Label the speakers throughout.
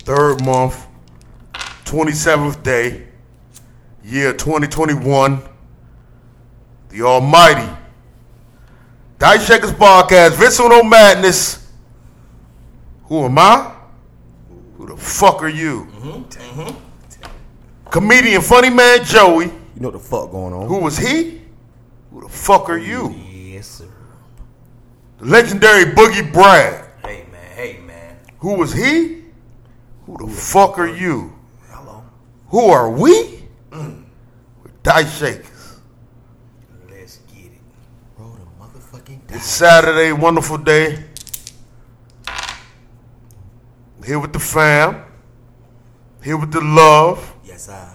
Speaker 1: third month, 27th day, year 2021. The Almighty. Dice Shakers Podcast, Vincent No Madness. Who am I? Who the fuck are you? Comedian Funny Man Joey.
Speaker 2: You know what the fuck going on.
Speaker 1: Who was he? Who the fuck are you?
Speaker 3: Yes, sir.
Speaker 1: The legendary Boogie Bragg.
Speaker 3: Hey, man. Hey, man.
Speaker 1: Who was he? Who the fuck are you?
Speaker 3: Hello.
Speaker 1: Who are we? We're Dice Shakers.
Speaker 3: Let's get it.
Speaker 2: Roll the motherfucking
Speaker 1: It's Saturday, wonderful day. Here with the fam. Here with the love.
Speaker 2: Yes, I.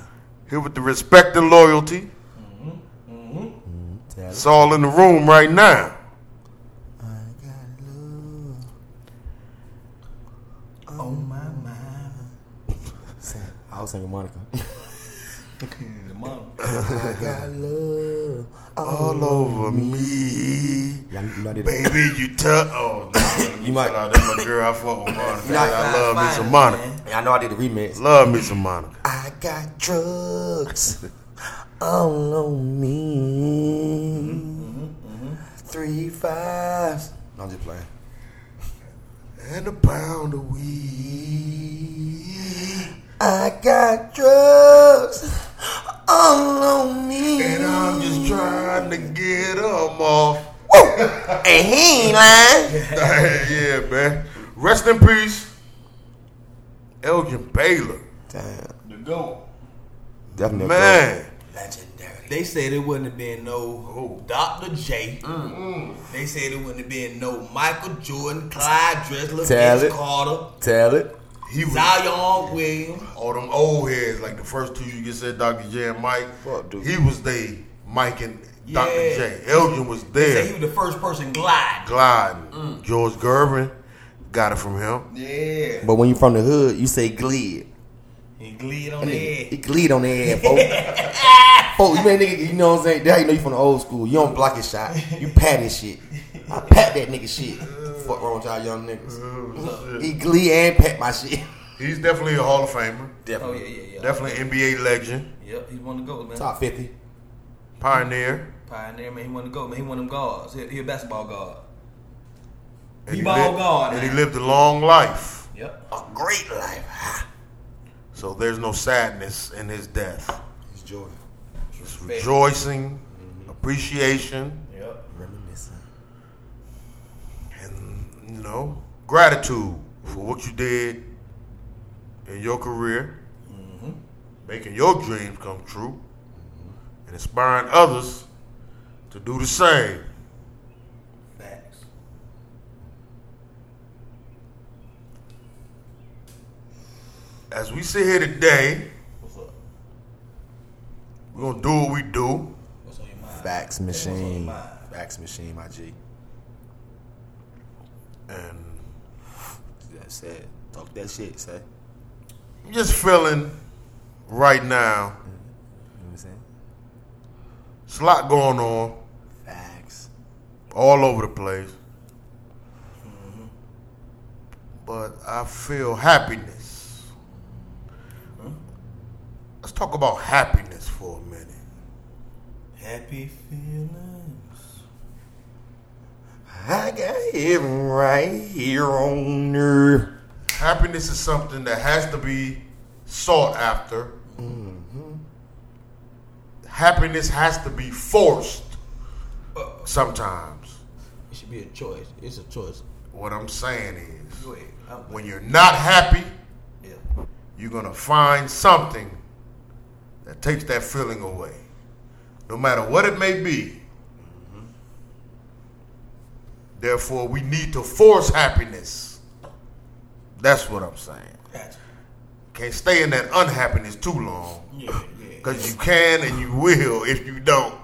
Speaker 1: Here with the respect and loyalty.
Speaker 2: Tell
Speaker 1: It's all in the room right now.
Speaker 2: I got love.
Speaker 3: Oh, my mind.
Speaker 2: Sing- I was singing Monica.
Speaker 3: The mom.
Speaker 2: I got love.
Speaker 1: All over me.
Speaker 2: Yeah, you know I did it.
Speaker 1: Baby, you tell. Oh, no,
Speaker 2: You might-
Speaker 1: Nah, that's my girl. I fuck with Monica. I
Speaker 2: might not
Speaker 1: love me
Speaker 3: find
Speaker 1: some
Speaker 3: it,
Speaker 1: Monica.
Speaker 3: man.
Speaker 2: Yeah, I know I did the remix.
Speaker 1: Love me some Monica.
Speaker 2: I got drugs all on Mm-hmm, me. Three fives. No, I'm just playing.
Speaker 1: And a pound of weed.
Speaker 2: I got drugs all on me.
Speaker 1: And uh, I'm just trying to get them off.
Speaker 2: And he ain't lying.
Speaker 1: yeah, man. Rest in peace, Elgin Baylor.
Speaker 2: Damn.
Speaker 3: The go.
Speaker 2: Definitely. a
Speaker 1: Man,
Speaker 3: Legendary. They said it wouldn't have been no who? Dr. J. They said it wouldn't have been no Michael Jordan, Clyde Dressler,
Speaker 2: Tell it.
Speaker 3: Vince Carter,
Speaker 2: blow. Tell it.
Speaker 1: he was
Speaker 3: Zion Williams.
Speaker 1: all them old heads, like the first two you just said, Dr. J and Mike.
Speaker 2: Fuck, dude.
Speaker 1: He was they Mike and Dr.
Speaker 3: Yeah.
Speaker 1: J. Elgin was
Speaker 3: They said he
Speaker 1: there
Speaker 3: was Mm. the first person glide.
Speaker 1: gliding. George Gervin got it from him.
Speaker 3: Yeah.
Speaker 2: But when you from the hood, you say glid.
Speaker 3: He glid on
Speaker 2: That
Speaker 3: the
Speaker 2: nigga, He
Speaker 3: head.
Speaker 2: glid on the head, folks. folks, you man, nigga, you know what I'm saying? That's how you know you from the old school. You don't block his shot. You pat his shit. I pat that nigga shit. Fuck wrong with y'all young niggas. He glid and pat my shit.
Speaker 1: He's definitely a Hall of Famer.
Speaker 3: Oh, yeah, yeah, yeah.
Speaker 1: Definitely an NBA legend.
Speaker 3: Yep, he's one of the goats, man.
Speaker 2: Top 50.
Speaker 1: Pioneer.
Speaker 3: Pioneer, man. He won the goat, man. He won them guards. He, he a basketball guard.
Speaker 1: And
Speaker 3: He ball
Speaker 1: lived-
Speaker 3: guard,
Speaker 1: And he
Speaker 3: man.
Speaker 1: lived a long life.
Speaker 3: Yep.
Speaker 2: A great life.
Speaker 1: So there's no sadness in his death.
Speaker 2: It's joy. Mm-hmm.
Speaker 1: It's rejoicing, appreciation,
Speaker 3: Yep.
Speaker 2: Reminiscing.
Speaker 1: and you know, gratitude for what you did in your career,
Speaker 2: Mm-hmm.
Speaker 1: making your dreams come true, and inspiring others to do the same.
Speaker 3: Facts.
Speaker 1: As we sit here today,
Speaker 3: What's up?
Speaker 1: we're gonna do what we do.
Speaker 3: What's on your mind?
Speaker 2: Fax machine.
Speaker 3: What's on your mind?
Speaker 2: Fax machine, my G.
Speaker 1: And
Speaker 2: That's it. Talk that shit, say. You know
Speaker 1: I'm just feeling right now,
Speaker 2: what I'm saying?
Speaker 1: it's a lot going on.
Speaker 2: Facts.
Speaker 1: all over the place. But I feel happiness. Let's talk about happiness for a minute.
Speaker 3: Happy feelings.
Speaker 2: I got heaven right here on earth.
Speaker 1: Happiness is something that has to be sought after. Happiness has to be forced
Speaker 3: Uh,
Speaker 1: sometimes.
Speaker 3: it should be a choice. It's a choice.
Speaker 1: What I'm saying is,
Speaker 3: Go ahead. I'm-
Speaker 1: when you're not happy,
Speaker 3: yeah.
Speaker 1: you're gonna find something that takes that feeling away, no matter what it may be. Therefore, we need to force happiness. That's what I'm saying.
Speaker 3: Gotcha.
Speaker 1: Can't stay in that unhappiness too long,
Speaker 3: Yeah, yeah.
Speaker 1: because you can and you will if you don't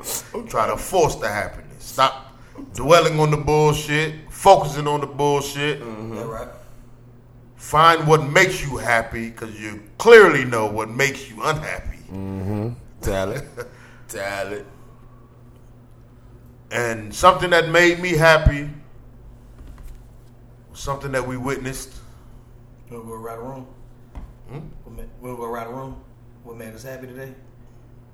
Speaker 1: try to force the happiness. Stop dwelling on the bullshit, focusing on the bullshit.
Speaker 3: That right?
Speaker 1: Find what makes you happy because you clearly know what makes you unhappy.
Speaker 2: Talent. Talent.
Speaker 1: And something that made me happy was something that we witnessed
Speaker 3: You wanna go right or wrong?
Speaker 1: Mm-hmm.
Speaker 3: What ma- When we go around the room, what made us happy today?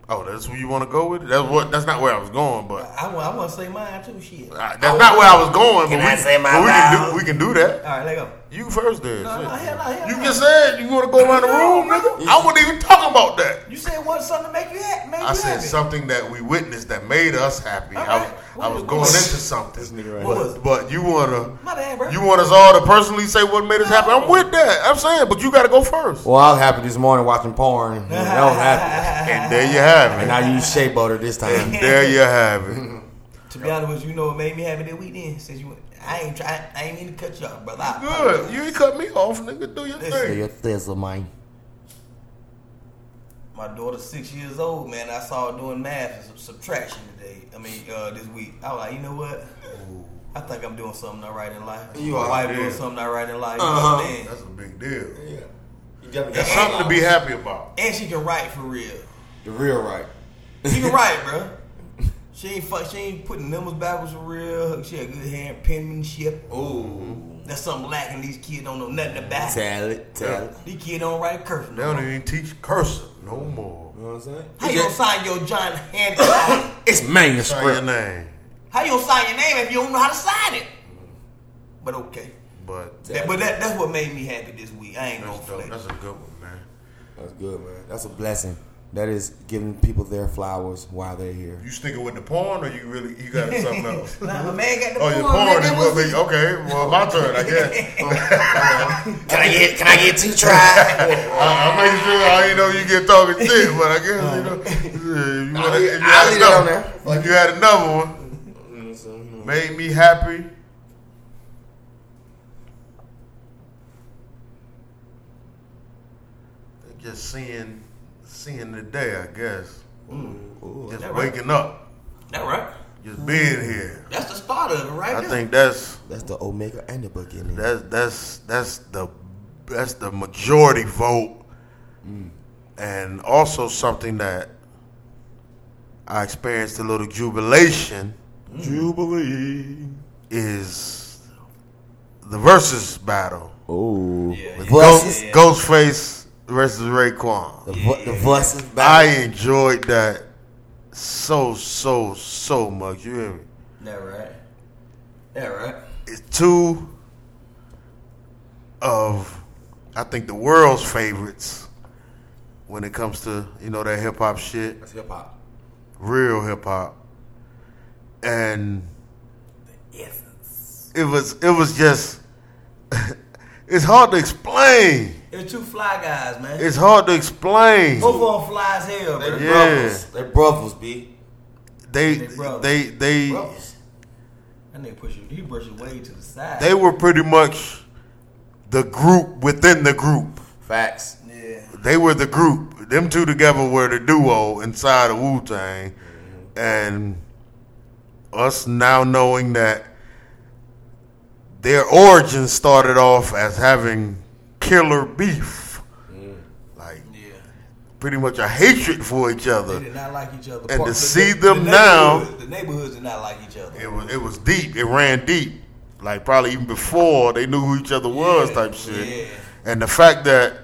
Speaker 1: Oh, that's where you want to go with it. That's what. That's not where I was going, but
Speaker 3: I, I, want to say mine too. Shit. All
Speaker 1: I, that's not where I was going.
Speaker 2: Can
Speaker 1: but
Speaker 2: I
Speaker 1: we,
Speaker 2: say my
Speaker 1: but we can
Speaker 2: vows?
Speaker 1: do. We can do that.
Speaker 3: right, let go.
Speaker 1: You first, then.
Speaker 3: No,
Speaker 1: Shit.
Speaker 3: no, hell no, hell
Speaker 1: you
Speaker 3: no.
Speaker 1: just said you want to go around the
Speaker 3: No,
Speaker 1: room, nigga. I wasn't even talking about that.
Speaker 3: You said one something to make you happy. Make
Speaker 1: I
Speaker 3: you
Speaker 1: said
Speaker 3: happy.
Speaker 1: something that we witnessed that made us happy.
Speaker 3: All
Speaker 1: I
Speaker 3: right.
Speaker 1: was, I was
Speaker 3: What-
Speaker 1: going
Speaker 3: what-
Speaker 1: into something,
Speaker 2: nigga right
Speaker 1: but,
Speaker 3: here.
Speaker 1: but you wanna,
Speaker 3: My bad, bro.
Speaker 1: you want us all to personally say what made us happy. I'm with that. I'm saying, but you gotta go first.
Speaker 2: Well, I was happy this morning watching porn. You know, that was happy.
Speaker 1: And there you have
Speaker 2: And
Speaker 1: it.
Speaker 2: I used shea butter this time.
Speaker 1: There you have it.
Speaker 3: to be honest with you, you know what made me happy that weekend? Since you, went, I ain't try, I ain't even cut you off, brother. I apologize.
Speaker 1: Good. You ain't cut me off, nigga. Do your
Speaker 2: Say
Speaker 1: thing.
Speaker 2: your thizzle, man.
Speaker 3: My daughter's six years old, man. I saw her doing math and some subtraction today. I mean, uh, this week. I was like, you know what? I think I'm doing something not right in life.
Speaker 2: You
Speaker 3: My
Speaker 2: are,
Speaker 3: wife
Speaker 1: yeah.
Speaker 3: doing something not right in life. You
Speaker 2: Uh-huh.
Speaker 3: understand?
Speaker 1: That's a big deal.
Speaker 2: The
Speaker 1: That's something to be happy about.
Speaker 3: And she can write for real.
Speaker 2: real right.
Speaker 3: She can write, bro. She ain't fuck. She ain't putting numbers backwards for real. She had good hand penmanship.
Speaker 2: Ooh.
Speaker 3: oh, That's something lacking. These kids don't know nothing about.
Speaker 2: Talent, talent.
Speaker 3: These kids don't write cursive.
Speaker 1: They
Speaker 3: No
Speaker 1: don't
Speaker 3: more.
Speaker 1: even teach cursive no more.
Speaker 2: You know what I'm saying?
Speaker 3: How you gonna sign your John Hancock?
Speaker 2: It's
Speaker 1: Sign your
Speaker 2: manuscript.
Speaker 1: name,
Speaker 3: how you gonna sign your name if you don't know how to sign it? But okay.
Speaker 1: but
Speaker 3: That- but that, that's what made me happy this week. I ain't gonna
Speaker 1: that's, dope.
Speaker 3: flex.
Speaker 1: that's a good one, man.
Speaker 2: That's good, man. That's a blessing. That is giving people their flowers while they're here.
Speaker 1: You sticking with the porn, or you really you got something else?
Speaker 3: Nah, my man got the
Speaker 1: Oh, your
Speaker 3: porn,
Speaker 1: porn
Speaker 3: nigga.
Speaker 1: is
Speaker 3: It
Speaker 1: what
Speaker 3: was-
Speaker 1: make okay. Well, my turn, I guess.
Speaker 2: Can I get can I get two tries?
Speaker 1: I, I'm making sure I ain't know you get talking shit, but I guess you know. If you, wanna, if you
Speaker 2: I'll
Speaker 1: had
Speaker 2: leave that on
Speaker 1: another, if you had another one, made me happy. Just seeing, seeing the day, I guess. Just
Speaker 3: that right? Mm.
Speaker 1: waking up,
Speaker 3: That right?
Speaker 1: just being here.
Speaker 3: That's the start of it, right?
Speaker 1: I
Speaker 3: there.
Speaker 1: think that's
Speaker 2: That's the omega and the beginning.
Speaker 1: That's that's that's the that's the majority vote, and also something that I experienced a little jubilation
Speaker 2: Jubilee.
Speaker 1: is the versus battle
Speaker 2: Oh,
Speaker 3: Yeah,
Speaker 2: the
Speaker 3: yeah.
Speaker 2: verses.
Speaker 1: Ghost, Ghostface versus Raekwon.
Speaker 2: The, vo- the verses
Speaker 1: I
Speaker 2: battle.
Speaker 1: enjoyed that so so so much. You hear me?
Speaker 3: That right? That right?
Speaker 1: It's two of I think the world's favorites when it comes to you know that hip hop shit,
Speaker 2: That's hip hop.
Speaker 1: real hip hop, and
Speaker 3: Yes.
Speaker 1: it was it was just it's hard to explain.
Speaker 3: It's two fly guys, man.
Speaker 1: It's hard to explain.
Speaker 3: Both of them fly as hell, bro.
Speaker 1: Yeah.
Speaker 2: Brothers. They're brothers, B.
Speaker 1: They
Speaker 3: They brothers.
Speaker 1: they they
Speaker 2: Brothers.
Speaker 3: That nigga push you, he brush your way to the side.
Speaker 1: they were pretty much the group within the group.
Speaker 2: Facts.
Speaker 3: yeah.
Speaker 1: they were the group. Them two together were the duo inside of Wu Tang, and us now knowing that their origin started off as having killer beef,
Speaker 3: Mm.
Speaker 1: like
Speaker 3: Yeah.
Speaker 1: pretty much a hatred for each
Speaker 3: They
Speaker 1: other.
Speaker 3: did not like each other.
Speaker 1: to
Speaker 3: Part-
Speaker 1: see them now-
Speaker 3: neighborhoods- the neighborhoods did not like each other.
Speaker 1: It was it was deep. It ran deep, like probably even before they knew who each other was,
Speaker 3: Yeah,
Speaker 1: type shit.
Speaker 3: yeah.
Speaker 1: And the fact that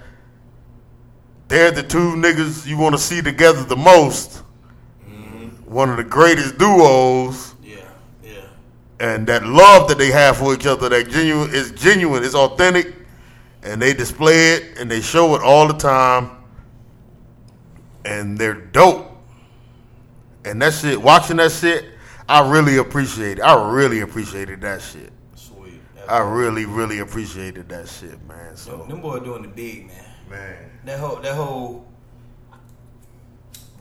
Speaker 1: they're the two niggas you want to see together the most, one of the greatest duos,
Speaker 3: Yeah, yeah,
Speaker 1: and that love that they have for each other that genuine is genuine, it's authentic, and they display it and they show it all the time, and they're dope. And that shit, watching that shit, I really appreciate. it. I really appreciated that shit.
Speaker 3: sweet.
Speaker 1: I really, really appreciated that shit, man.
Speaker 3: So
Speaker 1: So,
Speaker 3: them boys doing the big man.
Speaker 1: man,
Speaker 3: That whole that whole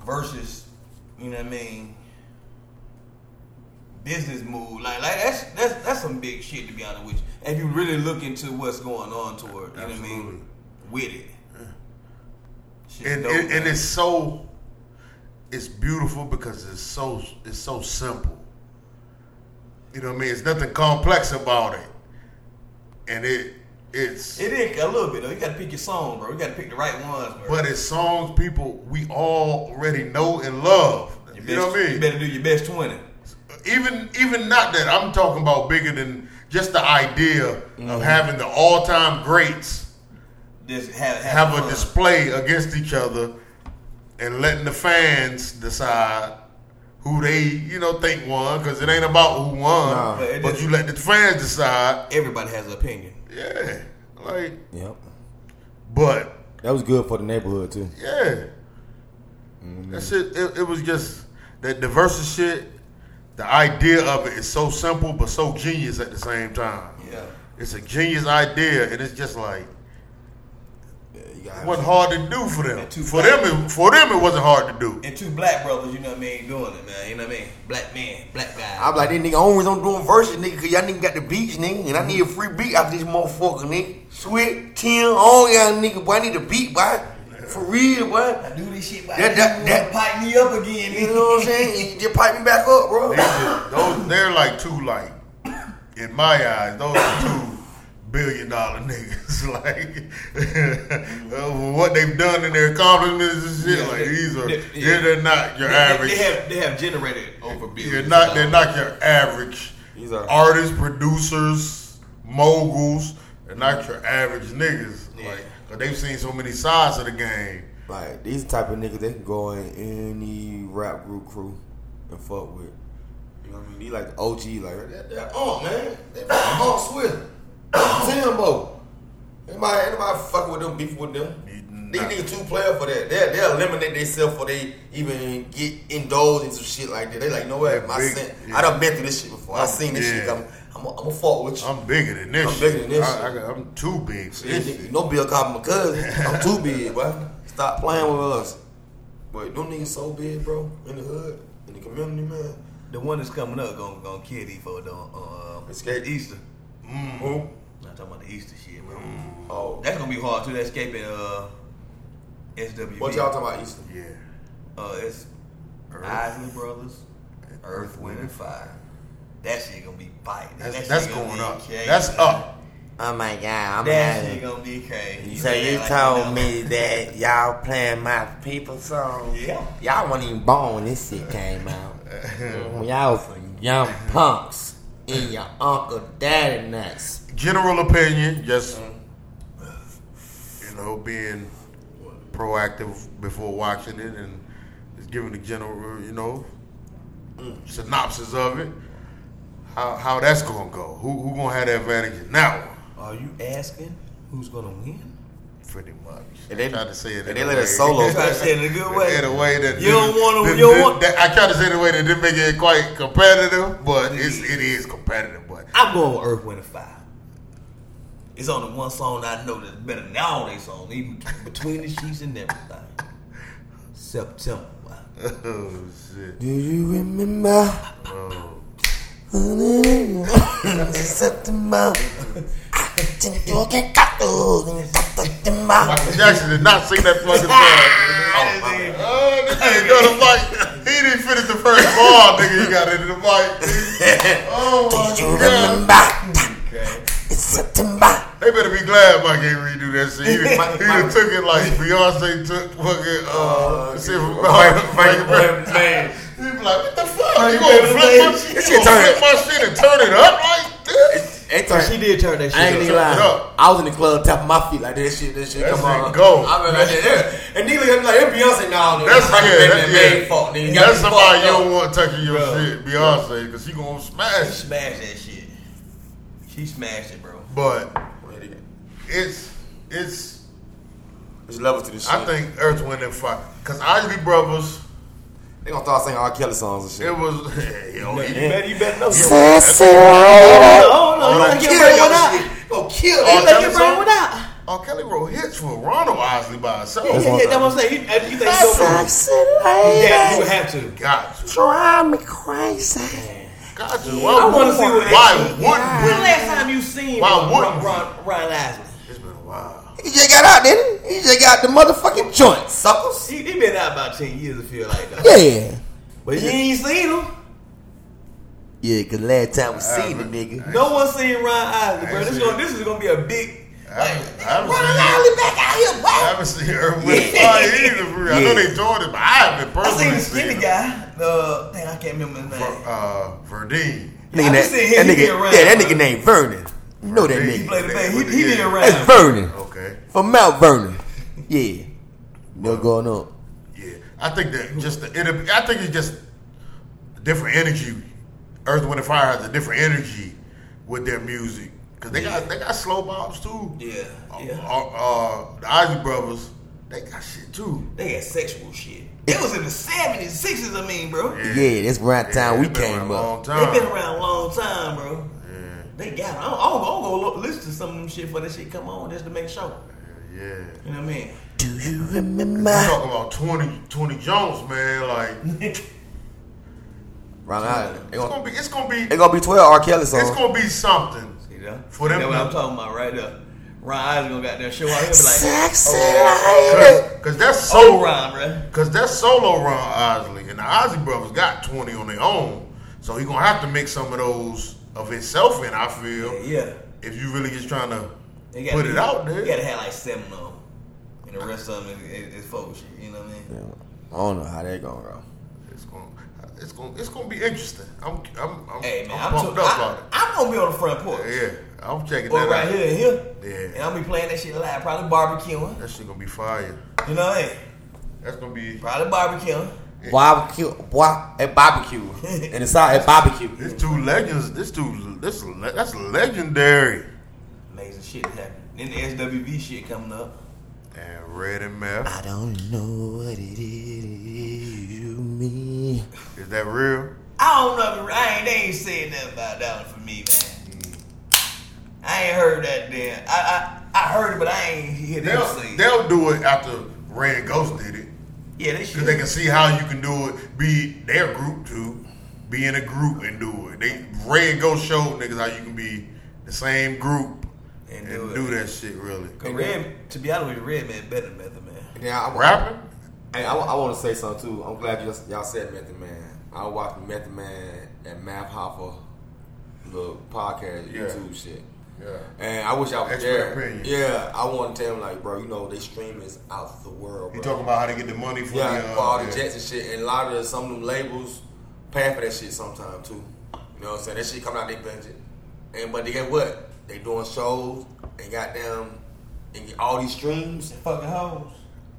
Speaker 3: versus, you know what I mean? Business move, like like that's that's that's some big shit to be honest with you. If you really look into what's going on toward, you know what I
Speaker 1: Absolutely.
Speaker 3: mean, with it. Shit
Speaker 1: and,
Speaker 3: dope,
Speaker 1: and, and
Speaker 3: man.
Speaker 1: it's so it's beautiful because it's so it's so simple you know what i mean it's nothing complex about it and it it's
Speaker 3: it is a little bit though. You got to pick your song, bro. You got to pick the right ones, bro.
Speaker 1: but it's songs people we already know and love
Speaker 3: Your
Speaker 1: you,
Speaker 3: best,
Speaker 1: know what i
Speaker 3: You
Speaker 1: mean
Speaker 3: better do your best twenty.
Speaker 1: even even not that i'm talking
Speaker 3: Mm-hmm.
Speaker 1: about bigger than just the idea of having the all-time greats
Speaker 3: Just have have,
Speaker 1: have a
Speaker 3: fun.
Speaker 1: display against each other and letting the fans decide who they you know think won because it ain't about who won,
Speaker 2: Nah.
Speaker 3: But it
Speaker 1: but
Speaker 3: is-
Speaker 1: you let the fans decide.
Speaker 3: Everybody has an opinion.
Speaker 1: Yeah, like
Speaker 2: Yep.
Speaker 1: but
Speaker 2: That was good for the neighborhood too.
Speaker 1: yeah, that shit. It, it was just that diverse shit. The idea of it is so simple but so genius at the same time.
Speaker 3: Yeah.
Speaker 1: It's a genius idea, and it's just like
Speaker 2: Yeah, you got
Speaker 1: it wasn't hard to do for them.
Speaker 3: And two
Speaker 1: For them, it, for them, it wasn't hard to do.
Speaker 3: And two black brothers, you know what I mean, doing it, man. You know what I mean? Black man, black guy.
Speaker 2: I'm like, this nigga only I'm doing verses, nigga, because y'all nigga got the beats, nigga, and I need a free beat out this motherfucker, nigga. Sweat, 10, all y'all nigga, boy, I need a beat, boy. For real, boy.
Speaker 3: I do this shit by
Speaker 2: That- that- that-
Speaker 3: pipe me up again.
Speaker 2: You know what I'm saying? You just pipe me back up, bro.
Speaker 1: They just- those they're like two like in my eyes, those are two billion dollar niggas. like uh, what they've done in their accomplishments and shit,
Speaker 3: Yeah,
Speaker 1: like
Speaker 3: they-
Speaker 1: these are
Speaker 3: they-
Speaker 1: yeah, they're not your
Speaker 3: They,
Speaker 1: average
Speaker 3: have they have generated over billions.
Speaker 1: you're not
Speaker 3: of
Speaker 1: they're
Speaker 3: dollars.
Speaker 1: not your average
Speaker 2: These are-
Speaker 1: artists, producers, moguls, they're not your average niggas.
Speaker 3: Yeah.
Speaker 1: Like cause they've seen so many sides of the game.
Speaker 2: Like, these type of niggas, they can go in any rap group crew and fuck with. You know what I mean? These like the OG, like, that, that, oh, man. That, that, oh, Swift. Timbo. Anybody, anybody fucking with them, beef with them? These
Speaker 1: Nah.
Speaker 2: niggas too player for that. They they eliminate themselves before they even get indulged in some shit like that. They like, no way,
Speaker 1: Yeah,
Speaker 2: my
Speaker 1: big-
Speaker 2: sin.
Speaker 1: yeah.
Speaker 2: I done been through this shit before. I seen this shit.
Speaker 1: yeah.
Speaker 2: I'm I'm a, I'm a fuck with you.
Speaker 1: I'm bigger than this.
Speaker 2: I'm bigger
Speaker 1: shit.
Speaker 2: than this
Speaker 1: I, I, I'm too big. for
Speaker 2: This
Speaker 1: this
Speaker 2: nigga,
Speaker 1: shit.
Speaker 2: no Bill Cosby, my cousin. I'm too big, boy. Stop playing with us. But them niggas so big, bro, in the hood, in the community, man.
Speaker 3: The one that's coming up gonna gonna kill these folks on uh,
Speaker 2: It's scared
Speaker 3: Easter.
Speaker 1: Mm,
Speaker 2: Who?
Speaker 3: Not talking about the Easter shit, bro.
Speaker 2: Oh,
Speaker 3: That's gonna be hard too. That's escaping uh, SWB.
Speaker 2: what y'all talking about Easter?
Speaker 1: Yeah.
Speaker 3: Uh, it's
Speaker 1: Earth.
Speaker 3: Isley Brothers, Earth, Wind, and Fire. That shit gonna be biting.
Speaker 1: That's,
Speaker 3: That shit
Speaker 1: that's
Speaker 3: gonna
Speaker 1: going
Speaker 3: be
Speaker 1: up.
Speaker 3: crazy.
Speaker 1: That's up.
Speaker 2: Oh my God, I'm
Speaker 3: That shit gonna be crazy. say that like know.
Speaker 2: that y'all playing my people song.
Speaker 3: Yeah.
Speaker 2: Y'all weren't even born when this shit came out. when y'all was young punks in your uncle daddy nuts.
Speaker 1: General opinion, just you know, being proactive before watching it and just giving the general, you know, synopsis of it. How how that's gonna go? Who who gonna have the advantage in that one?
Speaker 3: Are you asking who's gonna win?
Speaker 1: Pretty much.
Speaker 2: And they-
Speaker 1: I tried to say it.
Speaker 2: and
Speaker 1: in
Speaker 2: they
Speaker 1: a
Speaker 2: let it
Speaker 1: way-
Speaker 2: solo.
Speaker 3: You try to say it in a good
Speaker 1: In a
Speaker 3: way.
Speaker 1: way that
Speaker 3: You don't wanna-
Speaker 1: that-
Speaker 3: you don't
Speaker 1: that-
Speaker 3: want-
Speaker 1: that- I tried to say it in a way that didn't make it quite competitive, but it's, it is competitive. But
Speaker 3: I'm going with Earth, Wind, and Fire. It's only one song I know that's better than all they songs, even between the sheets and everything. September.
Speaker 1: oh shit. Oh.
Speaker 2: Do you remember? September.
Speaker 1: Michael Jackson did not sing that fucking song.
Speaker 3: Oh,
Speaker 1: Oh, this nigga go to mic. He didn't finish the first bar, nigga. He got into the mic. Oh my god.
Speaker 3: okay.
Speaker 2: It's September.
Speaker 1: They better be glad Mike ain't redo that shit. He done, he done took it like Beyonce took fucking
Speaker 2: Oh,
Speaker 1: uh, shit from Frank
Speaker 2: Man.
Speaker 1: He be like, what the fuck? You gonna flip my
Speaker 2: This
Speaker 1: shit? You
Speaker 2: shit
Speaker 1: gonna
Speaker 2: turned-
Speaker 1: flip my shit and turn it up like this?
Speaker 3: She did turn that shit
Speaker 2: I ain't even
Speaker 3: up.
Speaker 1: Turn it
Speaker 2: lying.
Speaker 1: up.
Speaker 2: I was in the club tapping my feet like that shit. That shit
Speaker 1: That
Speaker 2: come
Speaker 1: shit
Speaker 2: on.
Speaker 1: go.
Speaker 2: I been like that. And nigga look at me like, it's Beyonce now.
Speaker 1: That's yeah, that's, yeah.
Speaker 2: Fuck, nigga. You got
Speaker 1: that's
Speaker 2: me
Speaker 1: somebody
Speaker 2: fucked
Speaker 1: you
Speaker 2: up.
Speaker 1: don't want touching your
Speaker 3: Bro.
Speaker 1: shit, Beyonce, because she gonna
Speaker 3: She
Speaker 1: smash. it.
Speaker 3: smashed that shit. She smashed it, bro.
Speaker 1: But it's it's
Speaker 2: There's levels to this shit.
Speaker 1: I think Earth, Wind, and Fire. Because Isley Brothers,
Speaker 2: they gonna start singing R. Kelly songs
Speaker 1: it
Speaker 2: and shit.
Speaker 1: was. Hell, he-
Speaker 3: better, you better know.
Speaker 2: Oh, no,
Speaker 1: gonna
Speaker 2: kill
Speaker 1: kill
Speaker 2: your
Speaker 1: your
Speaker 2: shit.
Speaker 1: shit.
Speaker 2: Gonna kill
Speaker 1: Oh,
Speaker 2: it.
Speaker 1: Kelly song? R. Kelly wrote hits for Ronald Isley by himself.
Speaker 3: Yeah, yeah, yeah, that's what I'm saying. You, you think so? Yeah, you would have to.
Speaker 1: Got you.
Speaker 2: Drive me crazy.
Speaker 1: Got you.
Speaker 3: I wanna see what
Speaker 1: Why
Speaker 3: that
Speaker 1: wouldn't
Speaker 3: When the
Speaker 1: we?
Speaker 3: last time you seen
Speaker 1: Why
Speaker 3: Ron,
Speaker 1: wouldn't
Speaker 3: Ron, Ron, Ron Isley?
Speaker 1: It's been a while.
Speaker 2: He just got out, didn't he? He just got the motherfucking joint, suckers.
Speaker 3: He, he been out about 10 years, I feel like, though.
Speaker 2: Yeah.
Speaker 3: But you ain't seen him.
Speaker 2: Yeah, cause last time we
Speaker 1: I
Speaker 2: seen the
Speaker 1: haven't-
Speaker 2: nigga.
Speaker 3: No one seen Ron Isley,
Speaker 1: I
Speaker 3: bro.
Speaker 1: ain't
Speaker 3: This,
Speaker 1: seen
Speaker 3: gonna,
Speaker 1: it.
Speaker 3: this is going to be a big.
Speaker 1: I haven't- I haven't
Speaker 2: Ron
Speaker 1: seen-
Speaker 2: Isley back out here, boy.
Speaker 1: I haven't seen Earth, Wind, and Fire either. for real. I know they joined it, but I haven't
Speaker 3: I
Speaker 1: personally
Speaker 3: seen the skinny
Speaker 1: it.
Speaker 3: guy. Uh, dang, I can't remember his name.
Speaker 1: Ver- Uh, Verdine.
Speaker 2: Nigga,
Speaker 3: just
Speaker 2: that,
Speaker 3: seen him,
Speaker 2: that
Speaker 3: he been
Speaker 2: nigga,
Speaker 3: around,
Speaker 2: yeah, that
Speaker 3: bro.
Speaker 2: nigga named Vernon. You know that
Speaker 1: He
Speaker 2: nigga.
Speaker 3: Play the thing. He, he
Speaker 1: Yeah.
Speaker 3: been around.
Speaker 2: That's Vernon.
Speaker 1: Okay. Okay.
Speaker 2: From Mount Vernon. Yeah. No going up.
Speaker 1: Yeah, I think that just the inter- I think it's just a different energy. Earth, Wind, and Fire has a different energy with their music because they got they got slow bops too.
Speaker 3: Yeah,
Speaker 1: Uh,
Speaker 3: yeah.
Speaker 1: uh, uh, the Ozzy Brothers, they got shit too.
Speaker 3: They had sexual shit. It was in the 70s, 60s, I mean, bro.
Speaker 1: Yeah.
Speaker 2: Yeah, that's around time we
Speaker 1: they been around
Speaker 2: came
Speaker 1: a
Speaker 2: up.
Speaker 1: long
Speaker 3: They've
Speaker 1: time.
Speaker 3: been around a long time, bro. They got it. I'm, I'm, I'm gonna look, listen to some of them shit for that shit come on just to make sure.
Speaker 1: Yeah,
Speaker 3: You know what I mean?
Speaker 2: Do you
Speaker 1: we
Speaker 2: remember?
Speaker 1: talking about 20, 20 Jones, man. Like
Speaker 2: Wrong island.
Speaker 1: it's
Speaker 2: They gonna,
Speaker 1: gonna be, it's gonna be,
Speaker 2: they gonna be 12 R. Kelly songs.
Speaker 1: it's gonna be something.
Speaker 3: You know?
Speaker 1: For them
Speaker 3: That's what
Speaker 1: to-
Speaker 3: I'm talking about right there. Ron Isaac gonna got that show out here be like,
Speaker 1: Cause, 'cause that's
Speaker 3: oh,
Speaker 1: so
Speaker 3: Ron, bro.
Speaker 1: Cause that's solo Ron Osley, and the Ozzy brothers got twenty on their own, so he gonna have to make some of those of himself in. I feel
Speaker 3: Yeah.
Speaker 1: if you really just trying to
Speaker 3: They gotta
Speaker 1: Oh. put
Speaker 3: be-
Speaker 1: it out there.
Speaker 3: You gotta have like seven of them. And the rest of them is, is, is folk shit. You know what I mean?
Speaker 2: Yeah, I don't know how that gonna go.
Speaker 1: It's gonna, it's gonna, it's gonna be interesting. I'm, I'm, I'm,
Speaker 3: Hey, man,
Speaker 1: I'm
Speaker 3: I'm,
Speaker 1: pumped
Speaker 3: too,
Speaker 1: up
Speaker 3: I,
Speaker 1: about
Speaker 3: I'm gonna be on the front porch.
Speaker 1: it. Yeah, I'm checking
Speaker 3: Or
Speaker 1: that
Speaker 3: right
Speaker 1: out.
Speaker 3: here and here.
Speaker 1: Yeah.
Speaker 3: And I'm be playing that shit live, probably barbecuing.
Speaker 1: That shit gonna be fire.
Speaker 3: You know what I mean?
Speaker 1: That's gonna be.
Speaker 3: Probably barbecuing.
Speaker 2: Barbecue, boy, at barbecue, and it's out at barbecue.
Speaker 1: This two legends. This two. This le- that's legendary.
Speaker 3: Amazing shit happening. Then the SWV shit coming up.
Speaker 1: And Red and Meth.
Speaker 2: I don't know what it is you mean.
Speaker 1: Is that real?
Speaker 3: I don't know. if it- I ain't. They ain't saying nothing about that one for me, man.
Speaker 1: Mm.
Speaker 3: I ain't heard that damn. I I, I heard it, but I ain't hear them say
Speaker 1: They'll, they'll
Speaker 3: it.
Speaker 1: do it after Red Ghost did it.
Speaker 3: Yeah, they should.
Speaker 1: Cause they can see how you can do it. Be their group too. Be in a group and do it. They Red Ghost showed niggas how you can be the same group and,
Speaker 3: And do
Speaker 1: do,
Speaker 3: it.
Speaker 1: that shit really.
Speaker 3: Cause Red, to be honest with you, Red Man better than Method Man.
Speaker 2: Yeah, I,
Speaker 1: Rapping?
Speaker 2: Hey, I, want to say something too. I'm glad you just, y'all said Method Man. I watched Method Man and Math Hoffa, the podcast,
Speaker 1: Yeah.
Speaker 2: YouTube shit.
Speaker 1: Yeah.
Speaker 2: And I wish I was
Speaker 1: Expert
Speaker 2: there.
Speaker 1: opinion.
Speaker 2: Yeah, I want to tell him like, bro, you know they stream is out the world.
Speaker 1: You
Speaker 2: Bro.
Speaker 1: talking about how to get the money for
Speaker 2: yeah,
Speaker 1: the, uh,
Speaker 2: for all the
Speaker 1: yeah.
Speaker 2: jets and shit, and a lot of the, some of them labels paying for that shit sometime too. You know what I'm saying? That shit coming out they budget, and but they get what they doing shows and goddamn and get all these streams.
Speaker 3: Fucking hoes.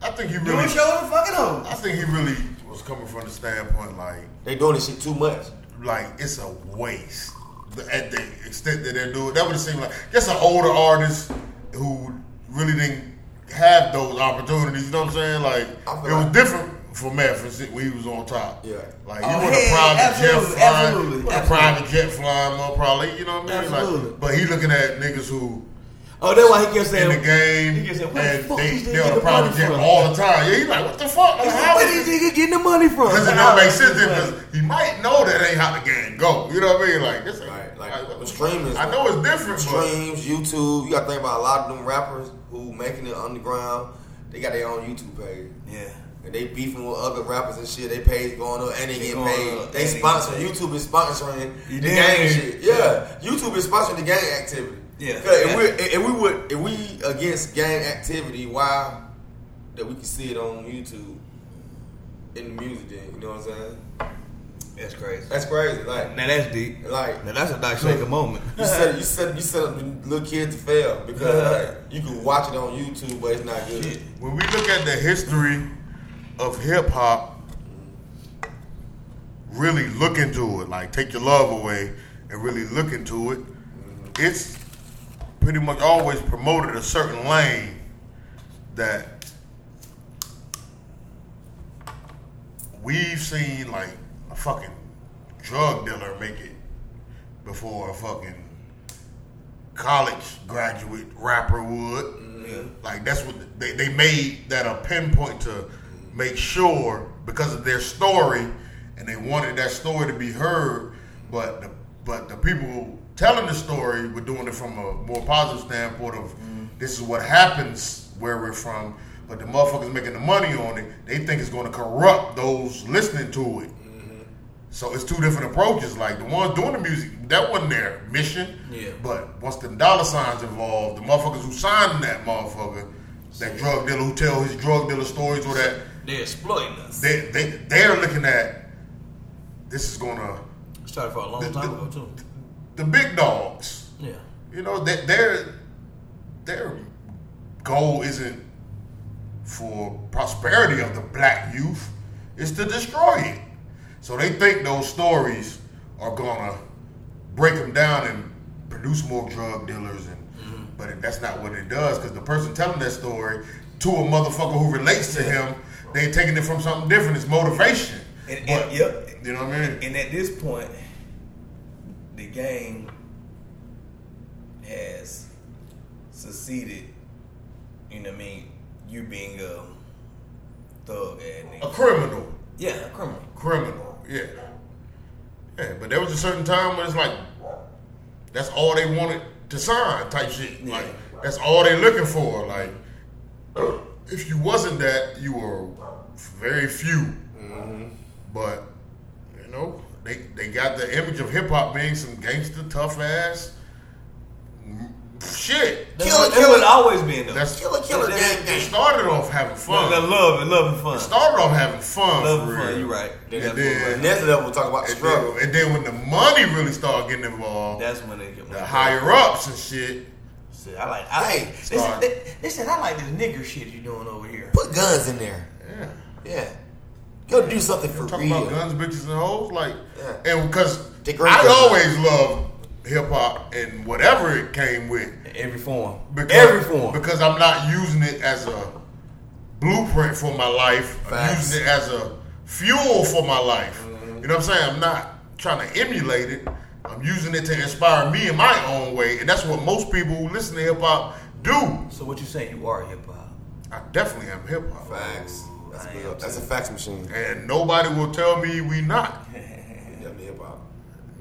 Speaker 1: I think he
Speaker 3: Doing
Speaker 1: really.
Speaker 3: shows and fucking hoes.
Speaker 1: I think he really was coming from the standpoint like,
Speaker 2: They doing this shit too much.
Speaker 1: like it's a waste. The- At the extent that they're doing, that would seem like just an older artist who really didn't have those opportunities. You know what I'm saying? Like
Speaker 2: I feel
Speaker 1: it was
Speaker 2: like-
Speaker 1: different for Matt for si- when he was on top.
Speaker 2: Yeah.
Speaker 1: like
Speaker 3: Oh,
Speaker 1: you want
Speaker 3: yeah,
Speaker 1: a private
Speaker 3: absolutely,
Speaker 1: jet flying,
Speaker 3: absolutely,
Speaker 1: you want a
Speaker 3: absolutely.
Speaker 1: private jet flying up probably. You know what I mean?
Speaker 3: Absolutely.
Speaker 1: Like, but he looking at niggas who
Speaker 3: Oh, that's why he kept
Speaker 1: in
Speaker 3: saying
Speaker 1: the game
Speaker 3: He just said, "Where the
Speaker 1: and
Speaker 3: fuck
Speaker 1: they
Speaker 3: these
Speaker 1: they
Speaker 3: niggas
Speaker 1: on
Speaker 3: get
Speaker 1: a
Speaker 3: the
Speaker 1: private
Speaker 3: money
Speaker 1: jet
Speaker 3: from?"
Speaker 1: all the time. Yeah, he like, what the fuck? Like, how
Speaker 3: Where these niggas getting the money from?
Speaker 1: because it don't make sense because he might know that ain't how the game go. You know what I mean? Like this, ain't-
Speaker 2: Right, like,
Speaker 1: what the
Speaker 2: streaming is
Speaker 1: fuck? I know it's different, but
Speaker 2: Streams, YouTube. You got to think about a lot of them rappers who making it underground. They got their own YouTube page.
Speaker 3: Yeah.
Speaker 2: And they beefing with other rappers and shit. They page going up and they,
Speaker 3: They
Speaker 2: getting
Speaker 3: going
Speaker 2: paid.
Speaker 3: up
Speaker 2: they
Speaker 3: and they
Speaker 2: sponsor.
Speaker 3: getting paid.
Speaker 2: YouTube is sponsoring
Speaker 3: You
Speaker 2: the
Speaker 3: did.
Speaker 2: gang shit. Yeah. YouTube is sponsoring the gang activity.
Speaker 3: Yeah.
Speaker 2: 'Cause If,
Speaker 3: Yeah.
Speaker 2: we, if we would, if we against gang activity, why that we can see it on YouTube in the music? Then you know what I'm saying?
Speaker 3: That's crazy.
Speaker 2: That's crazy. Like,
Speaker 3: Now that's deep.
Speaker 2: like
Speaker 3: Now that's a Doc Shaker moment.
Speaker 2: you set you set you set up the little kids to fail because like, you can watch it on YouTube, but it's not good.
Speaker 3: Shit.
Speaker 1: when we look at the history of hip hop, really look into it, like take your love away and really look into it. It's pretty much always promoted a certain lane that we've seen like a fucking drug dealer make it before a fucking college graduate rapper would. Like that's what they, they made that a pinpoint to make sure because of their story, and they wanted that story to be heard. But the but the people telling the story were doing it from a more positive standpoint of this is what happens where we're from. But the motherfuckers making the money on it, they think it's going to corrupt those listening to it. So it's two different approaches. Like the ones doing the music, that wasn't their mission.
Speaker 3: Yeah.
Speaker 1: But once the dollar signs involved, the motherfuckers who signed that motherfucker, that drug dealer who tell his drug dealer stories or that
Speaker 3: They're exploiting us.
Speaker 1: they they they're looking at this is gonna
Speaker 3: Started for a long time ago too.
Speaker 1: the big dogs.
Speaker 3: Yeah.
Speaker 1: You know, that they're they're goal isn't for prosperity of the black youth; it's to destroy it. So they think those stories are gonna break them down and produce more drug dealers, and
Speaker 3: Mm-hmm.
Speaker 1: but that's not what it does because the person telling that story to a motherfucker who relates to him, they taking it from something different. It's motivation.
Speaker 3: And- and-
Speaker 1: But-
Speaker 3: yep.
Speaker 1: You know what I mean?
Speaker 3: And at this point, the game has succeeded. You know what I mean? You being a thug ass
Speaker 1: A
Speaker 3: nigga.
Speaker 1: criminal.
Speaker 3: Yeah, a criminal.
Speaker 1: criminal. Yeah. Yeah, but there was a certain time when it's like that's all they wanted to sign type shit. Like that's all they looking for. Like if you wasn't that, you were very few.
Speaker 3: Mm-hmm.
Speaker 1: But you know, they they got the image of hip hop being some gangster tough ass m- shit.
Speaker 3: That's
Speaker 2: Killer,
Speaker 3: what- that's
Speaker 2: killer.
Speaker 3: what always been though.
Speaker 1: That's
Speaker 2: Killer, killer, gang,
Speaker 1: They
Speaker 2: gang.
Speaker 1: started off having fun.
Speaker 3: That love and love and fun.
Speaker 1: started off having fun.
Speaker 3: Love
Speaker 1: for
Speaker 3: and fun.
Speaker 1: real.
Speaker 3: You right.
Speaker 1: And
Speaker 3: That's
Speaker 1: then-
Speaker 3: what-
Speaker 2: And that's the level we talk about the
Speaker 1: And
Speaker 2: struggle.
Speaker 1: then, and then when the money really started getting involved,
Speaker 3: That's when they get
Speaker 1: the higher ups and shit.
Speaker 3: Shit, I like. I,
Speaker 2: Hey,
Speaker 1: sorry.
Speaker 3: listen, they, they said I like this nigger shit you doing over here.
Speaker 2: Put guns in there.
Speaker 1: Yeah.
Speaker 2: Yeah. Go do something for
Speaker 1: Talking
Speaker 2: real.
Speaker 1: about guns, bitches, and hoes. Like,
Speaker 2: Yeah.
Speaker 1: and because
Speaker 2: The great
Speaker 1: I
Speaker 2: guns.
Speaker 1: always loved hip hop and whatever it came with.
Speaker 3: Every form.
Speaker 1: Because,
Speaker 3: Every form.
Speaker 1: Because I'm not using it as a blueprint for my life. I'm
Speaker 2: Facts.
Speaker 1: using it as a fuel for my life. You know what I'm saying? I'm not trying to emulate it. I'm using it to inspire me in my own way. And that's what most people who listen to hip hop do.
Speaker 3: so what you saying? You are hip hop.
Speaker 1: I definitely am hip hop.
Speaker 2: Facts. That's,
Speaker 3: I
Speaker 2: good.
Speaker 3: am
Speaker 2: That's a fax machine.
Speaker 1: And nobody will tell me we not.
Speaker 2: Definitely hip hop.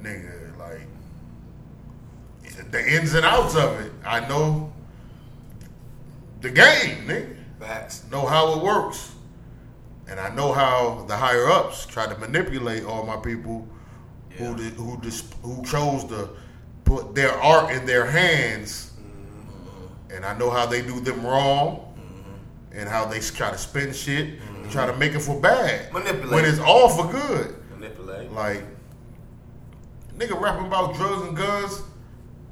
Speaker 1: Nigga, like the ins and outs of it. I know the game, nigga.
Speaker 2: Facts.
Speaker 1: Know how it works. And I know how the higher ups try to manipulate all my people who di- who dis- who chose to put their art in their hands. And I know how they do them wrong. And how they s- try to spin shit, and try to make it for bad,
Speaker 2: Manipulate.
Speaker 1: when it's all for good.
Speaker 2: Manipulate.
Speaker 1: Like, nigga rapping about drugs and guns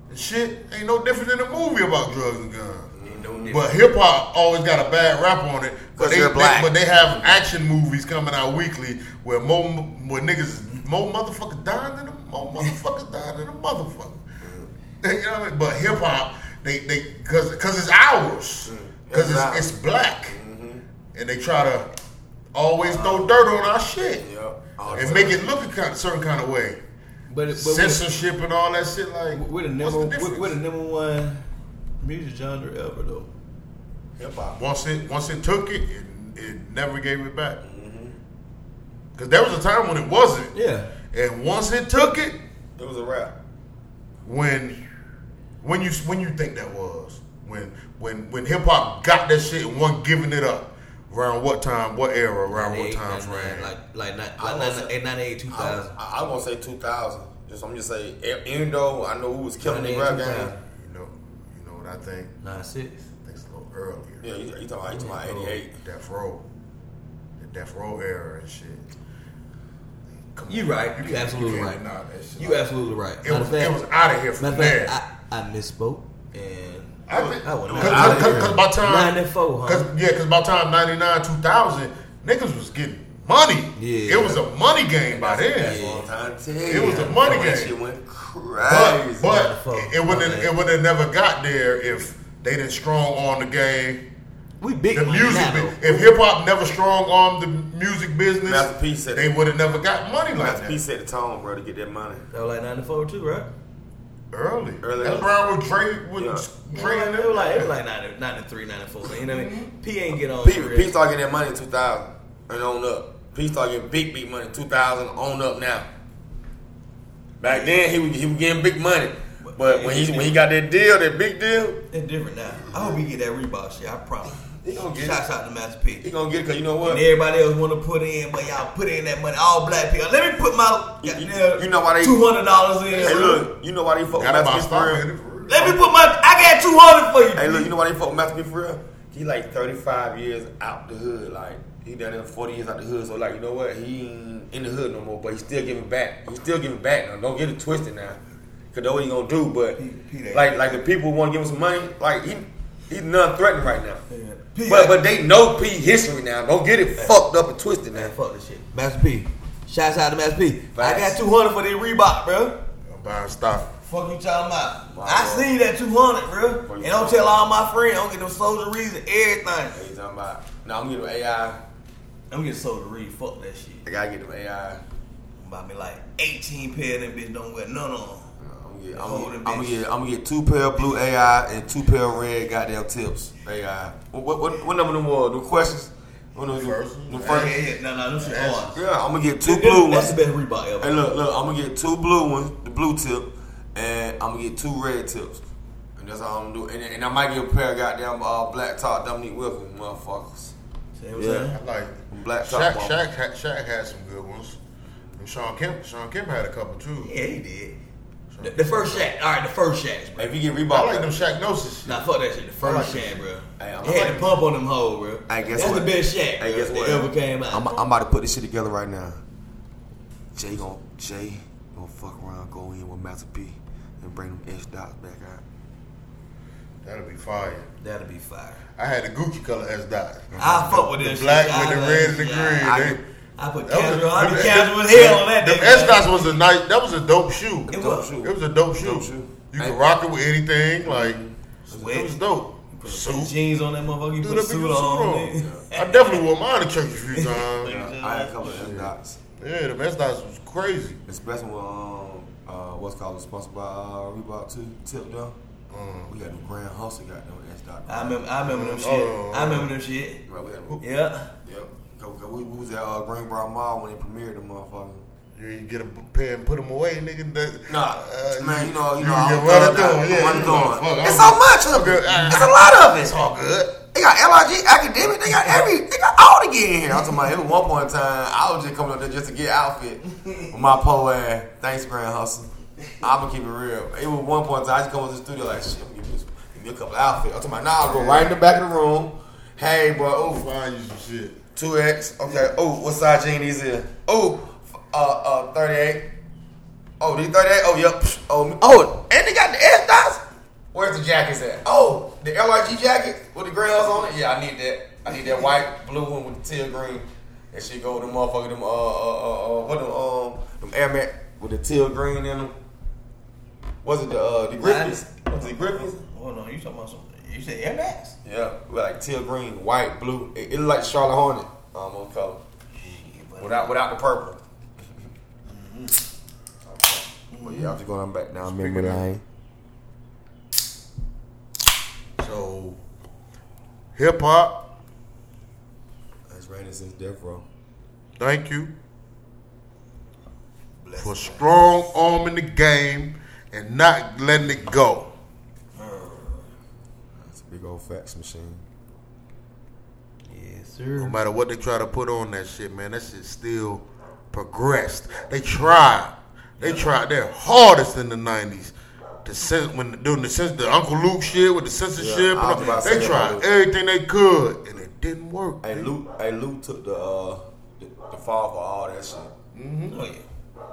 Speaker 1: and shit ain't no different than a movie about drugs and guns.
Speaker 3: Ain't no
Speaker 1: But hip hop always got a bad rap on it. But
Speaker 2: 'Cause
Speaker 1: they,
Speaker 2: they're black.
Speaker 1: they- but they have action movies coming out weekly where more where niggas more motherfuckers dying than a more motherfuckers dying than a motherfucker. You know what I mean? But hip hop, they they cause cause it's ours. Cause
Speaker 2: Mm. It's Mm-hmm.
Speaker 1: it's,
Speaker 2: ours.
Speaker 1: it's black. And they try to always throw dirt on our shit
Speaker 2: Yep.
Speaker 1: and make it look a kind certain kind of way.
Speaker 3: But, it- but
Speaker 1: Censorship and all that shit. Like,
Speaker 3: we're,
Speaker 1: what's
Speaker 3: we're the number
Speaker 1: the
Speaker 3: we're,
Speaker 1: difference?
Speaker 3: we're the number one music genre ever though.
Speaker 2: hip hop.
Speaker 1: once it once it took it, it, it never gave it back. Cause there was a time when it wasn't,
Speaker 3: Yeah.
Speaker 1: and once it took it,
Speaker 2: It was a rap.
Speaker 1: when when you when you think that was when when when hip hop got that shit and wasn't giving it up. Around what time? What era? Around what time frame?
Speaker 3: Like like not
Speaker 2: I
Speaker 3: like
Speaker 2: was-
Speaker 3: nine- eight- 98,
Speaker 2: I,
Speaker 3: 2000.
Speaker 2: I, I won't say 2000. Just I'm just say, e- even though I know who was killing the rap game.
Speaker 1: you know, you know what I think?
Speaker 3: 96.
Speaker 1: I think it's a little earlier.
Speaker 2: Yeah, you, you talking about, you talking about 88.
Speaker 1: Death Row, the Death Row era and shit. Come
Speaker 3: You
Speaker 1: on,
Speaker 3: right. You
Speaker 1: can't-
Speaker 3: absolutely
Speaker 1: can't
Speaker 3: right.
Speaker 1: deny that shit.
Speaker 3: You
Speaker 1: Like,
Speaker 3: absolutely right.
Speaker 1: It was, it was out of here
Speaker 3: matter
Speaker 1: from
Speaker 3: of
Speaker 1: there.
Speaker 3: fact, I, I misspoke and
Speaker 1: I
Speaker 2: Oh,
Speaker 1: think-
Speaker 3: I would not-
Speaker 1: Cause, cause, cause by time
Speaker 3: 94, huh?
Speaker 1: cause, yeah, cause by time ninety nine two thousand, niggas was getting money.
Speaker 3: Yeah.
Speaker 1: it was a money game by
Speaker 2: That's
Speaker 1: then.
Speaker 2: a long time to
Speaker 1: It was a money
Speaker 2: That
Speaker 1: game.
Speaker 2: shit went
Speaker 1: But
Speaker 2: crazy.
Speaker 1: but
Speaker 3: Motherfucker.
Speaker 1: it would
Speaker 3: My
Speaker 1: have
Speaker 3: bad.
Speaker 1: it would have never got there if they didn't strong on the game.
Speaker 3: we big
Speaker 1: The
Speaker 3: money
Speaker 1: music,
Speaker 3: now,
Speaker 1: bu-
Speaker 3: though.
Speaker 1: if hip hop never strong armed the music business,
Speaker 2: Master P said-
Speaker 1: they would have never got money like
Speaker 2: Master
Speaker 1: that.
Speaker 2: P set the tone, bro, to get that money.
Speaker 3: That was like 94 too, right?
Speaker 1: Early.
Speaker 2: Early.
Speaker 1: That's around with Dre with
Speaker 2: Yeah.
Speaker 1: Dre and
Speaker 3: it
Speaker 1: them.
Speaker 3: was like it was like 90, 93, 94. You know what I mean? P ain't get on.
Speaker 2: P,
Speaker 3: the
Speaker 2: P
Speaker 3: rest.
Speaker 2: started getting that money in 2000 and on up. P started getting big, big money in 2000 on up now. Back then, he was, he was getting big money. But when he when he got that deal, that big deal,
Speaker 3: It's different now. I hope he get that Reebok shit. I promise.
Speaker 2: He gonna get
Speaker 3: Shouts out to Master P.
Speaker 2: he gonna get it because you know what?
Speaker 3: And everybody else want to put in, but y'all put in that money. All black people. Let me put my
Speaker 2: You- you- you know why they-
Speaker 3: two hundred dollars in.
Speaker 2: Hey, look, you know why they fuck with
Speaker 1: Got about
Speaker 2: Master P
Speaker 1: stock
Speaker 2: for
Speaker 1: in
Speaker 2: real?
Speaker 1: it for real.
Speaker 3: oh, Let me put my. I got two hundred for you.
Speaker 2: Hey, look, you know why they fuck with Master P for real? He like 35 years out the hood. Like, he done it 40 years out the hood. So, like, you know what? He ain't in the hood no more, but he still giving back. He still giving back. Now, don't get it twisted now. Because that's what he gonna do. But,
Speaker 3: He- he ain't.
Speaker 2: like, like the people who want to give him some money, like, he, He's non-threatening right now.
Speaker 3: Yeah. P,
Speaker 2: But but they know P history now. Don't get it fucked up and twisted now.
Speaker 3: man, fuck this shit. Master P. Shouts out to Master P. I got
Speaker 2: Facts.
Speaker 3: 200 for this Reebok, bro.
Speaker 1: I'm buying stock.
Speaker 3: Fuck you talking about.
Speaker 2: My
Speaker 3: I
Speaker 2: God.
Speaker 3: seen that 200, bro.
Speaker 2: Fuck
Speaker 3: And
Speaker 2: you
Speaker 3: don't
Speaker 2: talking
Speaker 3: tell all my friends. Don't get no soldier reason, everything.
Speaker 2: He's talking about. No, I'm getting AI.
Speaker 3: I'm getting soldier read. Fuck that shit.
Speaker 2: I gotta get them AI.
Speaker 3: I'm about to be like 18 pair of them bitch don't wear none on.
Speaker 2: I'm gonna get,
Speaker 3: Hold
Speaker 2: I'm, gonna,
Speaker 3: it,
Speaker 2: I'm,
Speaker 3: bitch.
Speaker 2: gonna get, I'm gonna get two pair of blue AI and two pair of red goddamn tips AI. What what what, what number them was? The questions? What number them-
Speaker 1: First.
Speaker 2: them
Speaker 3: Yeah,
Speaker 2: first?
Speaker 3: yeah, yeah. No, no, them shit hard.
Speaker 2: Yeah, I'm gonna get two blue
Speaker 3: That's
Speaker 2: ones.
Speaker 3: the best Reebok ever.
Speaker 2: Hey, look, look, I'm gonna get two blue ones, the blue tip, and I'm gonna get two red tips. And that's all I'm gonna do. And, and I might get a pair of goddamn uh, black top Dominique Wilkins, motherfuckers.
Speaker 3: See what I'm
Speaker 2: Yeah.
Speaker 1: I
Speaker 3: saying?
Speaker 1: like
Speaker 2: Black top
Speaker 1: Shaq,
Speaker 2: ball.
Speaker 1: Shaq, had, Shaq had some good ones. And Sean Kemp, Sean Kemp had a couple too.
Speaker 3: Yeah, he did. The, the first shack. All right, the first shacks, bro.
Speaker 2: If you get
Speaker 1: I
Speaker 2: Reebok,
Speaker 1: like them Shaq Gnosis. shit.
Speaker 3: Nah, fuck that shit. The
Speaker 1: I
Speaker 3: first
Speaker 1: like
Speaker 3: shack, bro.
Speaker 2: Hey, I'm-
Speaker 3: they had the pump on them hoes, bro.
Speaker 2: Hey, guess
Speaker 3: That's the
Speaker 2: what?
Speaker 3: best shack
Speaker 2: Hey,
Speaker 3: bro,
Speaker 2: guess
Speaker 3: that
Speaker 2: what?
Speaker 3: ever came out.
Speaker 2: I'm, I'm about to put this shit together right now. Jay gon' Jay gonna fuck around, go in with Master P, and bring them X dots back out.
Speaker 1: That'll be fire.
Speaker 3: That'll be fire.
Speaker 1: I had the Gucci color as dot.
Speaker 3: I fuck with
Speaker 1: The
Speaker 3: them
Speaker 1: black
Speaker 3: shit.
Speaker 1: with
Speaker 3: I
Speaker 1: the
Speaker 3: like
Speaker 1: red and
Speaker 3: shit.
Speaker 1: the
Speaker 2: I
Speaker 1: green.
Speaker 2: can-
Speaker 3: I put
Speaker 1: That was
Speaker 3: casual. I
Speaker 1: them-
Speaker 3: be casual as hell on that.
Speaker 1: Them
Speaker 3: nigga.
Speaker 1: S dots was a nice. That was a dope shoe.
Speaker 3: It
Speaker 1: It
Speaker 3: was.
Speaker 2: shoe.
Speaker 1: was a dope shoe.
Speaker 2: Dope shoe.
Speaker 1: You
Speaker 2: Hey.
Speaker 1: could rock it with anything. Like
Speaker 3: Sweat.
Speaker 1: it was dope.
Speaker 3: Put some
Speaker 1: Suit.
Speaker 3: jeans on that motherfucker. You
Speaker 1: Dude,
Speaker 3: put a
Speaker 1: that
Speaker 3: suit
Speaker 1: suit
Speaker 3: on.
Speaker 1: on.
Speaker 3: nigga.
Speaker 1: I definitely wore mine to church a few times.
Speaker 2: I had a couple of X dots.
Speaker 1: Yeah, the S dots was crazy.
Speaker 2: Especially when um uh what's called sponsored by uh, Reebok too, Tip down.
Speaker 1: Mm.
Speaker 2: We got them Grand Hustle, got them X dot.
Speaker 3: I remember. I remember them shit.
Speaker 1: Oh.
Speaker 3: I remember them shit.
Speaker 2: Bro, we had them.
Speaker 3: Yeah.
Speaker 2: Yep. Go, go, we, we was at uh, Greenbrier Mall when they premiered the motherfucker.
Speaker 1: You ain't get a pair and put them away, nigga. That,
Speaker 2: Nah,
Speaker 1: Uh,
Speaker 2: man, you know, you
Speaker 1: you get
Speaker 2: know,
Speaker 1: running
Speaker 2: I'm running
Speaker 1: through it,
Speaker 2: through,
Speaker 1: yeah,
Speaker 2: I'm running
Speaker 1: you
Speaker 2: through.
Speaker 1: motherfucker,
Speaker 2: it. It's so
Speaker 1: I'm-
Speaker 2: much of
Speaker 1: good.
Speaker 2: it. It's a lot of it. It's
Speaker 1: all good.
Speaker 2: They got LRG academic. They got every. They got all to get in here. I'm talking about it was one point in time. I was just coming up there just to get outfit with my pole ass. Thanks, Grand Hustle. I'm gonna keep it real. It was one point in time. I just come up to the studio like shit. I'm gonna give me, give me a couple outfits. I'm talking about now. I'll go right in the back of the room. Hey, bro. Oh,
Speaker 1: Find you some shit.
Speaker 2: two X. Okay. Oh, what size jean these is? Oh, uh, uh, thirty eight. Oh, these thirty eight. Oh, yep. Psh, Oh, oh, and they got the S dots. Where's the jackets at? Oh, the LRG jacket with the grails on it. Yeah, I need that. I need that white, blue one with the teal green. That shit go with them motherfucker. Them uh, uh, uh, uh what them um, them Air Max with the teal green in them. Was it the uh, the Griffins? Was it the Griffins?
Speaker 3: Hold on. You talking about something? You said Air Max?
Speaker 2: Yeah, with like teal green, white, blue. It, it looked like Charlotte Hornet almost color.
Speaker 3: Shit, but-
Speaker 2: Without without the purple.
Speaker 4: Mm-hmm. Oh,
Speaker 2: Well, yeah, I'm just going back down memory lane.
Speaker 1: So, hip hop.
Speaker 2: That's raining since death row.
Speaker 1: Thank you for strong arming the game and not letting it go.
Speaker 2: It's a big old fax machine.
Speaker 3: Yes,
Speaker 1: No
Speaker 3: sir.
Speaker 1: matter what they try to put on that shit, man, that shit still progressed. They tried. They tried their hardest in the nineties. The cen- when doing the cens- the Uncle Luke shit with the censorship,
Speaker 2: Yeah, I
Speaker 1: and
Speaker 2: was
Speaker 1: all-
Speaker 2: about to
Speaker 1: they
Speaker 2: say
Speaker 1: tried
Speaker 2: that.
Speaker 1: everything they could, and it didn't work.
Speaker 2: Hey Luke, hey Luke took the uh the, the fall for all that shit.
Speaker 3: Oh yeah.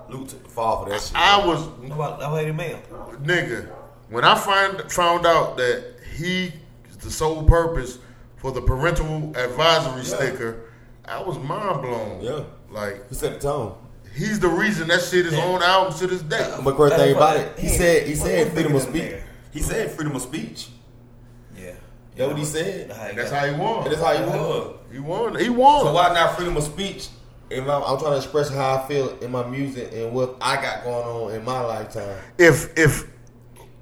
Speaker 2: Luke took the fall for that shit.
Speaker 1: I was
Speaker 3: How about how about the mail?
Speaker 1: nigga, when I find found out that he is the sole purpose for the parental advisory sticker, I was mind blown.
Speaker 2: Yeah.
Speaker 1: Like
Speaker 2: He set the tone.
Speaker 1: he's the reason that shit is on albums to this day.
Speaker 2: But great thing about it, he
Speaker 3: Hey,
Speaker 2: said he
Speaker 3: what-
Speaker 2: said
Speaker 3: what
Speaker 2: freedom of
Speaker 3: niggas in
Speaker 2: speech.
Speaker 3: there?
Speaker 2: He said freedom of speech.
Speaker 3: Yeah.
Speaker 2: That what he said.
Speaker 3: How he
Speaker 1: That's
Speaker 3: got-
Speaker 1: how he won.
Speaker 2: That's how he was.
Speaker 1: He won. He won.
Speaker 2: So why not freedom of speech?
Speaker 4: If I'm, I'm trying to express how I feel in my music and what I got going on in my lifetime.
Speaker 1: if if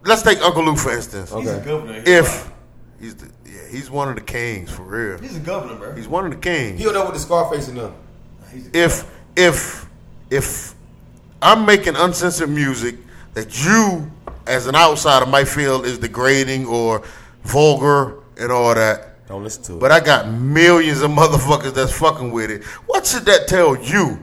Speaker 1: let's take Uncle Luke for instance.
Speaker 3: He's a
Speaker 4: Okay.
Speaker 3: governor.
Speaker 1: If he's the, yeah, he's one of the kings for real.
Speaker 3: he's a governor, bro.
Speaker 1: He's one of the kings.
Speaker 4: He don't know what the Scarface in them.
Speaker 3: He's a-
Speaker 1: if if if I'm making uncensored music that you as an outsider might feel is degrading or vulgar and all that,
Speaker 2: Don't listen to it.
Speaker 1: but I got millions of motherfuckers that's fucking with it. What should that tell you?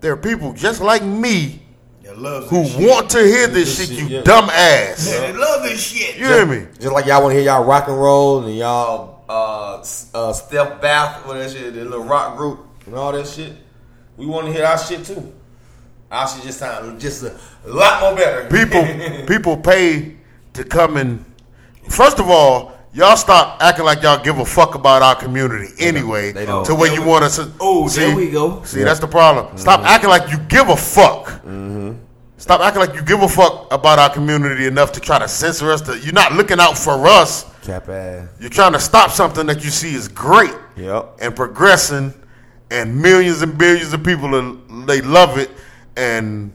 Speaker 1: There are people just like me
Speaker 3: They love
Speaker 1: who
Speaker 3: this shit.
Speaker 1: want to hear this
Speaker 2: This
Speaker 1: shit,
Speaker 2: shit,
Speaker 1: you
Speaker 2: yeah.
Speaker 1: dumb ass.
Speaker 3: They love this shit.
Speaker 1: You hear me?
Speaker 2: Just like y'all want to hear y'all rock and roll and y'all uh, s- uh, Steph Bath, what that shit, the little rock group and all that shit. We want to hear our shit too. Our shit just sound just a lot more better.
Speaker 1: people people pay to come and first of all Y'all stop acting like y'all give a fuck about our community anyway.
Speaker 2: They don't.
Speaker 1: To where you want us to.
Speaker 3: Oh,
Speaker 1: see,
Speaker 3: there we go.
Speaker 1: See, that's the problem. Stop acting like you give a fuck. Stop acting like you give a fuck about our community enough to try to censor us. To, you're not looking out for us.
Speaker 2: Cap ass.
Speaker 1: You're trying to stop something that you see is great
Speaker 2: Yep.
Speaker 1: and progressing, and millions and billions of people are, they love it, and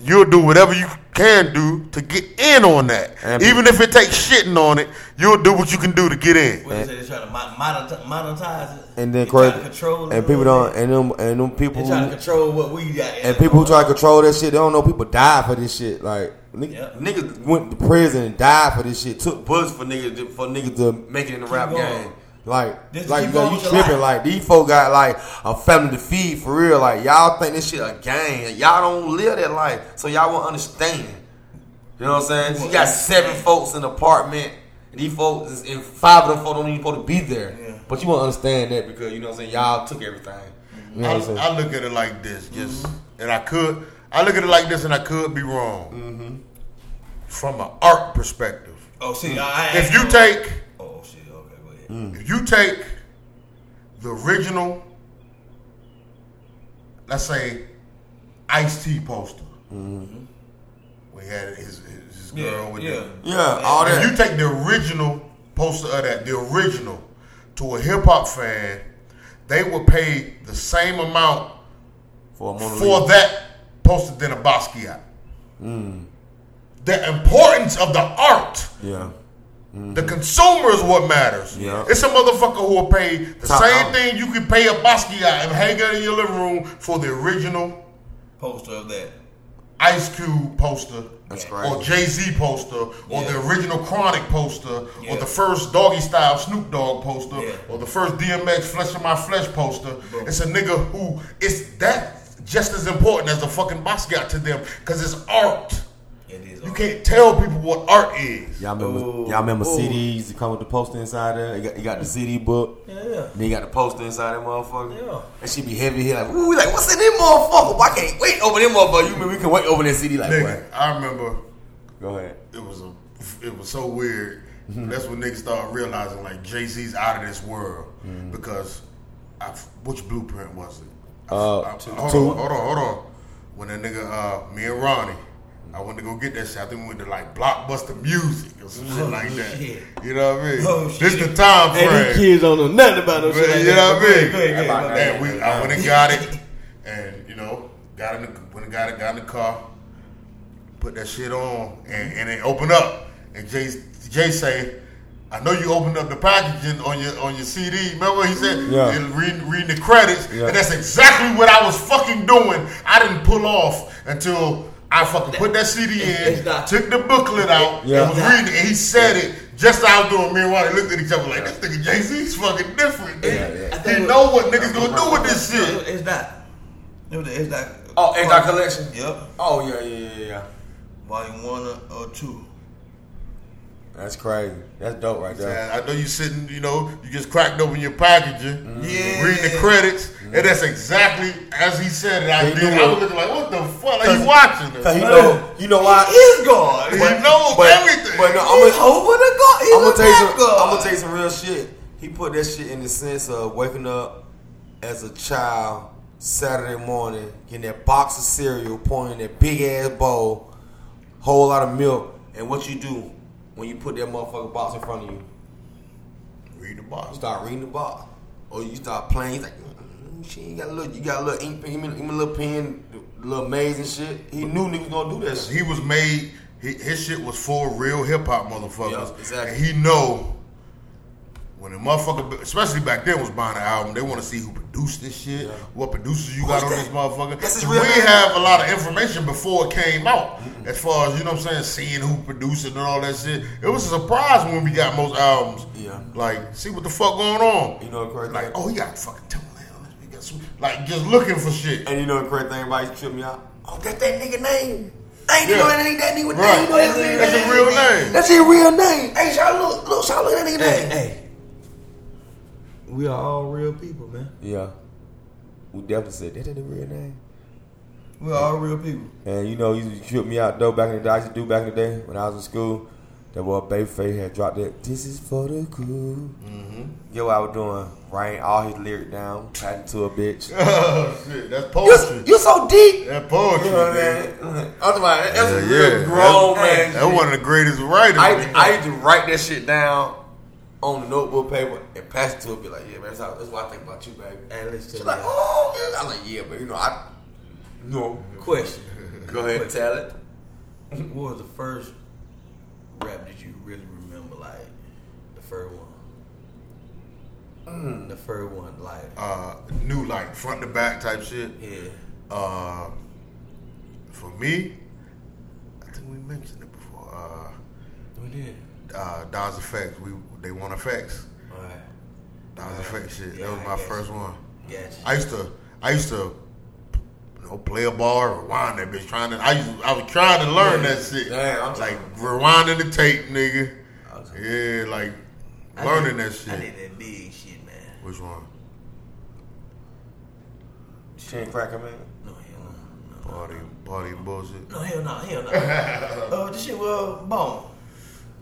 Speaker 1: you'll do whatever you can do to get in on that.
Speaker 2: And-
Speaker 1: Even if it takes shitting on it, you'll do what you can do to get in.
Speaker 3: What is it? They're trying to mo- monetize, monetize it.
Speaker 2: And then
Speaker 3: They trying to
Speaker 2: crazy.
Speaker 3: control it a
Speaker 2: And people
Speaker 3: little
Speaker 2: don't.
Speaker 3: bit.
Speaker 2: And them. And them people.
Speaker 3: They trying to
Speaker 2: Who,
Speaker 3: control what we got.
Speaker 2: and people who try to control that shit, they don't know people die for this shit. Like nigga,
Speaker 3: Yep.
Speaker 2: niggas went to prison and died for this shit. Took bullets for niggas to- for niggas to make it in the rap
Speaker 3: going.
Speaker 2: game. Like,
Speaker 3: This-
Speaker 2: like
Speaker 3: keep
Speaker 2: yo,
Speaker 3: going
Speaker 2: you
Speaker 3: with your
Speaker 2: tripping?
Speaker 3: life.
Speaker 2: Like these folk got like a family to feed for real. Like y'all think this shit a game. Y'all don't live that life, so y'all won't understand. You know what I'm saying?
Speaker 3: Well,
Speaker 2: you got
Speaker 3: that's-
Speaker 2: seven folks in the apartment. And these folks, is- and five of them folks don't even supposed to be there.
Speaker 3: Yeah.
Speaker 2: But you won't understand that because, you know what I'm saying, y'all took everything. You know
Speaker 1: I,
Speaker 2: what I'm saying?
Speaker 1: I look at it like this, just and I could. I look at it like this, and I could be wrong. From an art perspective,
Speaker 3: Oh shit! I, I
Speaker 1: if you take
Speaker 3: Oh shit! Okay, go ahead.
Speaker 1: If you take the original, let's say, Ice T poster, we had his, his, his
Speaker 3: Mm-hmm. Yeah,
Speaker 1: girl with
Speaker 3: yeah.
Speaker 1: the.
Speaker 2: yeah, all that.
Speaker 1: If you take the original poster of that, the original, to a hip hop fan, they would pay the same amount
Speaker 2: for a Mona
Speaker 1: for
Speaker 2: Lisa.
Speaker 1: that poster than a Basquiat.
Speaker 2: Mm.
Speaker 1: The importance of the art.
Speaker 2: Yeah.
Speaker 1: The consumer is what matters.
Speaker 2: Yeah.
Speaker 1: It's a motherfucker who will pay the
Speaker 2: Top
Speaker 1: same
Speaker 2: dollar.
Speaker 1: thing you could pay a Basquiat and hang out in your living room for the original
Speaker 3: Poster of that.
Speaker 1: Ice Cube poster.
Speaker 2: That's
Speaker 1: Or
Speaker 2: crazy.
Speaker 1: Jay Z poster, or the
Speaker 3: Yeah.
Speaker 1: original Chronic poster,
Speaker 3: Yeah.
Speaker 1: or the first Doggy Style Snoop Dogg poster,
Speaker 3: Yeah.
Speaker 1: or the first DMX Flesh of My Flesh poster.
Speaker 3: Bro.
Speaker 1: It's a nigga who it's that just as important as the fucking Basquiat to them because it's art.
Speaker 3: It is.
Speaker 1: You can't tell people what art is.
Speaker 2: Y'all remember,
Speaker 3: Ooh.
Speaker 2: y'all remember
Speaker 3: Ooh.
Speaker 2: CDs that come with the poster inside there? You got, you got the CD book.
Speaker 3: Yeah, yeah.
Speaker 2: Then you got the poster inside that motherfucker.
Speaker 3: Yeah.
Speaker 2: That shit be heavy here. Like, ooh, we like, what's in that motherfucker? Why can't wait over that motherfucker? You mean we can wait over that CD? Like,
Speaker 1: Nigga,
Speaker 2: what?
Speaker 1: I remember
Speaker 2: Go ahead.
Speaker 1: it was a, it was so weird.
Speaker 3: Mm-hmm.
Speaker 1: That's when niggas started realizing like Jay Z's out of this world
Speaker 3: Mm-hmm.
Speaker 1: because I f which blueprint was it? I f-
Speaker 2: Uh,
Speaker 1: I-
Speaker 2: two-
Speaker 1: hold,
Speaker 2: two.
Speaker 1: On, hold on, hold on. When that nigga, uh, me and Ronnie, I went to go get that shit. I think we went to like Blockbuster Music or some shit
Speaker 3: Oh,
Speaker 1: like that.
Speaker 3: shit.
Speaker 1: You know what I mean?
Speaker 3: Oh,
Speaker 1: this
Speaker 3: shit.
Speaker 1: the time frame.
Speaker 3: Hey, these kids don't know nothing about no
Speaker 1: But,
Speaker 3: shit. Like
Speaker 1: you know
Speaker 3: that.
Speaker 1: what I mean?
Speaker 3: Go ahead, go ahead, go ahead.
Speaker 1: And we, I went and got it, and you know, got in the, went and got it, got in the car, put that shit on, and, and it opened up. And Jay, Jay say, I know you opened up the packaging on your on your CD. Remember he said,
Speaker 2: Yeah.
Speaker 1: and reading, reading the credits,
Speaker 2: Yeah.
Speaker 1: and that's exactly what I was fucking doing. I didn't pull off until. I fucking put that CD in,
Speaker 3: It's not-
Speaker 1: took the booklet out,
Speaker 2: Yeah.
Speaker 1: and was reading, it, and he said it just how I was doing. Me and Ronnie looked at each other like, this nigga Jay Z's fucking different. nigga."
Speaker 2: Yeah, yeah.
Speaker 3: I
Speaker 1: He
Speaker 3: think-
Speaker 1: know what niggas gonna do with this shit.
Speaker 3: It's not. It's not.
Speaker 2: Oh, it's our collection.
Speaker 3: Yep.
Speaker 2: Oh yeah, yeah, yeah, yeah.
Speaker 3: Volume one or- or two.
Speaker 2: That's crazy. That's dope right there.
Speaker 1: Yeah, I know you sitting, you know, you just cracked open your packaging,
Speaker 2: Mm-hmm.
Speaker 3: Yeah.
Speaker 1: reading the credits, and that's exactly as he said it. I
Speaker 2: He
Speaker 1: did.
Speaker 2: knew
Speaker 1: I
Speaker 2: it.
Speaker 1: was looking like, what the fuck? Are you watching
Speaker 2: Cause
Speaker 1: this?
Speaker 2: he know, you know why?
Speaker 3: He's gone.
Speaker 1: He
Speaker 3: He's
Speaker 1: knows
Speaker 2: but-
Speaker 1: everything.
Speaker 2: But no, I'm gonna,
Speaker 3: over the god. He's
Speaker 2: I'm gonna
Speaker 3: a
Speaker 2: tell you some,
Speaker 3: god.
Speaker 2: I'm gonna tell you some real shit. He put that shit in the sense of waking up as a child Saturday morning, getting that box of cereal, pouring in that big ass bowl, whole lot of milk, and what you do when you put that motherfucking box in front of you?
Speaker 1: Read the
Speaker 2: You
Speaker 1: box.
Speaker 2: start reading the box, or you start playing. He's like, mm, shit, you got a little, you got a little ink pen, even, even a little pen, little maze and shit. He knew niggas gonna do that shit.
Speaker 1: He was made. He, his shit was for real hip hop motherfuckers,
Speaker 2: Yeah, exactly.
Speaker 1: and he know when a motherfucker, especially back then, was buying an album. They want to see who produced this shit,
Speaker 2: Yeah.
Speaker 1: what producers you got
Speaker 2: Who's
Speaker 1: on
Speaker 2: that?
Speaker 1: this motherfucker.
Speaker 2: This is
Speaker 1: So
Speaker 2: real
Speaker 1: we
Speaker 2: hip-
Speaker 1: have a lot of information before it came out, as far as you know. what I'm saying seeing who produced it and all that shit. It was a surprise when we got most albums.
Speaker 2: Yeah.
Speaker 1: like see what the fuck going on.
Speaker 2: You know the crazy
Speaker 1: Like
Speaker 2: thing,
Speaker 1: oh, he got fucking Timberland. on this, he got some- Like just looking for shit.
Speaker 2: and you know the crazy thing about it, tripped me out. Oh, that's that nigga name. I ain't
Speaker 1: Yeah.
Speaker 2: know that ain't that nigga
Speaker 1: Right.
Speaker 2: name. You know that's, his
Speaker 1: That's his
Speaker 2: name.
Speaker 1: real name.
Speaker 2: That's his real name. Hey, y'all look, look, y'all look at that nigga
Speaker 3: Hey,
Speaker 2: name.
Speaker 3: hey. We are all real people, man.
Speaker 2: Yeah, we definitely said that's the real name.
Speaker 3: We are all real people.
Speaker 2: And you know, you used to trip me out though back in the day. I used to do back in the day when I was in school. That boy Babyface had dropped that. This is for the cool.
Speaker 5: Mm-hmm.
Speaker 2: Get what I was doing? Writing all his lyric down, patting to a bitch.
Speaker 1: Oh, shit, that's
Speaker 2: you,
Speaker 1: poetry.
Speaker 2: you so deep.
Speaker 1: That poetry.
Speaker 2: You know what I
Speaker 1: man.
Speaker 2: mean?
Speaker 5: Otherwise, that's a
Speaker 1: Yeah,
Speaker 5: real
Speaker 1: yeah.
Speaker 5: grown
Speaker 2: That's-
Speaker 5: man.
Speaker 1: That's one of the greatest writers.
Speaker 5: I
Speaker 1: man.
Speaker 5: I used to write that shit down on the notebook paper and pass it to her. Be like, yeah, man, that's, how, that's what I think about you, baby.
Speaker 3: And listen
Speaker 5: She's
Speaker 3: to
Speaker 5: like,
Speaker 3: me.
Speaker 5: oh, yeah. I'm like, yeah, but you know, I no.
Speaker 3: oh, Question.
Speaker 5: Go ahead and tell it.
Speaker 3: What was the first rap that you really remember? Like, the first one? The first one, like,
Speaker 1: uh, new like front to back type shit.
Speaker 3: yeah.
Speaker 1: Uh, for me, I think we mentioned it before. Uh,
Speaker 3: We did.
Speaker 1: uh, Dawes Effects. We they want effects.
Speaker 3: Alright.
Speaker 1: Dawes Effects shit.
Speaker 3: yeah,
Speaker 1: that was
Speaker 3: I
Speaker 1: my
Speaker 3: guess.
Speaker 1: first one.
Speaker 3: Gotcha.
Speaker 1: I used to I used to you know play a bar, rewind that bitch. Trying to I used I was trying to learn that shit.
Speaker 5: Damn, I'm
Speaker 1: like
Speaker 5: trying
Speaker 1: rewinding the tape, nigga.
Speaker 3: I was-
Speaker 1: Yeah, like
Speaker 3: I
Speaker 1: learning
Speaker 3: did-
Speaker 1: that shit.
Speaker 3: I did that big shit, man.
Speaker 1: Which one?
Speaker 2: Chin cracker man.
Speaker 3: No, hell no. no.
Speaker 1: Party, party and bullshit.
Speaker 3: No, hell no, hell no. uh, this shit was bone.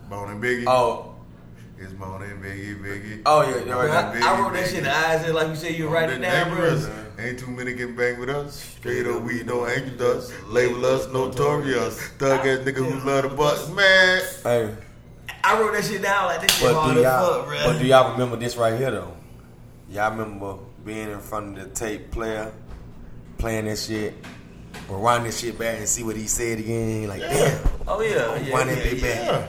Speaker 1: Bone and Biggie.
Speaker 5: Oh,
Speaker 1: It's Bone and Biggie, Biggie.
Speaker 5: oh yeah, yeah,
Speaker 3: Bro,
Speaker 5: right.
Speaker 3: I, I wrote that shit in the eyes, just like you said, you write it down, bro.
Speaker 1: Dangerous. Ain't too many get banged with us. Straight up, we don't hang with us. Label us notorious. Thug ass nigga who love the bus, man.
Speaker 2: Hey,
Speaker 3: I wrote that shit down like this shit
Speaker 2: but
Speaker 3: hard
Speaker 2: do
Speaker 3: as
Speaker 2: y'all
Speaker 3: fuck, bro.
Speaker 2: but do y'all remember this right here though? Y'all remember being in front of the tape player, playing that shit, rewind this shit back and see what he said again. Like damn,
Speaker 3: oh yeah, yeah,
Speaker 2: Why
Speaker 3: yeah,
Speaker 2: didn't they
Speaker 3: yeah.
Speaker 2: ban?
Speaker 1: Yeah.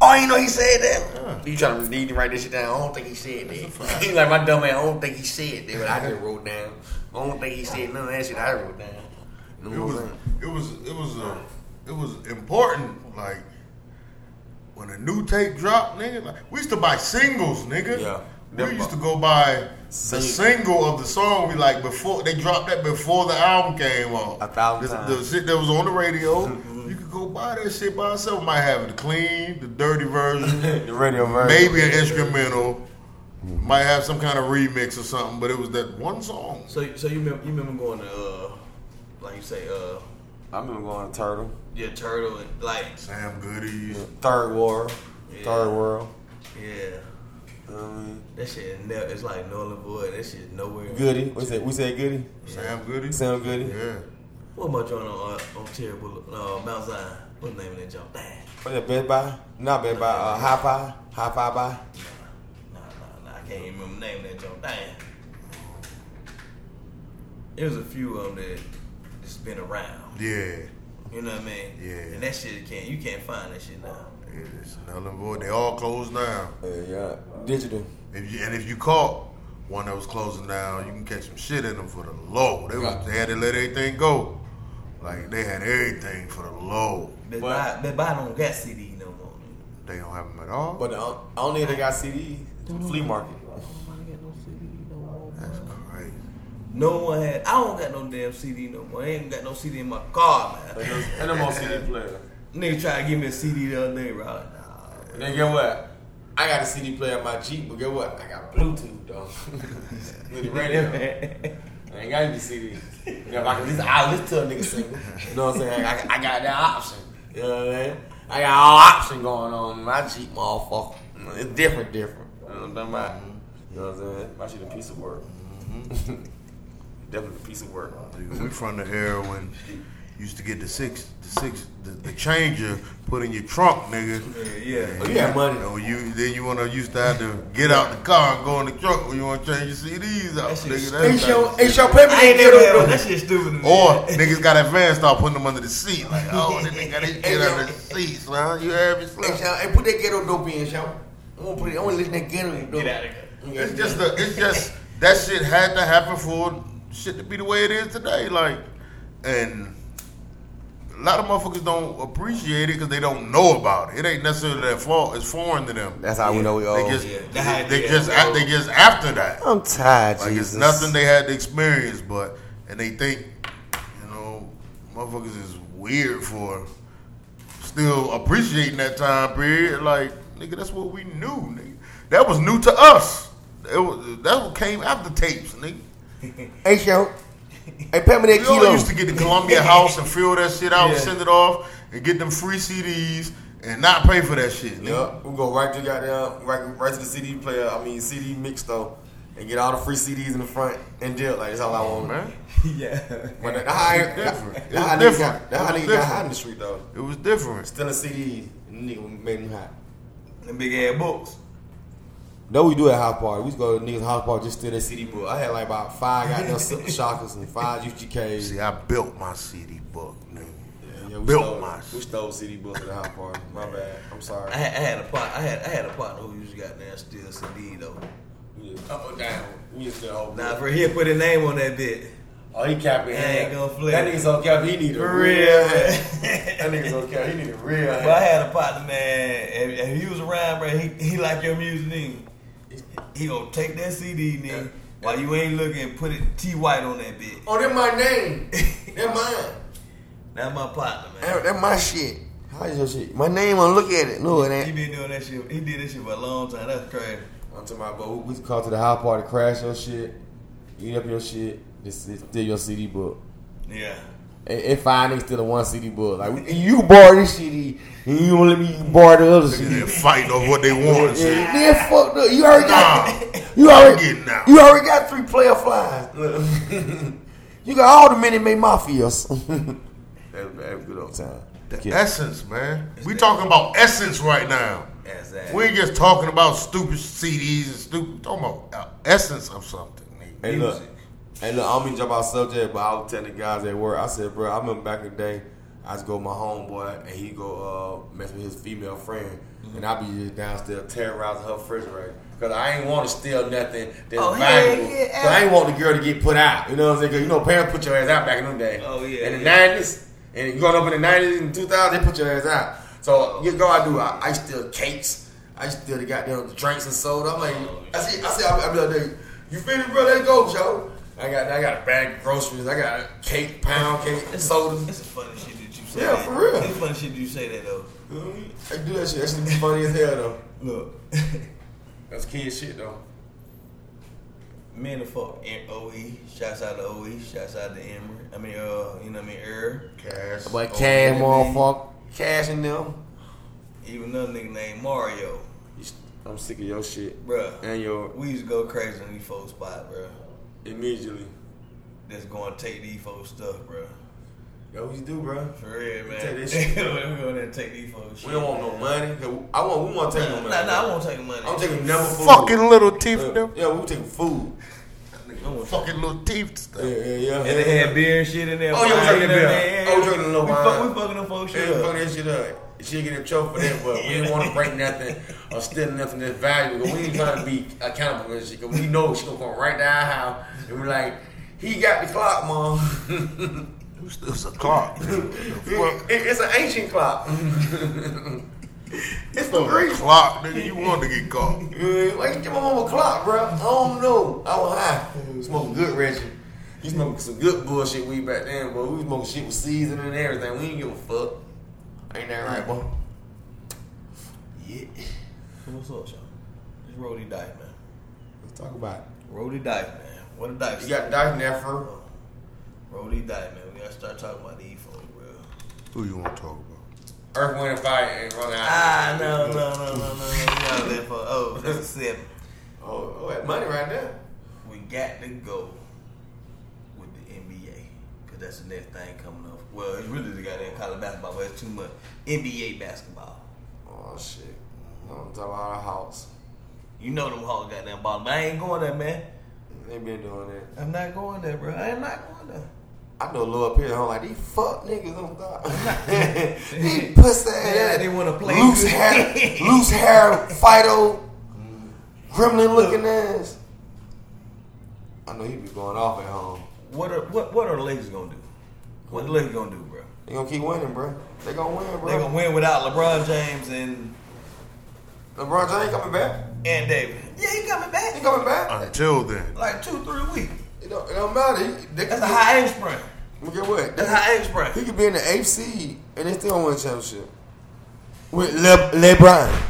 Speaker 5: Oh, I didn't know he said that. You trying to need to write this shit down? I don't think he said that. He's like my dumb man. I don't think he said that, but I just wrote down. I don't think he said none of that shit. I wrote down. You
Speaker 1: It
Speaker 5: know what I'm
Speaker 1: was,
Speaker 5: saying?
Speaker 1: it was, it was, a, it was important. Like when a new tape dropped, nigga. Like we used to buy singles, nigga.
Speaker 2: Yeah.
Speaker 1: We used to go buy the
Speaker 2: Sing-
Speaker 1: single of the song we like before they dropped that before the album came out.
Speaker 2: A thousand
Speaker 1: This-
Speaker 2: times.
Speaker 1: The shit that was on the radio, you could go buy that shit by itself. Might have the clean, the dirty version,
Speaker 2: the radio version.
Speaker 1: maybe an instrumental, might have some kind of remix or something. But it was that one song.
Speaker 3: So, so you remember, you remember going to, uh, like you say, uh,
Speaker 2: I remember going to Turtle,
Speaker 3: your turtle and like,
Speaker 1: Sam Goody.
Speaker 2: Third World,
Speaker 3: Yeah.
Speaker 2: Third World.
Speaker 3: yeah,
Speaker 2: You know what I mean?
Speaker 3: that shit is never. It's like null and void. That shit is nowhere.
Speaker 2: Goody. We said we said Goody.
Speaker 1: Sam Goody.
Speaker 2: Sound Goody.
Speaker 1: Yeah.
Speaker 3: What am I joining on uh, on Terry Boulevard? No, Mount Zion. What's the name of that jump? Damn.
Speaker 2: What's that Best Buy? Not Best Buy. Uh, High Five. High Five Buy.
Speaker 3: Nah, nah, nah. I can't even remember the name of that joint. Damn. It was a few of them that just been around.
Speaker 1: Yeah.
Speaker 3: You know what I mean?
Speaker 1: Yeah.
Speaker 3: And that shit can't you can't find that shit now.
Speaker 1: It's null and void. They all closed down.
Speaker 2: Uh, yeah. Digital.
Speaker 1: If you, and if you caught one that was closing down, you can catch some shit in them for the low. They was, they had to let everything go. Like they had everything for the low.
Speaker 2: But-
Speaker 3: Best Buy, Best Buy don't got CD no more.
Speaker 1: They don't have them at all.
Speaker 2: But the on- only thing they got CDs. Flea market.
Speaker 3: Nobody got no CD no more.
Speaker 1: That's crazy.
Speaker 3: No one had. I don't got no damn CD no more. I ain't got no CD in my car, man.
Speaker 2: And them on CD player.
Speaker 3: Nigga tried to give me a CD the other day, bro. I was like, Nah.
Speaker 2: And then get what? I got a CD player in my Jeep, but get what? I got Bluetooth though. With the radio. I ain't got any CDs. You know, if I can listen, I listen to a nigga sing. You know what I'm saying? I, I got that option. You know what I mean? I got all option going on in my Jeep, motherfucker. It's different, different. You know what I'm talking about?
Speaker 3: Mm-hmm.
Speaker 2: You know what I'm saying? My shit a piece of work. Definitely a piece of work.
Speaker 1: Dude, we from the era when you used to get the six, the six, the, the changer put in your trunk, nigga.
Speaker 3: yeah, yeah.
Speaker 2: Oh, you had money.
Speaker 1: You know, you then you wanna used to have to get out the car and go in the trunk when you wanna change your CDs out,
Speaker 3: That shit
Speaker 1: nigga.
Speaker 3: stupid.
Speaker 1: That's like-
Speaker 2: It's your paper
Speaker 3: I ain't never had one. That shit stupid to me.
Speaker 1: Or niggas got advanced, start putting them under the seat. Like, oh, this nigga got his shit under the seat, son. You heard me,
Speaker 5: Hey,
Speaker 1: son?
Speaker 5: shout, hey, put that ghetto dope in, shout. I want to put it. I want to listen to that ghetto dope.
Speaker 3: Get out of here.
Speaker 1: It's just, the, it's just that shit had to happen for shit to be the way it is today. Like, and a lot of motherfuckers don't appreciate it because they don't know about it. It ain't necessarily their fault. It's foreign to them.
Speaker 2: That's how we know we
Speaker 1: They
Speaker 6: oh,
Speaker 2: old.
Speaker 1: just,
Speaker 3: yeah.
Speaker 1: they, they just, a- they just after that.
Speaker 2: I'm tired,
Speaker 1: Like,
Speaker 2: Jesus.
Speaker 1: it's nothing they had to experience, but and they think, you know, motherfuckers is weird for still appreciating that time period. Like, nigga, that's what we knew. Nigga. That was new to us. It was, that what came after tapes, nigga.
Speaker 2: Hey, show. Hey, pay me that
Speaker 1: We all used
Speaker 2: kilo.
Speaker 1: to get the Columbia House and fill that shit out,
Speaker 3: Yeah.
Speaker 1: send it off, and get them free CDs and not pay for that shit. nigga.
Speaker 2: Yep. We go right to goddamn right right to the CD player. I mean CD mix though, and get all the free CDs in the front and deal. Like that's all I want,
Speaker 1: Man,
Speaker 3: yeah.
Speaker 2: But that- that's how I- that's
Speaker 1: different. It
Speaker 2: how
Speaker 1: was
Speaker 2: niggas got-
Speaker 1: different.
Speaker 2: that's how
Speaker 1: It was
Speaker 2: niggas got
Speaker 1: different.
Speaker 2: hot in the street though.
Speaker 1: it was different.
Speaker 2: Stealing CDs, nigga made them hot.
Speaker 3: Them big ass books.
Speaker 6: Though we do at house party. We used to go to niggas' house party just steal their CD book. I had like about five goddamn silk shockers and five UGKs.
Speaker 1: See, I built my CD book, nigga.
Speaker 2: Yeah, we
Speaker 1: built
Speaker 2: stole,
Speaker 1: my
Speaker 2: we stole CD books at the hot party. My bad. I'm sorry.
Speaker 3: I had, I had a part. I had I had a partner who used to goddamn steal CD though.
Speaker 2: Yeah. Oh damn. We just did a whole.
Speaker 3: Now for here, put a name on that bit.
Speaker 2: Oh, he capping.
Speaker 3: I ain't gonna flip.
Speaker 2: That nigga's on cap. He need a
Speaker 3: For
Speaker 2: real.
Speaker 3: real.
Speaker 2: hand. that nigga's on cap. He need a real.
Speaker 3: But I
Speaker 2: hand.
Speaker 3: had a partner, man, and, and he was around, bro. He he like your music, nigga. He gonna take that CD, nigga,
Speaker 2: Yeah.
Speaker 3: while you ain't looking, put it T White on that bit.
Speaker 2: Oh, that my name. that mine.
Speaker 3: That's my partner,
Speaker 6: That,
Speaker 3: man.
Speaker 6: that my shit. How is your shit? My name on look at it. No, it
Speaker 3: He
Speaker 6: ain't.
Speaker 3: been doing that shit. He did that shit for a long time. That's crazy.
Speaker 2: I'm talking about, but who-
Speaker 6: We used to call to the house party, crash your shit, eat up your shit, just just steal your CD book.
Speaker 3: Yeah.
Speaker 6: And, and find niggas steal the one CD book. Like we- you borrow this CD, and you won't let me borrow the other CD.
Speaker 1: They're fighting over what they want. and shit.
Speaker 6: Yeah, then fucked up. You already got.
Speaker 1: Nah.
Speaker 6: you
Speaker 1: I'm
Speaker 6: already.
Speaker 1: getting out.
Speaker 6: You already got three player flies. you got all the Minute Maid Mafias.
Speaker 2: that, that good old time.
Speaker 1: The
Speaker 6: Yeah.
Speaker 1: essence, man. We talking about essence right now.
Speaker 3: Exactly.
Speaker 1: We ain't just talking about stupid CDs and stupid. Talking about uh, essence of something. nigga.
Speaker 6: Hey, look.
Speaker 3: Music.
Speaker 6: Hey, look, I don't mean to jump off subject, but I was telling the guys at work, I said, bro, I remember back in the day, I just go with my homeboy, and he go uh, mess with his female friend,
Speaker 3: Mm-hmm.
Speaker 6: and I be just downstairs
Speaker 2: Terrorizing her refrigerator. Because I ain't want to steal nothing that's
Speaker 3: Oh, yeah,
Speaker 2: valuable.
Speaker 3: yeah,
Speaker 2: 'Cause I ain't want the girl to get put out. You know what I'm saying? 'Cause you know, parents put your ass out back in them days.
Speaker 3: Oh, yeah,
Speaker 2: In the
Speaker 3: yeah.
Speaker 2: 90s. And growing up in the 90s and 2000s, they put your ass out. So, you know what I do? I, I steal cakes. I steal the goddamn drinks and soda. I'm like, I see, I see, I be like, you feel me, bro? Let's go, Joe. I got, I got a bag of groceries. I got a cake, pound cake,
Speaker 3: It's
Speaker 2: soda.
Speaker 3: It's a funny shit that you say.
Speaker 2: Yeah,
Speaker 3: that.
Speaker 2: for real.
Speaker 3: It's funny shit you say that though.
Speaker 2: I do that shit. That shit be funny as hell, though.
Speaker 3: Look,
Speaker 2: That's kid shit, though.
Speaker 3: men the fuck and OE. Shouts out to OE. Shouts out to Emory. I mean, uh, you know what I mean, Er.
Speaker 1: Cash.
Speaker 6: But
Speaker 3: Cam,
Speaker 6: Cash,
Speaker 3: motherfucker.
Speaker 6: motherfucker. Cash in them.
Speaker 3: Even another nigga named Mario,
Speaker 2: I'm sick of your shit.
Speaker 3: bruh.
Speaker 2: And your
Speaker 3: We used to go crazy on these folks' spot, bruh.
Speaker 2: immediately.
Speaker 3: That's going to take these folks' stuff, bruh.
Speaker 2: Yo, we do, bro.
Speaker 3: For real, man.
Speaker 2: Take
Speaker 3: we
Speaker 2: this shit.
Speaker 3: going there and take these folks' shit.
Speaker 2: We don't want no money. 'cause we- I want. We want to take no money.
Speaker 3: Nah, nah, I won't take money.
Speaker 2: I'm taking never food.
Speaker 1: Fucking little teeth,
Speaker 2: yeah,
Speaker 1: them.
Speaker 2: yeah, we taking food.
Speaker 3: I won't take-
Speaker 1: Fucking little teeth
Speaker 2: Yeah,
Speaker 1: stuff.
Speaker 2: yeah, yeah.
Speaker 3: And they had beer and shit in there.
Speaker 2: Oh, yeah, we
Speaker 3: wine,
Speaker 2: drinking
Speaker 3: you know
Speaker 2: beer.
Speaker 3: what I mean?
Speaker 2: Oh, we drinking a little
Speaker 3: we
Speaker 2: wine.
Speaker 3: Fuck, we fucking them folks'
Speaker 2: She
Speaker 3: shit
Speaker 2: fuck
Speaker 3: up.
Speaker 2: that shit up. She get in trouble for that, but we didn't want to break nothing or steal nothing that's valuable. We ain't trying to be accountable for this shit because we know she gonna come right down our house and we like, he got the clock, mom.
Speaker 1: It was, it was a clock.
Speaker 2: It- it- it's an ancient clock. it's
Speaker 1: It
Speaker 2: the
Speaker 1: was a
Speaker 2: Greek.
Speaker 1: clock, nigga. You wanted to get caught.
Speaker 2: Uh, Why you give my mama a clock, bro? I don't know. I was high. Smoking good Reggie. You smoking some good bullshit weed back then, but we was smoking shit with seasoning and everything. We didn't give a fuck. Ain't that right, boy? Yeah.
Speaker 3: What's up, y'all? It's Roddy Dyke, man.
Speaker 6: Let's talk about it.
Speaker 3: Roddy Dyke, man. What a Dyke.
Speaker 2: You got Doc Neffer.
Speaker 3: Roddy Dyke, man. We gotta start talking about these folks, bro.
Speaker 1: Who you want to talk about?
Speaker 2: Earth, Wind, and Fire, and Run Out.
Speaker 3: Ah, no, no, no, no, no, no. We gotta let for oh, that's a seven.
Speaker 2: Oh, oh, that money right there.
Speaker 3: We got to go with the NBA because that's the next thing coming up. Well, it's really the goddamn college basketball, but it's too much NBA basketball.
Speaker 2: Oh, shit. I'm talking about our house.
Speaker 3: You know them Hawks goddamn bottom. I ain't going there, man.
Speaker 2: They been doing that.
Speaker 3: I'm not going there, bro. I'm not going there.
Speaker 2: I know Lord Perry. I'm like, these fuck niggas don't stop. these pussy ass.
Speaker 3: Yeah, they wanna play
Speaker 2: Loose
Speaker 3: good.
Speaker 2: hair, loose hair, Fido, gremlin looking ass. I know he be going off at home.
Speaker 3: What are what what are the Lakers gonna do? What the Lakers gonna do, bro?
Speaker 2: They gonna keep winning, bro. They gonna win,
Speaker 3: They
Speaker 2: bro.
Speaker 3: gonna win without LeBron James and
Speaker 2: LeBron James coming back.
Speaker 3: and David. Yeah, he coming
Speaker 2: He
Speaker 3: back.
Speaker 2: coming back.
Speaker 1: Until then,
Speaker 3: Like two, three weeks.
Speaker 2: It don't, it don't matter. He, they
Speaker 3: That's
Speaker 2: can
Speaker 3: a
Speaker 2: be-
Speaker 3: high ace brand.
Speaker 2: Look at what.
Speaker 3: That's a high ace brand.
Speaker 2: he could be in the eighth seed and they still win championship.
Speaker 6: With Le- LeBron.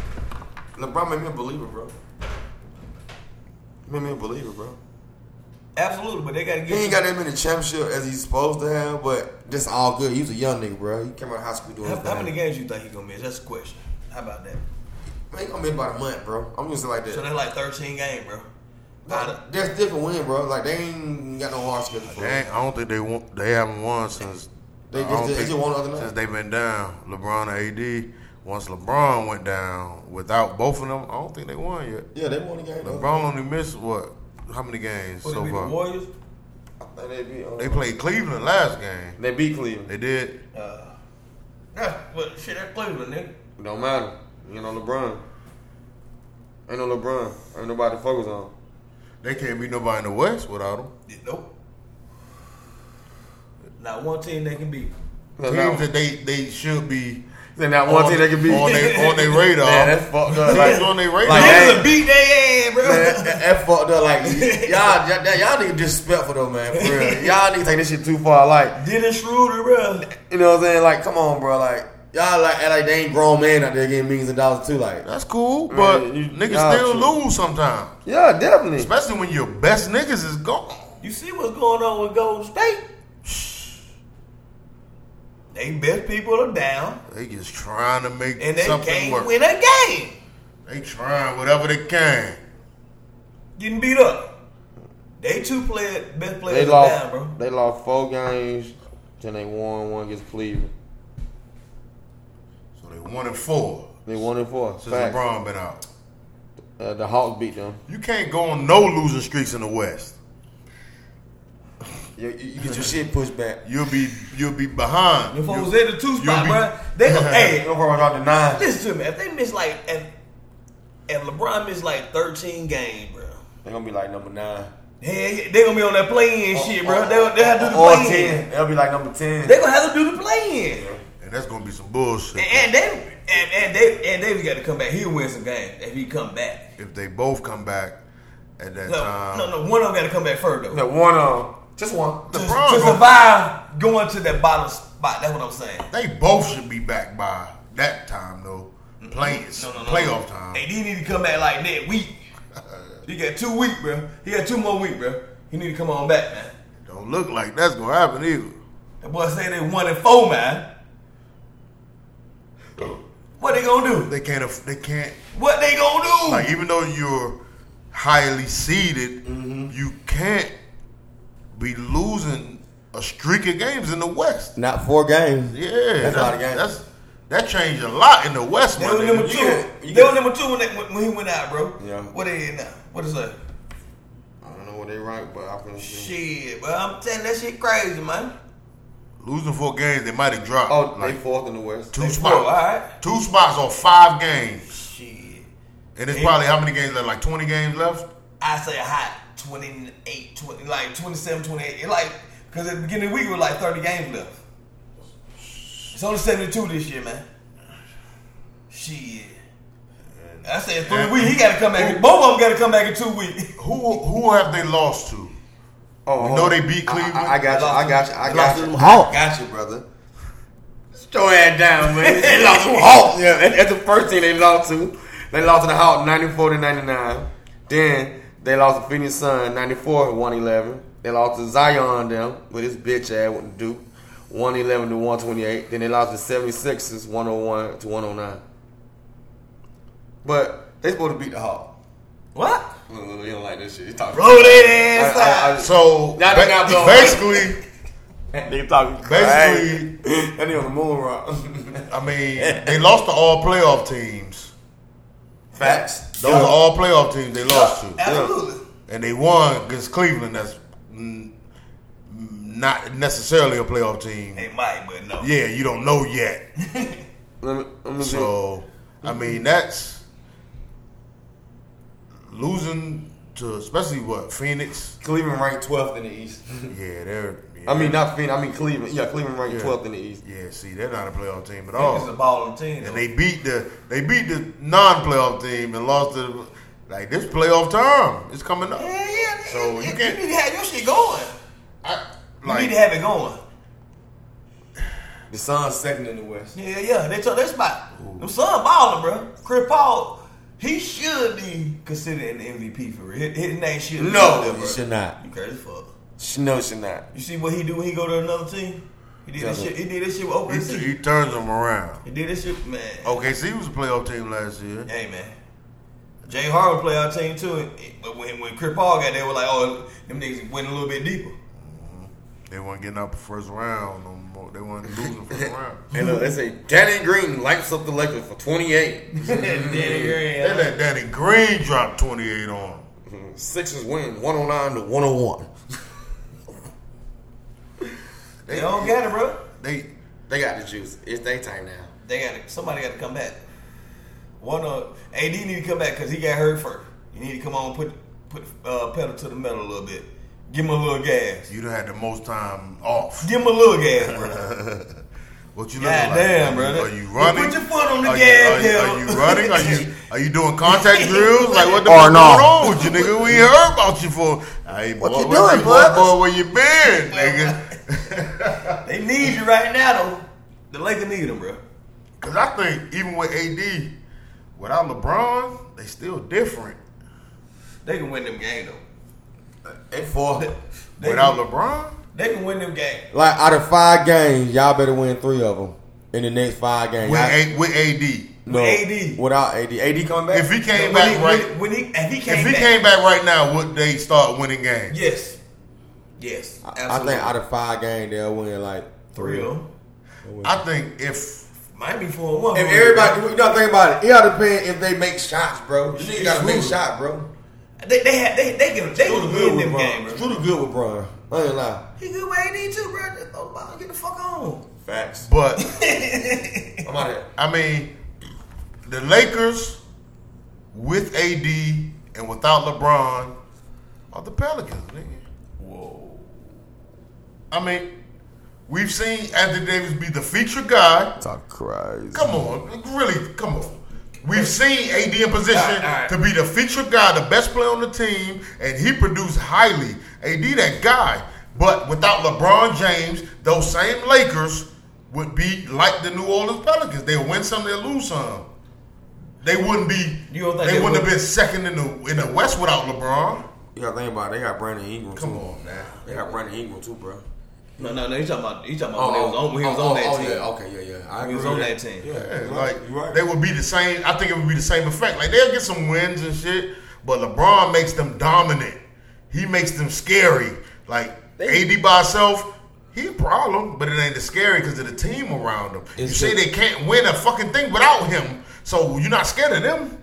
Speaker 2: LeBron made me a believer, bro. Made me a believer, bro.
Speaker 3: Absolutely, but they gotta get
Speaker 6: He ain't got that many championship as he's supposed to have, but that's all good. He was a young nigga, bro. He came out of high school doing
Speaker 3: how,
Speaker 6: his
Speaker 3: how many
Speaker 6: thing.
Speaker 3: games you think he gonna miss? That's the question. How about that?
Speaker 6: Man, he gonna be about a month, bro. I'm gonna say like that.
Speaker 3: So that's like thirteen game, bro. Out
Speaker 6: Like, that's different win, bro. Like they ain't got no hard schedule for
Speaker 1: They
Speaker 6: it.
Speaker 1: ain't, I don't think they want, they haven't won since
Speaker 6: They
Speaker 1: I
Speaker 6: just-
Speaker 1: don't
Speaker 6: they
Speaker 1: think-
Speaker 6: just won the other night.
Speaker 1: since they've been down. LeBron and AD. Once LeBron went down without both of them, I don't think they won yet.
Speaker 6: Yeah, they won the game. though.
Speaker 1: LeBron only missed what? How many games
Speaker 3: what
Speaker 1: so
Speaker 3: it be the
Speaker 1: far?
Speaker 3: Warriors?
Speaker 6: I think they beat.
Speaker 1: They played Cleveland last game.
Speaker 2: They beat Cleveland.
Speaker 1: They did.
Speaker 3: Uh, yeah, but shit, that's Cleveland, nigga.
Speaker 2: It don't matter. You know LeBron. Ain't no LeBron. Ain't nobody to focus on.
Speaker 1: They can't beat nobody in the West without them.
Speaker 3: Yeah, Nope. Not one team they can beat.
Speaker 2: There's
Speaker 1: Teams
Speaker 2: not,
Speaker 1: that they, they should be
Speaker 2: there's not one
Speaker 1: on-
Speaker 2: team that can beat.
Speaker 1: on their on their radar.
Speaker 2: Man, that's fucked up. Like,
Speaker 1: Teams on their radar.
Speaker 2: Like,
Speaker 3: Cleveland
Speaker 2: that-
Speaker 3: beat their ass, bro.
Speaker 6: Man, that, that fucked up. Like y'all, y'all, y'all niggas disrespectful though, man. For real.
Speaker 2: y'all need to take this shit too far. Like,
Speaker 3: Dennis Schroeder, bro.
Speaker 2: you know what I'm saying? Like, come on, bro. Like,
Speaker 6: Y'all like act like they ain't grown man out there getting millions of dollars too. Like
Speaker 1: That's cool, but
Speaker 2: Man, you- y'all
Speaker 1: niggas still
Speaker 2: true.
Speaker 1: lose sometimes.
Speaker 2: yeah, definitely.
Speaker 1: Especially when your best niggas is gone.
Speaker 3: You see what's going on with Golden State? They best people are down,
Speaker 1: They just trying to make
Speaker 3: and they
Speaker 1: something
Speaker 3: can't
Speaker 1: work.
Speaker 3: win a game.
Speaker 1: They trying whatever they can.
Speaker 3: Getting beat up. They two play best
Speaker 2: They
Speaker 3: players are down,
Speaker 2: lost.
Speaker 3: bro.
Speaker 2: They lost four games. Then they won one against Cleveland.
Speaker 1: So they one and four
Speaker 2: They won in four.
Speaker 1: since
Speaker 2: Fact.
Speaker 1: LeBron been out.
Speaker 2: Uh, the Hawks beat them.
Speaker 1: You can't go on no losing streaks in the West.
Speaker 6: you, you, you get your shit pushed back.
Speaker 1: You'll be you'll be behind.
Speaker 3: If I was
Speaker 1: You-
Speaker 3: in the two spot,
Speaker 1: be-
Speaker 3: bro, they go, hey,
Speaker 2: No problem. Dropped to nine.
Speaker 3: listen to me. If they miss like, if, if LeBron miss like 13 games, bro,
Speaker 2: They gonna be like number nine.
Speaker 3: they, they gonna be on that play-in
Speaker 1: Oh,
Speaker 3: shit, bro. They, they have to do the
Speaker 2: Or
Speaker 3: play-in.
Speaker 2: ten. They'll be like number ten.
Speaker 3: oh, They gonna have to do the play-in.
Speaker 1: and that's gonna be some bullshit.
Speaker 3: And, and they and, and they and they got to come back. He'll win some games if he come back.
Speaker 1: if they both come back at that
Speaker 3: No,
Speaker 1: time.
Speaker 3: no, no. One of them got to come back first though.
Speaker 2: That one of them. Just one.
Speaker 3: To,
Speaker 1: LeBron
Speaker 3: to
Speaker 1: gonna-
Speaker 3: survive going to that bottom spot. That's what I'm saying.
Speaker 1: They both should be back by that time though.
Speaker 3: Mm-hmm.
Speaker 1: Play, playoff time.
Speaker 3: Hey, he need to come back like that week. He got two week, bro. He got two more week, bro. He need to come on back, man.
Speaker 1: Don't look like that's gonna happen either.
Speaker 3: That boy say they one and four, man. What they gonna do?
Speaker 1: They can't. aff- They can't.
Speaker 3: What they gonna do?
Speaker 1: Like even though you're highly seeded,
Speaker 3: Mm-hmm.
Speaker 1: you can't be losing a streak of games in the West.
Speaker 6: Not four games.
Speaker 1: Yeah,
Speaker 6: That's a lot of games.
Speaker 1: That's that changed a lot in the West.
Speaker 3: they
Speaker 1: my
Speaker 3: was number
Speaker 1: nigga.
Speaker 3: two.
Speaker 2: get- you
Speaker 3: they
Speaker 2: get-
Speaker 3: was number two when, they, when, when he went out, bro.
Speaker 2: Yeah.
Speaker 3: What they in now? What is that?
Speaker 2: I don't know what they rank, but I can.
Speaker 3: Shit, bro. I'm telling that shit crazy, man.
Speaker 1: Losing four games, they might have dropped
Speaker 2: Oh,
Speaker 1: like
Speaker 2: they fourth in the West.
Speaker 1: two
Speaker 3: They
Speaker 1: spots.
Speaker 3: broke, all right.
Speaker 1: Two spots on five games,
Speaker 3: Shit.
Speaker 1: and it's
Speaker 3: They-
Speaker 1: probably how many games left? Like twenty games left.
Speaker 3: I say a hot 28, 20, like 27, 28. It like, because at the beginning of the week, it was like 30 games left. It's only 72 this year, man. Shit. I said three
Speaker 1: and-
Speaker 3: weeks. He got to come back. Both of them got to come back in two weeks.
Speaker 1: Who who have they lost to?
Speaker 2: Oh,
Speaker 1: We know they beat Cleveland.
Speaker 2: I, I, I got you. I got you. I
Speaker 6: They
Speaker 2: got
Speaker 6: lost
Speaker 2: you.
Speaker 6: to them Hawks.
Speaker 2: Got you, brother. Sit your ass down, man. they lost to the Hawks. Yeah, that- that's the first thing they lost to. They lost to the Hawks 94 to 99. Then they lost to Phoenix Sun 94 to 111. They lost to Zion them with his bitch ass with Duke 111 to 128. Then they lost to 76ers 101 to 109. But they supposed to beat the Hawks.
Speaker 3: What?
Speaker 2: You don't like this shit. You talking?
Speaker 3: Roll that ass
Speaker 2: I- I-
Speaker 3: out.
Speaker 2: I-
Speaker 1: So
Speaker 2: Now they not blowing.
Speaker 1: basically,
Speaker 2: They talking
Speaker 1: Basically-
Speaker 2: crazy. that nigga on the moon rock.
Speaker 1: I mean, they lost to all playoff teams.
Speaker 2: Facts.
Speaker 1: Those are all playoff teams they lost to,
Speaker 3: Absolutely.
Speaker 1: and they won against Cleveland. That's mm, not necessarily a playoff
Speaker 3: They
Speaker 1: team.
Speaker 3: might, but no.
Speaker 1: Yeah, you don't know yet.
Speaker 2: Let me, let me see.
Speaker 1: So, I mean, that's losing to especially what Phoenix.
Speaker 2: Cleveland ranked 12th in the East.
Speaker 1: Yeah, they're. Yeah,
Speaker 2: I mean, not Phoenix. I mean Cleveland. Yeah, Cleveland ranked
Speaker 1: Yeah.
Speaker 2: 12th in the East.
Speaker 1: yeah. See, they're not a playoff team at
Speaker 3: It's a
Speaker 1: all.
Speaker 3: balling team.
Speaker 1: And
Speaker 3: though.
Speaker 1: they beat the they beat the non-playoff team and lost to like this playoff time. It's coming up.
Speaker 3: yeah, yeah.
Speaker 1: So you
Speaker 3: you,
Speaker 1: can't-
Speaker 3: need to have your shit going.
Speaker 1: I,
Speaker 3: you
Speaker 1: like
Speaker 3: need to have it going.
Speaker 2: The Suns second in the West.
Speaker 3: Yeah, yeah, they took that spot. Them son balling, bro. Chris Paul He should be considered an MVP for real. His, his name should. be
Speaker 5: No,
Speaker 3: up there,
Speaker 2: You
Speaker 3: bro.
Speaker 2: should not.
Speaker 3: You crazy as fuck.
Speaker 2: Sh- No, you should not.
Speaker 3: You see what he do when he go to another team? He did this
Speaker 2: Doesn't-
Speaker 3: shit. He did this shit with
Speaker 1: He,
Speaker 3: OKC.
Speaker 1: he Oh. turns them around.
Speaker 3: He did this shit, man.
Speaker 1: OKC was a playoff team last year.
Speaker 3: Hey man, Jay Harden play our team too. and- But when when Chris Paul got there, we're like, oh, them niggas went a little bit deeper.
Speaker 1: They weren't getting out the first round no more. They weren't losing first round.
Speaker 5: And look, they say Danny Green lights up the Lakers for 28.
Speaker 1: They let Danny Green drop 28 on them.
Speaker 5: Sixers win 109 to 101.
Speaker 3: They don't got it, bro.
Speaker 5: They they got the juice. It's their time now.
Speaker 3: They got it. Somebody got to come back. One of AD need to come back because he got hurt first. You need to come on, put put uh, pedal to the metal a little bit. Give him a little gas.
Speaker 1: You done had the most time off.
Speaker 3: Give him a little gas, bro.
Speaker 1: What you looking
Speaker 3: God
Speaker 1: like? Are you-
Speaker 3: damn, brother.
Speaker 1: Are you running?
Speaker 3: Put your foot on the
Speaker 1: Are you-
Speaker 3: gas
Speaker 1: are you-
Speaker 3: pedal.
Speaker 1: Are you running? Are you are you doing contact drills? Like what the
Speaker 2: Or
Speaker 1: fuck going
Speaker 2: Oh, no.
Speaker 1: on with you, nigga? We heard about you for. Hey,
Speaker 2: What
Speaker 1: boy,
Speaker 2: you
Speaker 1: where
Speaker 2: doing,
Speaker 1: boy,
Speaker 2: bud?
Speaker 1: boy? Where you been, nigga?
Speaker 3: they need you right now, though. The Lakers need him, bro.
Speaker 1: Because I think even with AD, without LeBron, they still different.
Speaker 3: They can win them game though.
Speaker 5: They four.
Speaker 3: They
Speaker 1: Without
Speaker 3: can,
Speaker 1: LeBron,
Speaker 3: they can win them game.
Speaker 2: Like out of five games, y'all better win three of them in the next five games.
Speaker 1: with
Speaker 2: Y'all-
Speaker 1: A, with AD,
Speaker 2: no,
Speaker 3: AD.
Speaker 2: without AD, AD coming back.
Speaker 1: if he came
Speaker 3: when
Speaker 1: back
Speaker 3: he,
Speaker 1: right,
Speaker 3: when, when he if he came
Speaker 1: if he
Speaker 3: back,
Speaker 1: came back right now, would they start winning games?
Speaker 3: yes, yes,
Speaker 2: I- I
Speaker 3: absolutely.
Speaker 2: think out of five games they'll win like
Speaker 3: three of them
Speaker 1: I think if
Speaker 3: might be four and one.
Speaker 2: If everybody, you know, think about it. It all depends if they make shots, bro. You niggas gotta make shot, bro.
Speaker 3: they they had they they can they can win them game, bro.
Speaker 2: Screw the good with Bron. I ain't lie.
Speaker 3: He good where he need to, bro. Just throw the ball, get the fuck on.
Speaker 5: Facts.
Speaker 1: but.
Speaker 5: I'm out here.
Speaker 1: I mean, the Lakers with AD and without LeBron are the Pelicans, nigga.
Speaker 3: Whoa.
Speaker 1: I mean, we've seen Anthony Davis be the feature guy.
Speaker 2: Talk cries.
Speaker 1: Come on, really, come on. We've seen AD in position
Speaker 3: All right, all right.
Speaker 1: to be the feature guy, the best player on the team, and he produced highly. AD that guy, but without LeBron James, those same Lakers would be like the New Orleans Pelicans. They win some, they lose some. They wouldn't be.
Speaker 3: You don't think
Speaker 1: they,
Speaker 3: they
Speaker 1: wouldn't
Speaker 3: would?
Speaker 1: have been second in the in the West without LeBron?
Speaker 2: You gotta think about it. They got Brandon Ingram.
Speaker 1: Come
Speaker 2: too.
Speaker 1: on now.
Speaker 2: They got Brandon Ingram too, bro.
Speaker 3: No, no, no. He talking about he talking about when he was on when he was
Speaker 2: oh,
Speaker 3: on
Speaker 2: oh,
Speaker 3: that
Speaker 2: oh,
Speaker 3: team.
Speaker 2: Yeah, okay, yeah, yeah. I
Speaker 3: He was
Speaker 2: agree
Speaker 3: on
Speaker 2: with
Speaker 3: that team.
Speaker 1: Yeah,
Speaker 2: Yeah,
Speaker 1: like
Speaker 2: you right.
Speaker 1: they would be the same. I think it would be the same effect. Like they'll get some wins and shit, but LeBron makes them dominant. He makes them scary. Like AD by himself, he a problem, but it ain't as scary because of the team around him.
Speaker 2: It's
Speaker 1: you see,
Speaker 2: the-
Speaker 1: they can't win a fucking thing without him, so you're not scared of them.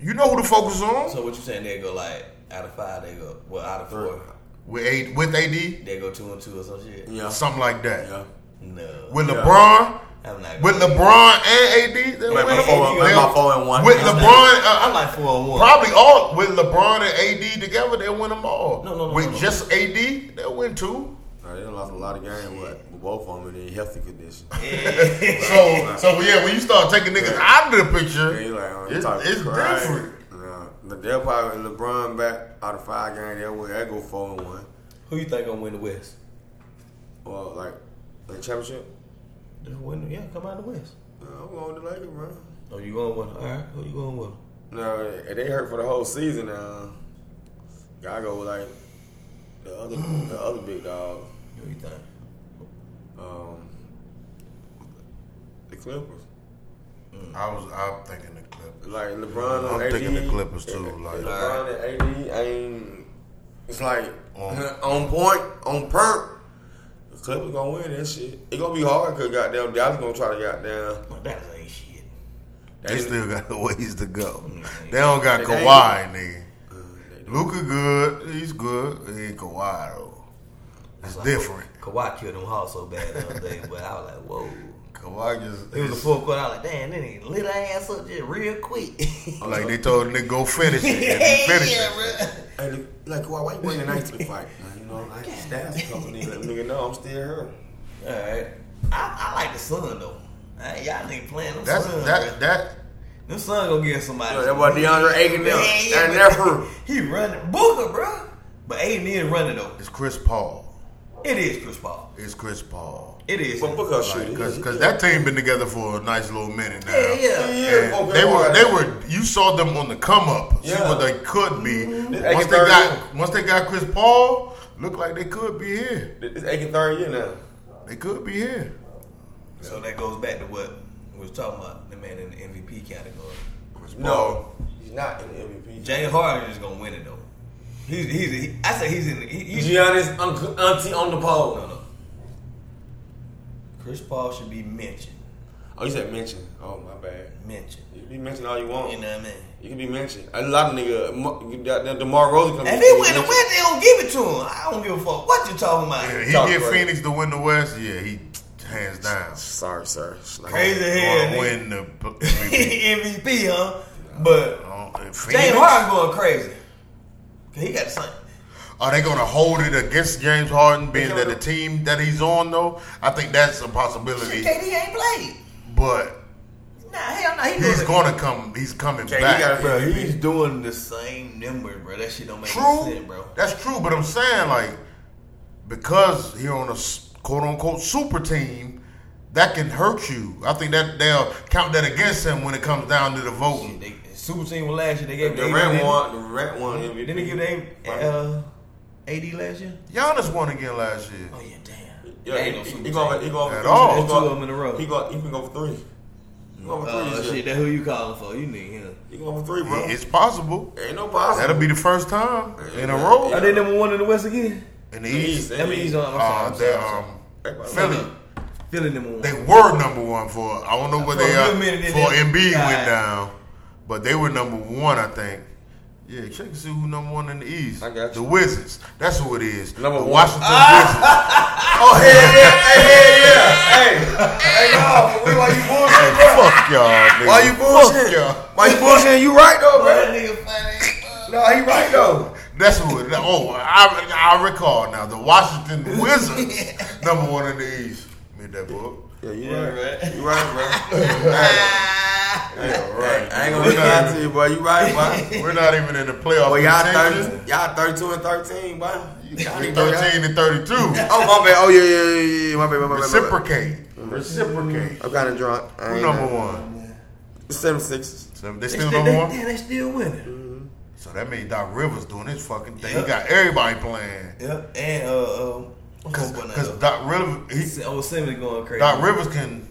Speaker 1: You know who to focus on
Speaker 3: So what you saying? They go like out of five, they go well out of four,
Speaker 1: with AD, with AD,
Speaker 3: they go two and two or some shit.
Speaker 2: Yeah.
Speaker 1: something like that.
Speaker 2: Yeah.
Speaker 3: No,
Speaker 1: With
Speaker 2: Yeah.
Speaker 1: LeBron,
Speaker 3: I'm not.
Speaker 1: with LeBron and AD, they'll
Speaker 2: Like
Speaker 1: win
Speaker 2: my
Speaker 1: a-
Speaker 2: four, like
Speaker 1: they'll-
Speaker 2: my four and one.
Speaker 1: with
Speaker 2: That's
Speaker 1: LeBron,
Speaker 2: it.
Speaker 1: uh,
Speaker 3: I'm like four and one.
Speaker 1: Probably all with LeBron and AD together, they'll win them all.
Speaker 3: No, no, no,
Speaker 1: With
Speaker 3: no, no.
Speaker 1: just AD, they'll win two.
Speaker 2: Nah, they done lost a lot of games with, with both of them in healthy condition.
Speaker 1: So,
Speaker 3: Yeah.
Speaker 1: so yeah, when you start taking niggas out of the
Speaker 2: Yeah,
Speaker 1: picture,
Speaker 2: you like, oh, you
Speaker 1: It's-
Speaker 2: talking
Speaker 1: it's
Speaker 2: crazy.
Speaker 1: different.
Speaker 2: Nah, but they'll probably LeBron back out of five games. They'll, win- they'll go four and one.
Speaker 3: Who you think gonna win the West?
Speaker 2: Well, like the championship.
Speaker 3: Just win, yeah, come out of the West.
Speaker 2: Nah, I'm going with the Lakers, bro.
Speaker 3: Oh, you going with? All right, who you going with?
Speaker 2: No, if they hurt for the whole season now. Gotta go with like the other the other big dog.
Speaker 3: Who you think?
Speaker 2: Um, the Clippers.
Speaker 1: I was I'm thinking the Clippers.
Speaker 2: Like LeBron
Speaker 1: I'm
Speaker 2: and AD.
Speaker 1: thinking the Clippers too.
Speaker 2: Like,
Speaker 1: Like
Speaker 2: LeBron and AD ain't. It's like
Speaker 1: On-
Speaker 2: on, point, on perk. The Clippers gonna win that shit. It gonna be hard because goddamn Dallas gonna try to goddamn.
Speaker 3: My Dallas ain't shit.
Speaker 1: they
Speaker 2: They, they,
Speaker 1: still got a ways to go.
Speaker 3: Mm,
Speaker 1: They don't got
Speaker 2: They- they-
Speaker 1: Kawhi, nigga.
Speaker 2: they-
Speaker 1: Luca good, he's good. He ain't Kawhi though. It's different.
Speaker 3: Kawhi killed them Hawks so bad the other day, but I was like, whoa.
Speaker 1: Kawhi just
Speaker 3: It was a full quarter. I was like, damn, they nigga lit our ass up just real quick.
Speaker 1: like they told the nigga go finish it. And he finished
Speaker 3: yeah,
Speaker 1: it.
Speaker 3: bro.
Speaker 2: hey, look, like why why you bringing night to the fight? Like, you know, like stats company. Let nigga know I'm still here.
Speaker 3: All right. I, I like the Sun, though. I ain't- y'all nigga playing them
Speaker 1: That's
Speaker 3: Sun.
Speaker 1: that that
Speaker 3: bro. Them Sun gonna get somebody.
Speaker 2: Yo, that boy DeAndre Aiken there.
Speaker 3: Yeah,
Speaker 2: That
Speaker 3: but-
Speaker 2: never.
Speaker 3: He E running. Booker, bro. But Aiden is running, though.
Speaker 1: is Chris Paul.
Speaker 3: It is Chris Paul.
Speaker 1: It's Chris Paul.
Speaker 3: It is.
Speaker 6: But
Speaker 3: him.
Speaker 6: look how shit it is.
Speaker 1: Because that team been together for a nice little minute now.
Speaker 3: Yeah, Oh, yeah.
Speaker 1: And
Speaker 5: Yeah,
Speaker 1: they were,
Speaker 5: okay.
Speaker 1: they were. You saw them on the come up. See
Speaker 6: Yeah.
Speaker 1: what they could be.
Speaker 3: Mm-hmm.
Speaker 5: They
Speaker 1: Once
Speaker 5: can
Speaker 1: they
Speaker 5: third
Speaker 1: got, once they got Chris Paul, look like they could be here.
Speaker 5: It's aching third year now.
Speaker 1: They could be here.
Speaker 3: So that goes back to what we was talking about. The man in the MVP category.
Speaker 5: No, he's not in the MVP.
Speaker 3: James Harden is gonna win it though. He's he's he, I say he's in. the- He, he's,
Speaker 6: Giannis uncle, auntie on the
Speaker 3: no,
Speaker 6: pole.
Speaker 3: no. Chris Paul should be mentioned.
Speaker 6: Oh, you said mention. Oh my bad.
Speaker 3: Mentioned.
Speaker 6: You can be mentioned all you want.
Speaker 3: You know what I mean?
Speaker 6: You can be mentioned. A lot of nigga, Mo- you got that Demar Rosen coming.
Speaker 3: If he win the West, they don't give it to him. I don't give a fuck what you talking about.
Speaker 1: Yeah, he
Speaker 6: Talk
Speaker 1: get
Speaker 6: about it.
Speaker 1: Phoenix to win the West. Yeah, he hands down.
Speaker 6: Sorry, sir.
Speaker 3: Crazy head,
Speaker 1: Gonna
Speaker 3: nigga.
Speaker 1: win the MVP.
Speaker 3: MVP, huh? But
Speaker 1: Oh, and
Speaker 3: James
Speaker 1: Phoenix?
Speaker 3: Harden going crazy. 'Cause He got something.
Speaker 1: Are Oh, they going to hold it against James Harden, being
Speaker 6: can't-
Speaker 1: that the team that he's on though? I think that's a possibility.
Speaker 3: Shit, KD ain't played.
Speaker 1: But
Speaker 3: Nah, hell no. Nah, he
Speaker 1: he's
Speaker 3: goes-
Speaker 1: going to come. He's coming
Speaker 6: Okay, he
Speaker 1: back.
Speaker 6: gotta-
Speaker 3: Bro, he's doing the same numbers, bro. That shit don't make no
Speaker 1: True.
Speaker 3: sense, bro.
Speaker 1: That's true. But I'm saying like because he on a quote unquote super team. That can hurt you. I think that they'll count that against him when it comes down to the voting.
Speaker 3: They, Super team was last year. They gave
Speaker 6: Durant
Speaker 3: AD
Speaker 6: won. Durant won MVP.
Speaker 3: Didn't they give they uh, AD last year?
Speaker 1: Giannis won again last year.
Speaker 3: Oh yeah, damn.
Speaker 6: Yeah,
Speaker 3: That
Speaker 6: he,
Speaker 3: ain't no
Speaker 6: he,
Speaker 3: super
Speaker 6: he
Speaker 3: team.
Speaker 6: go over. He go over
Speaker 1: At
Speaker 6: three.
Speaker 1: all.
Speaker 6: He go-
Speaker 3: Two of 'em in a row.
Speaker 6: He go. He can go for three. He go over
Speaker 3: Uh,
Speaker 6: three.
Speaker 3: shit,
Speaker 6: this year.
Speaker 3: that who you calling for? You need him.
Speaker 6: Oh, He go over three, bro.
Speaker 1: It's possible.
Speaker 6: Ain't no possible.
Speaker 1: That'll be the first time in a row
Speaker 3: Are they number one in the West again?
Speaker 1: in the
Speaker 6: East,
Speaker 1: East.
Speaker 6: that
Speaker 3: That means he's on. I'm sorry.
Speaker 1: Uh,
Speaker 3: I'm
Speaker 1: they,
Speaker 3: sorry, I'm sorry.
Speaker 1: um,
Speaker 6: Everybody-
Speaker 1: Philly,
Speaker 3: Philly number one.
Speaker 1: they were number one for I don't know what
Speaker 3: For a
Speaker 1: they are
Speaker 3: good minute, they
Speaker 1: for
Speaker 3: did.
Speaker 1: Embiid
Speaker 3: Right.
Speaker 1: went down, but they were number one I think. Yeah, check and see who number one in the East.
Speaker 6: I got you.
Speaker 1: The Wizards. That's who it is.
Speaker 6: Number
Speaker 1: the
Speaker 6: one.
Speaker 1: Washington Wizards.
Speaker 3: Ah!
Speaker 5: Oh yeah, yeah, yeah, yeah, yeah. Hey, hey, no, we why you
Speaker 3: Oh,
Speaker 5: bullshit, bro?
Speaker 1: Fuck y'all. Nigga.
Speaker 5: Why you
Speaker 1: Fuck
Speaker 5: bullshit?
Speaker 1: y'all.
Speaker 5: Why you bullshit? You right though,
Speaker 3: Boy,
Speaker 5: bro?
Speaker 3: that nigga funny.
Speaker 5: No, he right though.
Speaker 1: That's who. It, oh, I, I recall now. The Washington Wizards, number one in the East. Made that book.
Speaker 6: Yeah, you
Speaker 3: Yeah,
Speaker 6: right.
Speaker 3: right.
Speaker 6: You right, bro. Hey,
Speaker 1: Yeah, right.
Speaker 6: I ain't gonna lie to you, boy. You right, boy.
Speaker 1: We're not even in the playoff.
Speaker 6: Boy, y'all
Speaker 1: contention.
Speaker 6: thirty, y'all thirty-two and thirteen, boy. You got it, bro.
Speaker 1: 13 and 32.
Speaker 6: Oh my bad. Oh yeah, yeah, yeah, yeah. My bad, my bad, my bad. my bad.
Speaker 1: Reciprocate. Reciprocate.
Speaker 6: I'm kind of drunk. I
Speaker 1: Who
Speaker 6: ain't
Speaker 1: number
Speaker 6: know.
Speaker 1: one?
Speaker 6: The Seven Sixers.
Speaker 1: So they
Speaker 3: They
Speaker 1: still
Speaker 3: still,
Speaker 1: number
Speaker 3: they,
Speaker 1: one?
Speaker 3: yeah, they still winning.
Speaker 1: So that means Doc Rivers doing his fucking thing.
Speaker 3: Yeah.
Speaker 1: He got everybody playing.
Speaker 3: Yep. And uh, um, what's going
Speaker 1: Because
Speaker 3: on?
Speaker 1: Doc Rivers, he,
Speaker 3: Old Simmons oh, going crazy.
Speaker 1: Doc Rivers can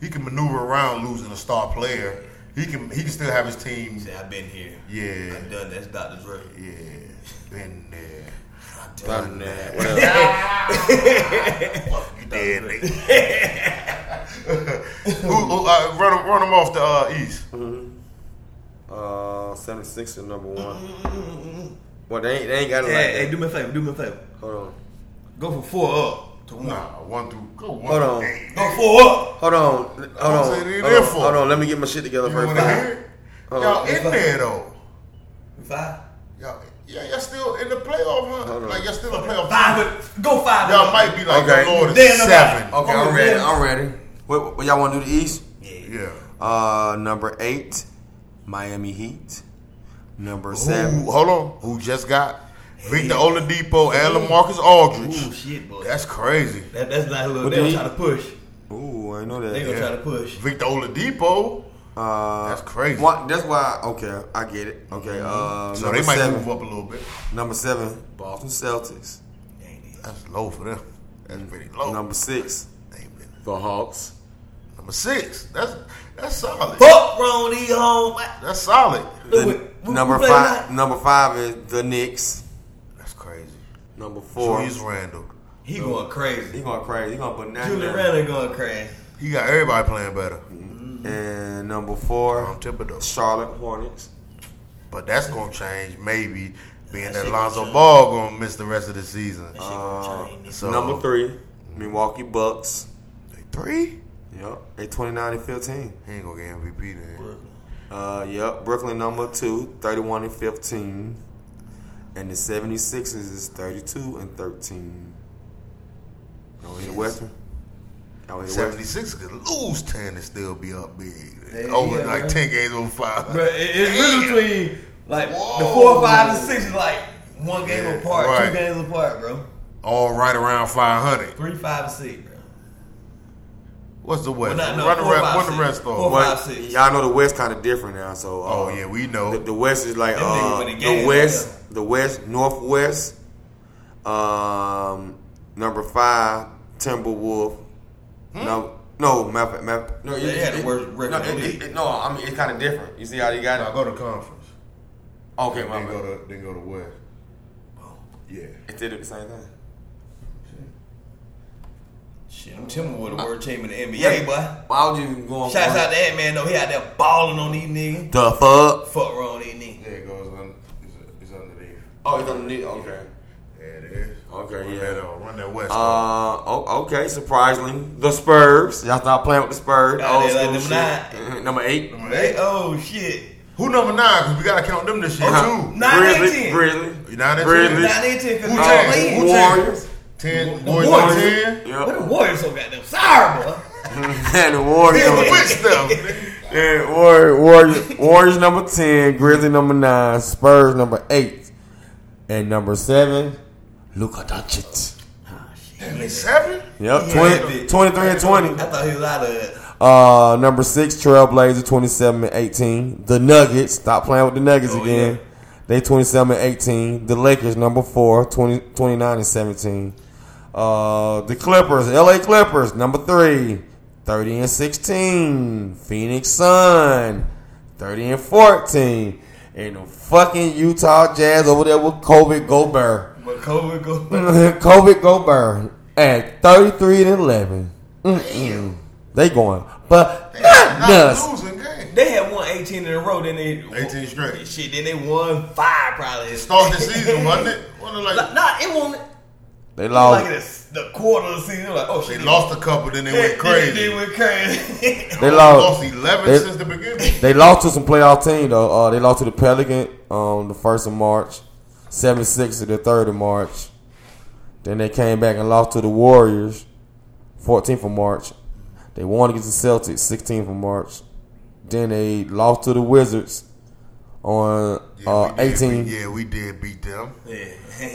Speaker 1: he can maneuver around losing a star player. He can he can still have his team.
Speaker 3: Say, I've been here.
Speaker 1: Yeah,
Speaker 3: I've done that's Dr. Dre.
Speaker 1: yeah, been there.
Speaker 6: Done that. Whatever.
Speaker 1: You dead nigga. who, who, uh, run run him off the uh, East.
Speaker 6: Uh, Seven Sixers number one. Well, they ain't, they ain't got it
Speaker 3: Hey, hey,
Speaker 6: like
Speaker 3: do
Speaker 6: that.
Speaker 3: me a favor. Do me a favor.
Speaker 6: Hold on.
Speaker 3: Go from four up to one.
Speaker 1: Nah, one through go one
Speaker 6: Hold
Speaker 1: through
Speaker 6: on.
Speaker 1: eight.
Speaker 3: Go four up.
Speaker 6: Hold on. Hold on.
Speaker 1: I'm saying they
Speaker 6: Hold
Speaker 1: there
Speaker 6: on.
Speaker 1: for.
Speaker 6: Hold on. Let me get my shit together
Speaker 1: You
Speaker 6: first.
Speaker 1: want to hear? it?
Speaker 6: Hold
Speaker 1: Y'all
Speaker 6: on.
Speaker 1: in there though.
Speaker 3: Five.
Speaker 1: Y'all, yeah, y'all still in the playoff
Speaker 6: Hold
Speaker 1: hunt.
Speaker 6: on.
Speaker 1: Like y'all still a playoff.
Speaker 3: Five.
Speaker 1: team.
Speaker 3: up. Go five.
Speaker 1: Y'all
Speaker 3: up.
Speaker 1: might be like
Speaker 6: Okay.
Speaker 1: the Lord is
Speaker 3: Then
Speaker 1: seven.
Speaker 6: Okay,
Speaker 3: Oh,
Speaker 6: I'm ready.
Speaker 3: yeah.
Speaker 6: I'm ready. What, what y'all want to do? The East.
Speaker 1: Yeah.
Speaker 6: Uh, number eight, Miami Heat. Number
Speaker 1: Who?
Speaker 6: seven.
Speaker 1: Hold on. Who just got Victor Oladipo and LaMarcus Aldridge?
Speaker 3: Ooh, shit, boy.
Speaker 1: That's crazy.
Speaker 3: That, that's not who
Speaker 6: What
Speaker 3: they gonna
Speaker 6: they-
Speaker 3: try to push.
Speaker 6: Ooh, I know
Speaker 3: They gonna
Speaker 6: that.
Speaker 3: try to push.
Speaker 1: Victor Oladipo.
Speaker 6: Uh,
Speaker 1: That's crazy.
Speaker 6: What, that's why. Okay, I get it. Okay.
Speaker 5: Mm-hmm.
Speaker 6: Uh,
Speaker 1: So
Speaker 6: number
Speaker 1: they might
Speaker 6: seven.
Speaker 1: move up a little bit.
Speaker 6: Number seven, Boston Celtics.
Speaker 1: That's low for them. That's pretty low.
Speaker 6: Number six,
Speaker 1: They been-
Speaker 6: the Hawks.
Speaker 1: Number six. That's that's solid.
Speaker 3: Fuck Ronnie home.
Speaker 1: That's solid.
Speaker 6: The-
Speaker 3: Wait, who-
Speaker 6: number
Speaker 3: who play
Speaker 6: five.
Speaker 3: tonight?
Speaker 6: Number five is the Knicks.
Speaker 1: That's crazy.
Speaker 6: Number four.
Speaker 1: Julius Randle.
Speaker 3: He going crazy.
Speaker 6: He going crazy. He going put nine.
Speaker 3: Julian
Speaker 6: down.
Speaker 3: Randle going crazy.
Speaker 1: He got everybody playing better.
Speaker 6: And number four,
Speaker 1: Tom Thibodeau.
Speaker 6: Charlotte Hornets.
Speaker 1: But that's gonna change maybe, being
Speaker 3: That
Speaker 1: that
Speaker 3: shit gonna
Speaker 1: Lonzo
Speaker 3: change. Uh,
Speaker 1: Ball gonna miss the rest of the season.
Speaker 3: That shit gonna change.
Speaker 1: So
Speaker 6: Number three, Milwaukee Bucks.
Speaker 1: three.
Speaker 6: Yep, at 29 and 15.
Speaker 1: He ain't gonna get MVP then.
Speaker 6: Uh, yep, Brooklyn number two, 31 and 15. And the 76ers is 32 and 13. Y'all hear the Western? Y'all hear the Western?
Speaker 1: 76 could lose 10 and still be up big.
Speaker 3: Yeah,
Speaker 1: over
Speaker 3: yeah,
Speaker 1: like
Speaker 3: bro.
Speaker 1: 10 games over five.
Speaker 3: Bro, it, it's really
Speaker 1: Damn.
Speaker 3: between like the
Speaker 1: Whoa.
Speaker 3: four, five, and six is like one game
Speaker 1: Yeah,
Speaker 3: apart,
Speaker 1: right.
Speaker 3: two games apart, bro.
Speaker 1: all right around 500.
Speaker 3: Three, five, and six, bro.
Speaker 1: What's the West?
Speaker 3: Well, not- no,
Speaker 1: what the
Speaker 3: four,
Speaker 1: rest,
Speaker 3: five,
Speaker 1: what the
Speaker 3: six.
Speaker 1: rest
Speaker 3: Four,
Speaker 1: are?
Speaker 3: five,
Speaker 6: Well,
Speaker 3: six.
Speaker 6: y'all know the West kind of different now, so. uh,
Speaker 1: Oh, yeah, we know.
Speaker 6: The, the West is like
Speaker 3: Them niggas
Speaker 6: uh,
Speaker 3: with the
Speaker 6: the
Speaker 3: gas,
Speaker 6: West, the West, Northwest. Um, number five, Timberwolf. No, no, matter, matter, no,
Speaker 3: Hmm? They had the worst record
Speaker 6: No,
Speaker 3: in the
Speaker 6: it-
Speaker 3: league.
Speaker 6: it- no, I mean it's kind of different. You see how you
Speaker 1: Now
Speaker 6: got
Speaker 1: go to conference.
Speaker 6: it? Okay, my
Speaker 1: Then
Speaker 6: bad.
Speaker 1: go to, then go to West. Yeah.
Speaker 6: It did the same thing.
Speaker 3: Shit, I'm Timberwolves, the worst team in the NBA, boy.
Speaker 6: Why would you go on?
Speaker 3: Shouts out to that man though. He out there balling on these niggas.
Speaker 6: the fuck.
Speaker 3: Fuck wrong with these niggas.
Speaker 1: Yeah, it goes under, it's, it's underneath.
Speaker 6: Oh, it's underneath. Okay.
Speaker 1: Yeah, it is.
Speaker 6: Okay,
Speaker 1: run
Speaker 6: yeah.
Speaker 1: That, uh, run that West. up.
Speaker 6: Uh, oh, okay. Surprisingly, the Spurs. Y'all start playing with the Spurs.
Speaker 3: Nah,
Speaker 6: Old
Speaker 3: they like
Speaker 6: school
Speaker 3: number
Speaker 6: shit. Uh, number eight.
Speaker 3: They oh shit.
Speaker 1: Who number nine? Because we got to count them this year,
Speaker 6: Uh-huh.
Speaker 1: too.
Speaker 3: Nine and
Speaker 6: Grizzly,
Speaker 3: ten.
Speaker 6: Grizzly,
Speaker 1: You know that
Speaker 6: Really?
Speaker 1: ten?
Speaker 6: Nah,
Speaker 3: Not into because
Speaker 1: Who
Speaker 3: they
Speaker 1: take-
Speaker 3: playing.
Speaker 1: who take-
Speaker 6: Warriors,
Speaker 1: Ten.
Speaker 3: The
Speaker 1: Boys
Speaker 3: Warriors.
Speaker 1: on ten.
Speaker 3: What the
Speaker 6: yep.
Speaker 3: Warriors so goddamn sorry, boy.
Speaker 6: and the
Speaker 1: Then
Speaker 6: Warriors.
Speaker 1: the witch stuff.
Speaker 6: Yeah, Warrior, Warriors, Warriors number ten, Grizzly number nine, Spurs number eight, and number seven, Luka Doncic.
Speaker 1: Seven?
Speaker 6: Yep,
Speaker 3: Yeah.
Speaker 6: 20, 23 and
Speaker 3: I
Speaker 6: twenty.
Speaker 3: thought he was out of it.
Speaker 6: Uh, number six, Trailblazer, twenty-seven and eighteen. The Nuggets, stop playing with the Nuggets
Speaker 3: Oh,
Speaker 6: again.
Speaker 3: yeah.
Speaker 6: They twenty-seven and eighteen. The Lakers, number four, 20, 29 and seventeen. Uh, the Clippers, L.A. Clippers, number three, 30 and sixteen. Phoenix Sun, thirty and fourteen. And the fucking Utah Jazz over there with COVID Gobert.
Speaker 3: But COVID go.
Speaker 6: COVID Gobert at 33 and 11. Mm-mm. They going bananas.
Speaker 1: Not losing game.
Speaker 3: They had won 18 in a row, then they
Speaker 1: 18 straight.
Speaker 3: Shit, then they won five probably.
Speaker 1: Start the season, wasn't it? Wasn't it
Speaker 3: Nah,
Speaker 1: like
Speaker 3: nah, it won't.
Speaker 6: They
Speaker 3: Like
Speaker 6: lost.
Speaker 3: it's the quarter of the season, they're like oh
Speaker 1: they
Speaker 3: shit,
Speaker 1: lost a couple, then they
Speaker 3: They,
Speaker 1: went
Speaker 3: they,
Speaker 1: crazy.
Speaker 3: they went crazy.
Speaker 6: They
Speaker 1: lost
Speaker 6: lost.
Speaker 1: 11
Speaker 6: They-
Speaker 1: since the beginning.
Speaker 6: They lost to some playoff team though. Uh, they lost to the Pelican on the first of March, seven six to the third of March. Then they came back and lost to the Warriors, 14th of March. They won against the Celtics, 16th of March. Then they lost to the Wizards on uh,
Speaker 1: we did
Speaker 6: 18.
Speaker 1: beat- yeah, we did beat them.
Speaker 3: yeah.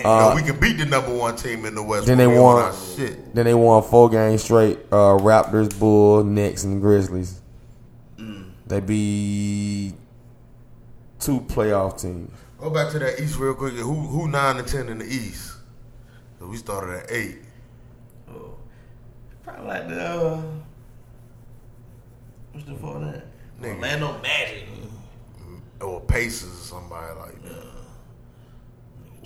Speaker 6: Uh.
Speaker 1: no, we can beat the number one team in the West.
Speaker 6: Then
Speaker 1: but
Speaker 6: they
Speaker 1: we on
Speaker 6: won.
Speaker 1: our Shit.
Speaker 6: Then they won four games straight. Uh, Raptors, Bulls, Knicks, and Grizzlies. They beat two playoff teams.
Speaker 1: Go back to that East real quick. Who who nine and ten in the East? 'Cause we started at eight.
Speaker 3: Oh. Probably like the uh, what's the fuck that?
Speaker 1: Nigga.
Speaker 3: Orlando Magic.
Speaker 1: Or Pacers or somebody like that.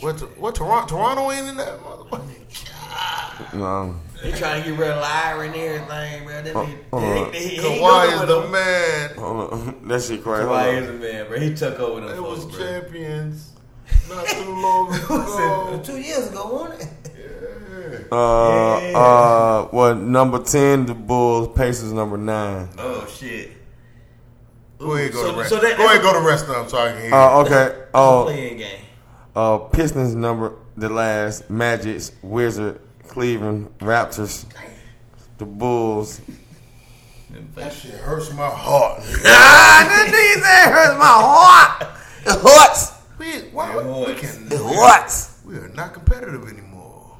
Speaker 1: What to- what Toronto Toronto ain't in that motherfucker?
Speaker 6: No.
Speaker 3: They trying to get rid of Lyra and everything, bro. That nigga, they,
Speaker 6: Uh-uh.
Speaker 3: they, he ain't
Speaker 1: Kawhi
Speaker 3: going
Speaker 1: is
Speaker 3: nowhere,
Speaker 1: the man.
Speaker 6: Hold on. that shit crazy.
Speaker 3: though. Kawhi is the man, bro. He took over them
Speaker 1: It
Speaker 3: folks,
Speaker 1: was
Speaker 3: bro.
Speaker 1: champions not too long ago.
Speaker 3: Said, Two years ago, wasn't it?
Speaker 6: Uh,
Speaker 3: Yeah.
Speaker 6: uh, well, number ten, the Bulls. Pacers, number nine.
Speaker 3: Oh shit!
Speaker 1: Go ahead, go
Speaker 3: So-
Speaker 1: to rest.
Speaker 3: so that-
Speaker 1: go ahead, go to rest of them so I can hear. you.
Speaker 6: Uh, okay. Oh,
Speaker 3: Playing game.
Speaker 6: uh, Pistons, number the last. Magic's, Wizard, Cleveland, Raptors, the Bulls.
Speaker 1: that shit hurts my heart.
Speaker 6: Ah, that nigga said hurts my heart. It hurts.
Speaker 1: we, why, we,
Speaker 3: It
Speaker 1: can,
Speaker 6: It hurts.
Speaker 1: we are not competitive anymore.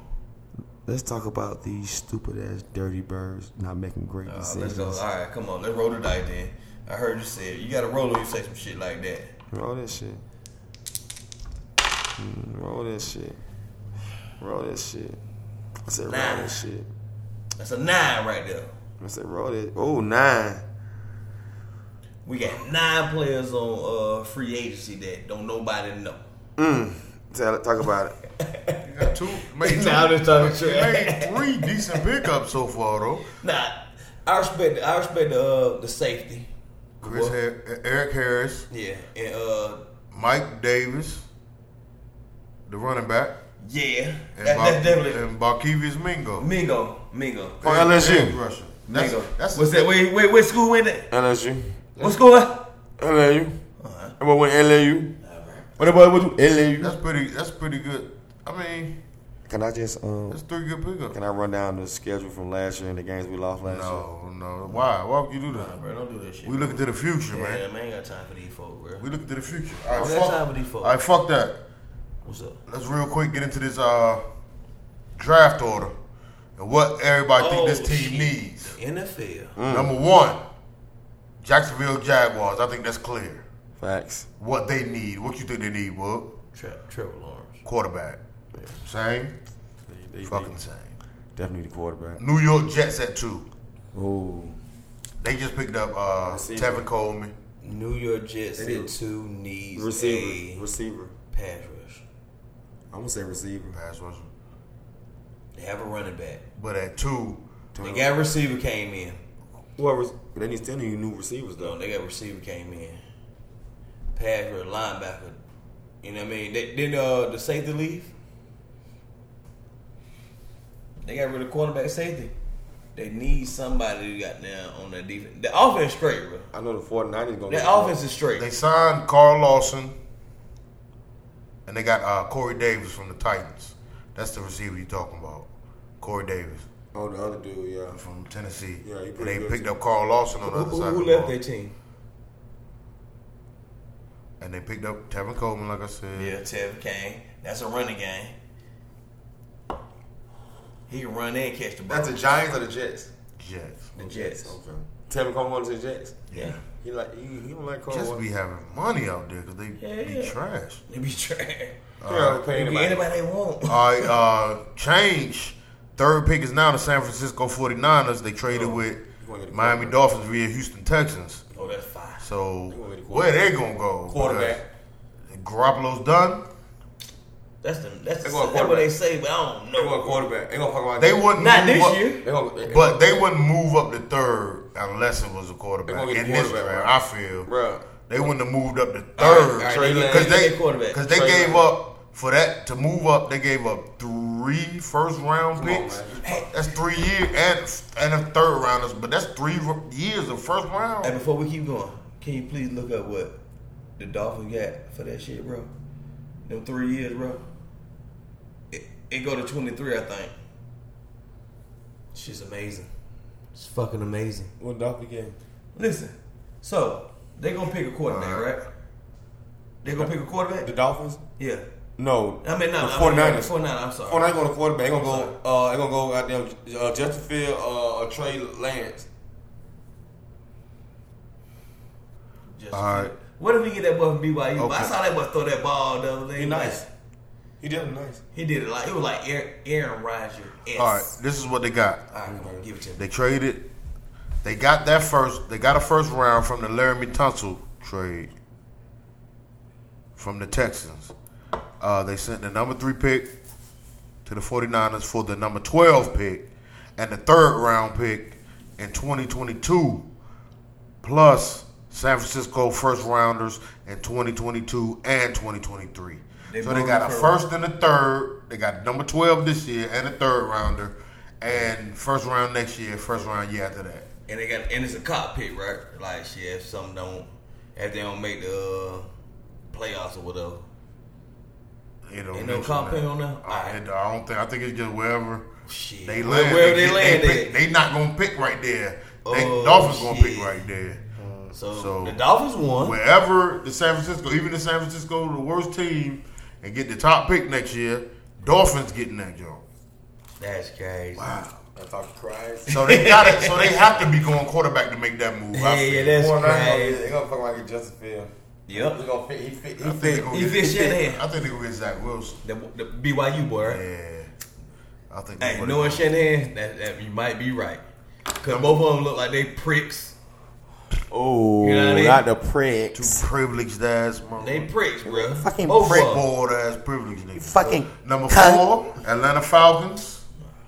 Speaker 6: Let's talk about these stupid ass dirty birds not making great
Speaker 3: Oh, let's go. All right, come on. Let's roll the dice then. I heard you said you got to roll when you say some shit like that.
Speaker 6: Roll that shit. Mm, roll that shit. Roll that shit. I said roll
Speaker 3: Nine.
Speaker 6: that shit.
Speaker 3: That's a nine right there.
Speaker 6: I said roll that. Oh nine.
Speaker 3: We got nine players on uh, free agency that don't nobody know.
Speaker 6: Tell it. Talk about it.
Speaker 1: You got two, made two,
Speaker 3: Now they're talking
Speaker 1: you made three decent pickups so far though.
Speaker 3: Nah, I respect. I respect the uh, the safety.
Speaker 1: Chris, Har- Eric Harris,
Speaker 3: Yeah, and uh,
Speaker 1: Mike Davis, the running back,
Speaker 3: yeah,
Speaker 1: and,
Speaker 3: that,
Speaker 1: Bar-
Speaker 3: that's definitely
Speaker 1: and Barkevius Mingo.
Speaker 3: Mingo. Mingo.
Speaker 6: From LSU.
Speaker 1: Edge rusher. That's,
Speaker 3: Mingo.
Speaker 1: that's
Speaker 3: What's that? Wait, wait, what school went that?
Speaker 6: LSU.
Speaker 3: What school? That?
Speaker 6: LAU. That boy went LAU. What about what you LAU?
Speaker 1: That's pretty. That's pretty good. I mean,
Speaker 6: Can I just um?
Speaker 1: that's three good pickups.
Speaker 6: Can I run down the schedule from last year and the games we lost last year?
Speaker 1: No, no. Why? Why would you do that?
Speaker 3: Bro, don't do that shit.
Speaker 1: We looking to the future,
Speaker 3: yeah,
Speaker 1: man.
Speaker 3: man, I ain't got time for these folk, bro.
Speaker 1: We looking to the future. All right,
Speaker 3: That's how we
Speaker 1: fuck.
Speaker 3: do folk.
Speaker 1: All right, fuck that.
Speaker 3: What's up?
Speaker 1: Let's real quick get into this uh draft order and what everybody
Speaker 3: Oh,
Speaker 1: think this team
Speaker 3: shit.
Speaker 1: needs.
Speaker 3: NFL.
Speaker 1: Number one, Jacksonville Jaguars. I think that's clear.
Speaker 6: Facts.
Speaker 1: What they need. What you think they need, Wood?
Speaker 3: Tre- Trevor Lawrence.
Speaker 1: Quarterback. Same.
Speaker 6: They, they
Speaker 1: Fucking same.
Speaker 6: definitely the quarterback.
Speaker 1: New York Jets at two.
Speaker 6: Ooh.
Speaker 1: They just picked up uh,
Speaker 6: Receiver.
Speaker 1: Tevin Coleman.
Speaker 3: New York Jets
Speaker 6: They
Speaker 3: at
Speaker 6: do.
Speaker 3: two needs
Speaker 6: Receiver.
Speaker 3: a
Speaker 6: Receiver.
Speaker 3: pass rush.
Speaker 6: I'm gonna say receiver.
Speaker 1: Pass rusher.
Speaker 3: They have a running back.
Speaker 1: But at two,
Speaker 3: They got receiver came in.
Speaker 6: Well, re- they need still need new receivers
Speaker 3: No,
Speaker 6: though.
Speaker 3: they got receiver came in. Pass rush, linebacker. You know what I mean? They, then uh, the safety leave. They got rid of quarterback safety. They need somebody who got down on that defense. The offense straight, bro.
Speaker 6: I know the 49ers gonna.
Speaker 3: That offense is straight.
Speaker 1: they signed Carl Lawson and they got uh, Corey Davis from the Titans. That's the receiver you're talking about. Corey Davis
Speaker 6: Oh, the other dude, yeah.
Speaker 1: from Tennessee.
Speaker 6: Yeah, he
Speaker 1: and
Speaker 6: pretty
Speaker 1: they
Speaker 6: good,
Speaker 1: picked
Speaker 6: too.
Speaker 1: up Carl Lawson on the
Speaker 3: who
Speaker 1: other
Speaker 3: who-
Speaker 1: side.
Speaker 3: who
Speaker 1: of the
Speaker 3: left
Speaker 1: ball.
Speaker 3: their team?
Speaker 1: And they picked up Tevin Coleman, like I said.
Speaker 3: Yeah, Tevin Kane. That's a running game. He can run and catch the ball.
Speaker 2: That's the Giants or the Jets?
Speaker 1: Jets.
Speaker 3: the Jets.
Speaker 6: Okay. Tevin Coleman to the Jets.
Speaker 3: Yeah.
Speaker 6: He like he, he don't like
Speaker 1: Jets
Speaker 6: Coleman.
Speaker 1: be having money out there because they
Speaker 3: Yeah,
Speaker 1: be
Speaker 3: yeah.
Speaker 1: trash.
Speaker 3: They be trying.
Speaker 6: Yeah, they pay
Speaker 3: They be
Speaker 6: anybody.
Speaker 3: anybody they want.
Speaker 1: All right, uh, change. Third pick is now the San Francisco 49ers. They traded with
Speaker 6: gonna get a
Speaker 1: Miami
Speaker 6: quarterback.
Speaker 1: Dolphins via Houston Texans.
Speaker 3: Oh, that's fine.
Speaker 1: So
Speaker 6: gonna get a
Speaker 1: where they gonna go?
Speaker 2: Quarterback.
Speaker 1: Because Garoppolo's done.
Speaker 3: That's the that's, the,
Speaker 2: They want
Speaker 3: that's what they say, but I don't
Speaker 2: They want
Speaker 3: know.
Speaker 2: a quarterback. They gonna fuck about
Speaker 1: They wouldn't
Speaker 3: Not
Speaker 1: move
Speaker 3: this
Speaker 1: up-
Speaker 3: year.
Speaker 2: They gonna, they,
Speaker 1: but they wouldn't move up to third unless it was a quarterback.
Speaker 2: gonna get
Speaker 1: In
Speaker 2: a
Speaker 1: this
Speaker 2: quarterback,
Speaker 1: draft,
Speaker 2: bro.
Speaker 1: I feel
Speaker 2: bro.
Speaker 1: they wouldn't have moved up to
Speaker 2: all
Speaker 1: third
Speaker 2: right,
Speaker 1: because
Speaker 2: Trey Lance.
Speaker 3: They
Speaker 1: they
Speaker 3: get a quarterback.
Speaker 1: because they
Speaker 2: Trey
Speaker 1: gave
Speaker 2: Lance.
Speaker 1: up for that to move up. They gave up three first round
Speaker 6: on,
Speaker 1: picks.
Speaker 6: man.
Speaker 1: that's three years and and a third rounders, but that's three r- years of first round.
Speaker 3: And before we keep going, can you please look up what the Dolphins got for that shit, bro? Them three years, bro. It, it go to twenty three, I think. She's amazing. It's fucking amazing.
Speaker 6: What Dolphin game?
Speaker 3: Listen, so they gonna pick a quarterback, right? They gonna pick a
Speaker 6: The
Speaker 3: quarterback?
Speaker 6: Dolphins?
Speaker 3: Yeah.
Speaker 6: No.
Speaker 3: I mean, no,
Speaker 6: the
Speaker 3: I mean,
Speaker 6: 49ers.
Speaker 3: 49, I'm sorry.
Speaker 6: 49 going to quarterback. They gonna go. Uh, they gonna go out there. Uh, Justin Field uh, or Trey Lance.
Speaker 3: Just
Speaker 1: All right.
Speaker 3: What if we get that boy from BYU? But I
Speaker 1: Okay.
Speaker 3: saw that boy throw that ball the other day.
Speaker 6: He
Speaker 3: like,
Speaker 6: nice. He definitely nice.
Speaker 3: He did it like it was like Aaron, Aaron Rodgers. Yes.
Speaker 1: All right, this is what they got.
Speaker 3: All right, come on, give it to me.
Speaker 1: They traded. They got that first. They got a first round from the Laramie Tunsil trade from the Texans. Uh, they sent the number three pick to the 49ers for the number 12 pick and the third round pick in 2022, plus San Francisco first rounders in 2022 and 2023.
Speaker 3: They
Speaker 1: so they
Speaker 3: moved
Speaker 1: got a
Speaker 3: the third
Speaker 1: first and a third. They got number 12 this year and a third rounder, and first round next year, first round year after that.
Speaker 3: And they got and it's a cop pick, right? Like shit, if something don't, if they don't make the uh, playoffs or whatever.
Speaker 1: It don't
Speaker 3: Ain't no
Speaker 1: mention
Speaker 3: comp
Speaker 1: that.
Speaker 3: pick on there?
Speaker 1: I, Uh, it- I don't think. I think it's just wherever
Speaker 3: Shit.
Speaker 1: they
Speaker 3: Where-
Speaker 1: land.
Speaker 3: Where they, land
Speaker 1: they,
Speaker 3: at.
Speaker 1: pick- they not gonna pick right there. They
Speaker 3: Oh,
Speaker 1: Dolphins gonna pick
Speaker 3: shit.
Speaker 1: right there.
Speaker 3: so,
Speaker 1: so-
Speaker 3: the Dolphins won.
Speaker 1: wherever the San Francisco, even the San Francisco, the worst team, and get the top pick next year, Dolphins getting that job.
Speaker 3: That's crazy.
Speaker 6: I talk cries.
Speaker 1: So they got it. So they have to be going quarterback to make that move.
Speaker 3: Yeah,
Speaker 1: I
Speaker 3: yeah,
Speaker 1: feel.
Speaker 3: that's
Speaker 6: 49ers gonna
Speaker 3: crazy.
Speaker 6: get- they gonna fuck about get Justin Field. He
Speaker 3: Yep.
Speaker 6: gonna fit. He fit. He
Speaker 1: I think
Speaker 6: fit.
Speaker 1: they're gonna
Speaker 3: You
Speaker 1: get-
Speaker 3: fit Shanahan.
Speaker 1: I think they're gonna get Zach Wilson.
Speaker 3: The, the BYU boy, right?
Speaker 1: Yeah, I think. they're
Speaker 3: Hey,
Speaker 1: gonna-
Speaker 3: knowing Shanahan, that, that you might be right. Cause both of them look like they pricks.
Speaker 6: Oh,
Speaker 3: You know what I mean? not
Speaker 6: the
Speaker 1: two
Speaker 6: pricks.
Speaker 1: privileged ass, mother-
Speaker 3: They pricks, bro.
Speaker 7: Fucking
Speaker 3: both
Speaker 7: prick
Speaker 3: of 'em.
Speaker 1: spoiled ass privileged niggas.
Speaker 7: fucking
Speaker 1: number
Speaker 7: cunt.
Speaker 1: four, Atlanta Falcons.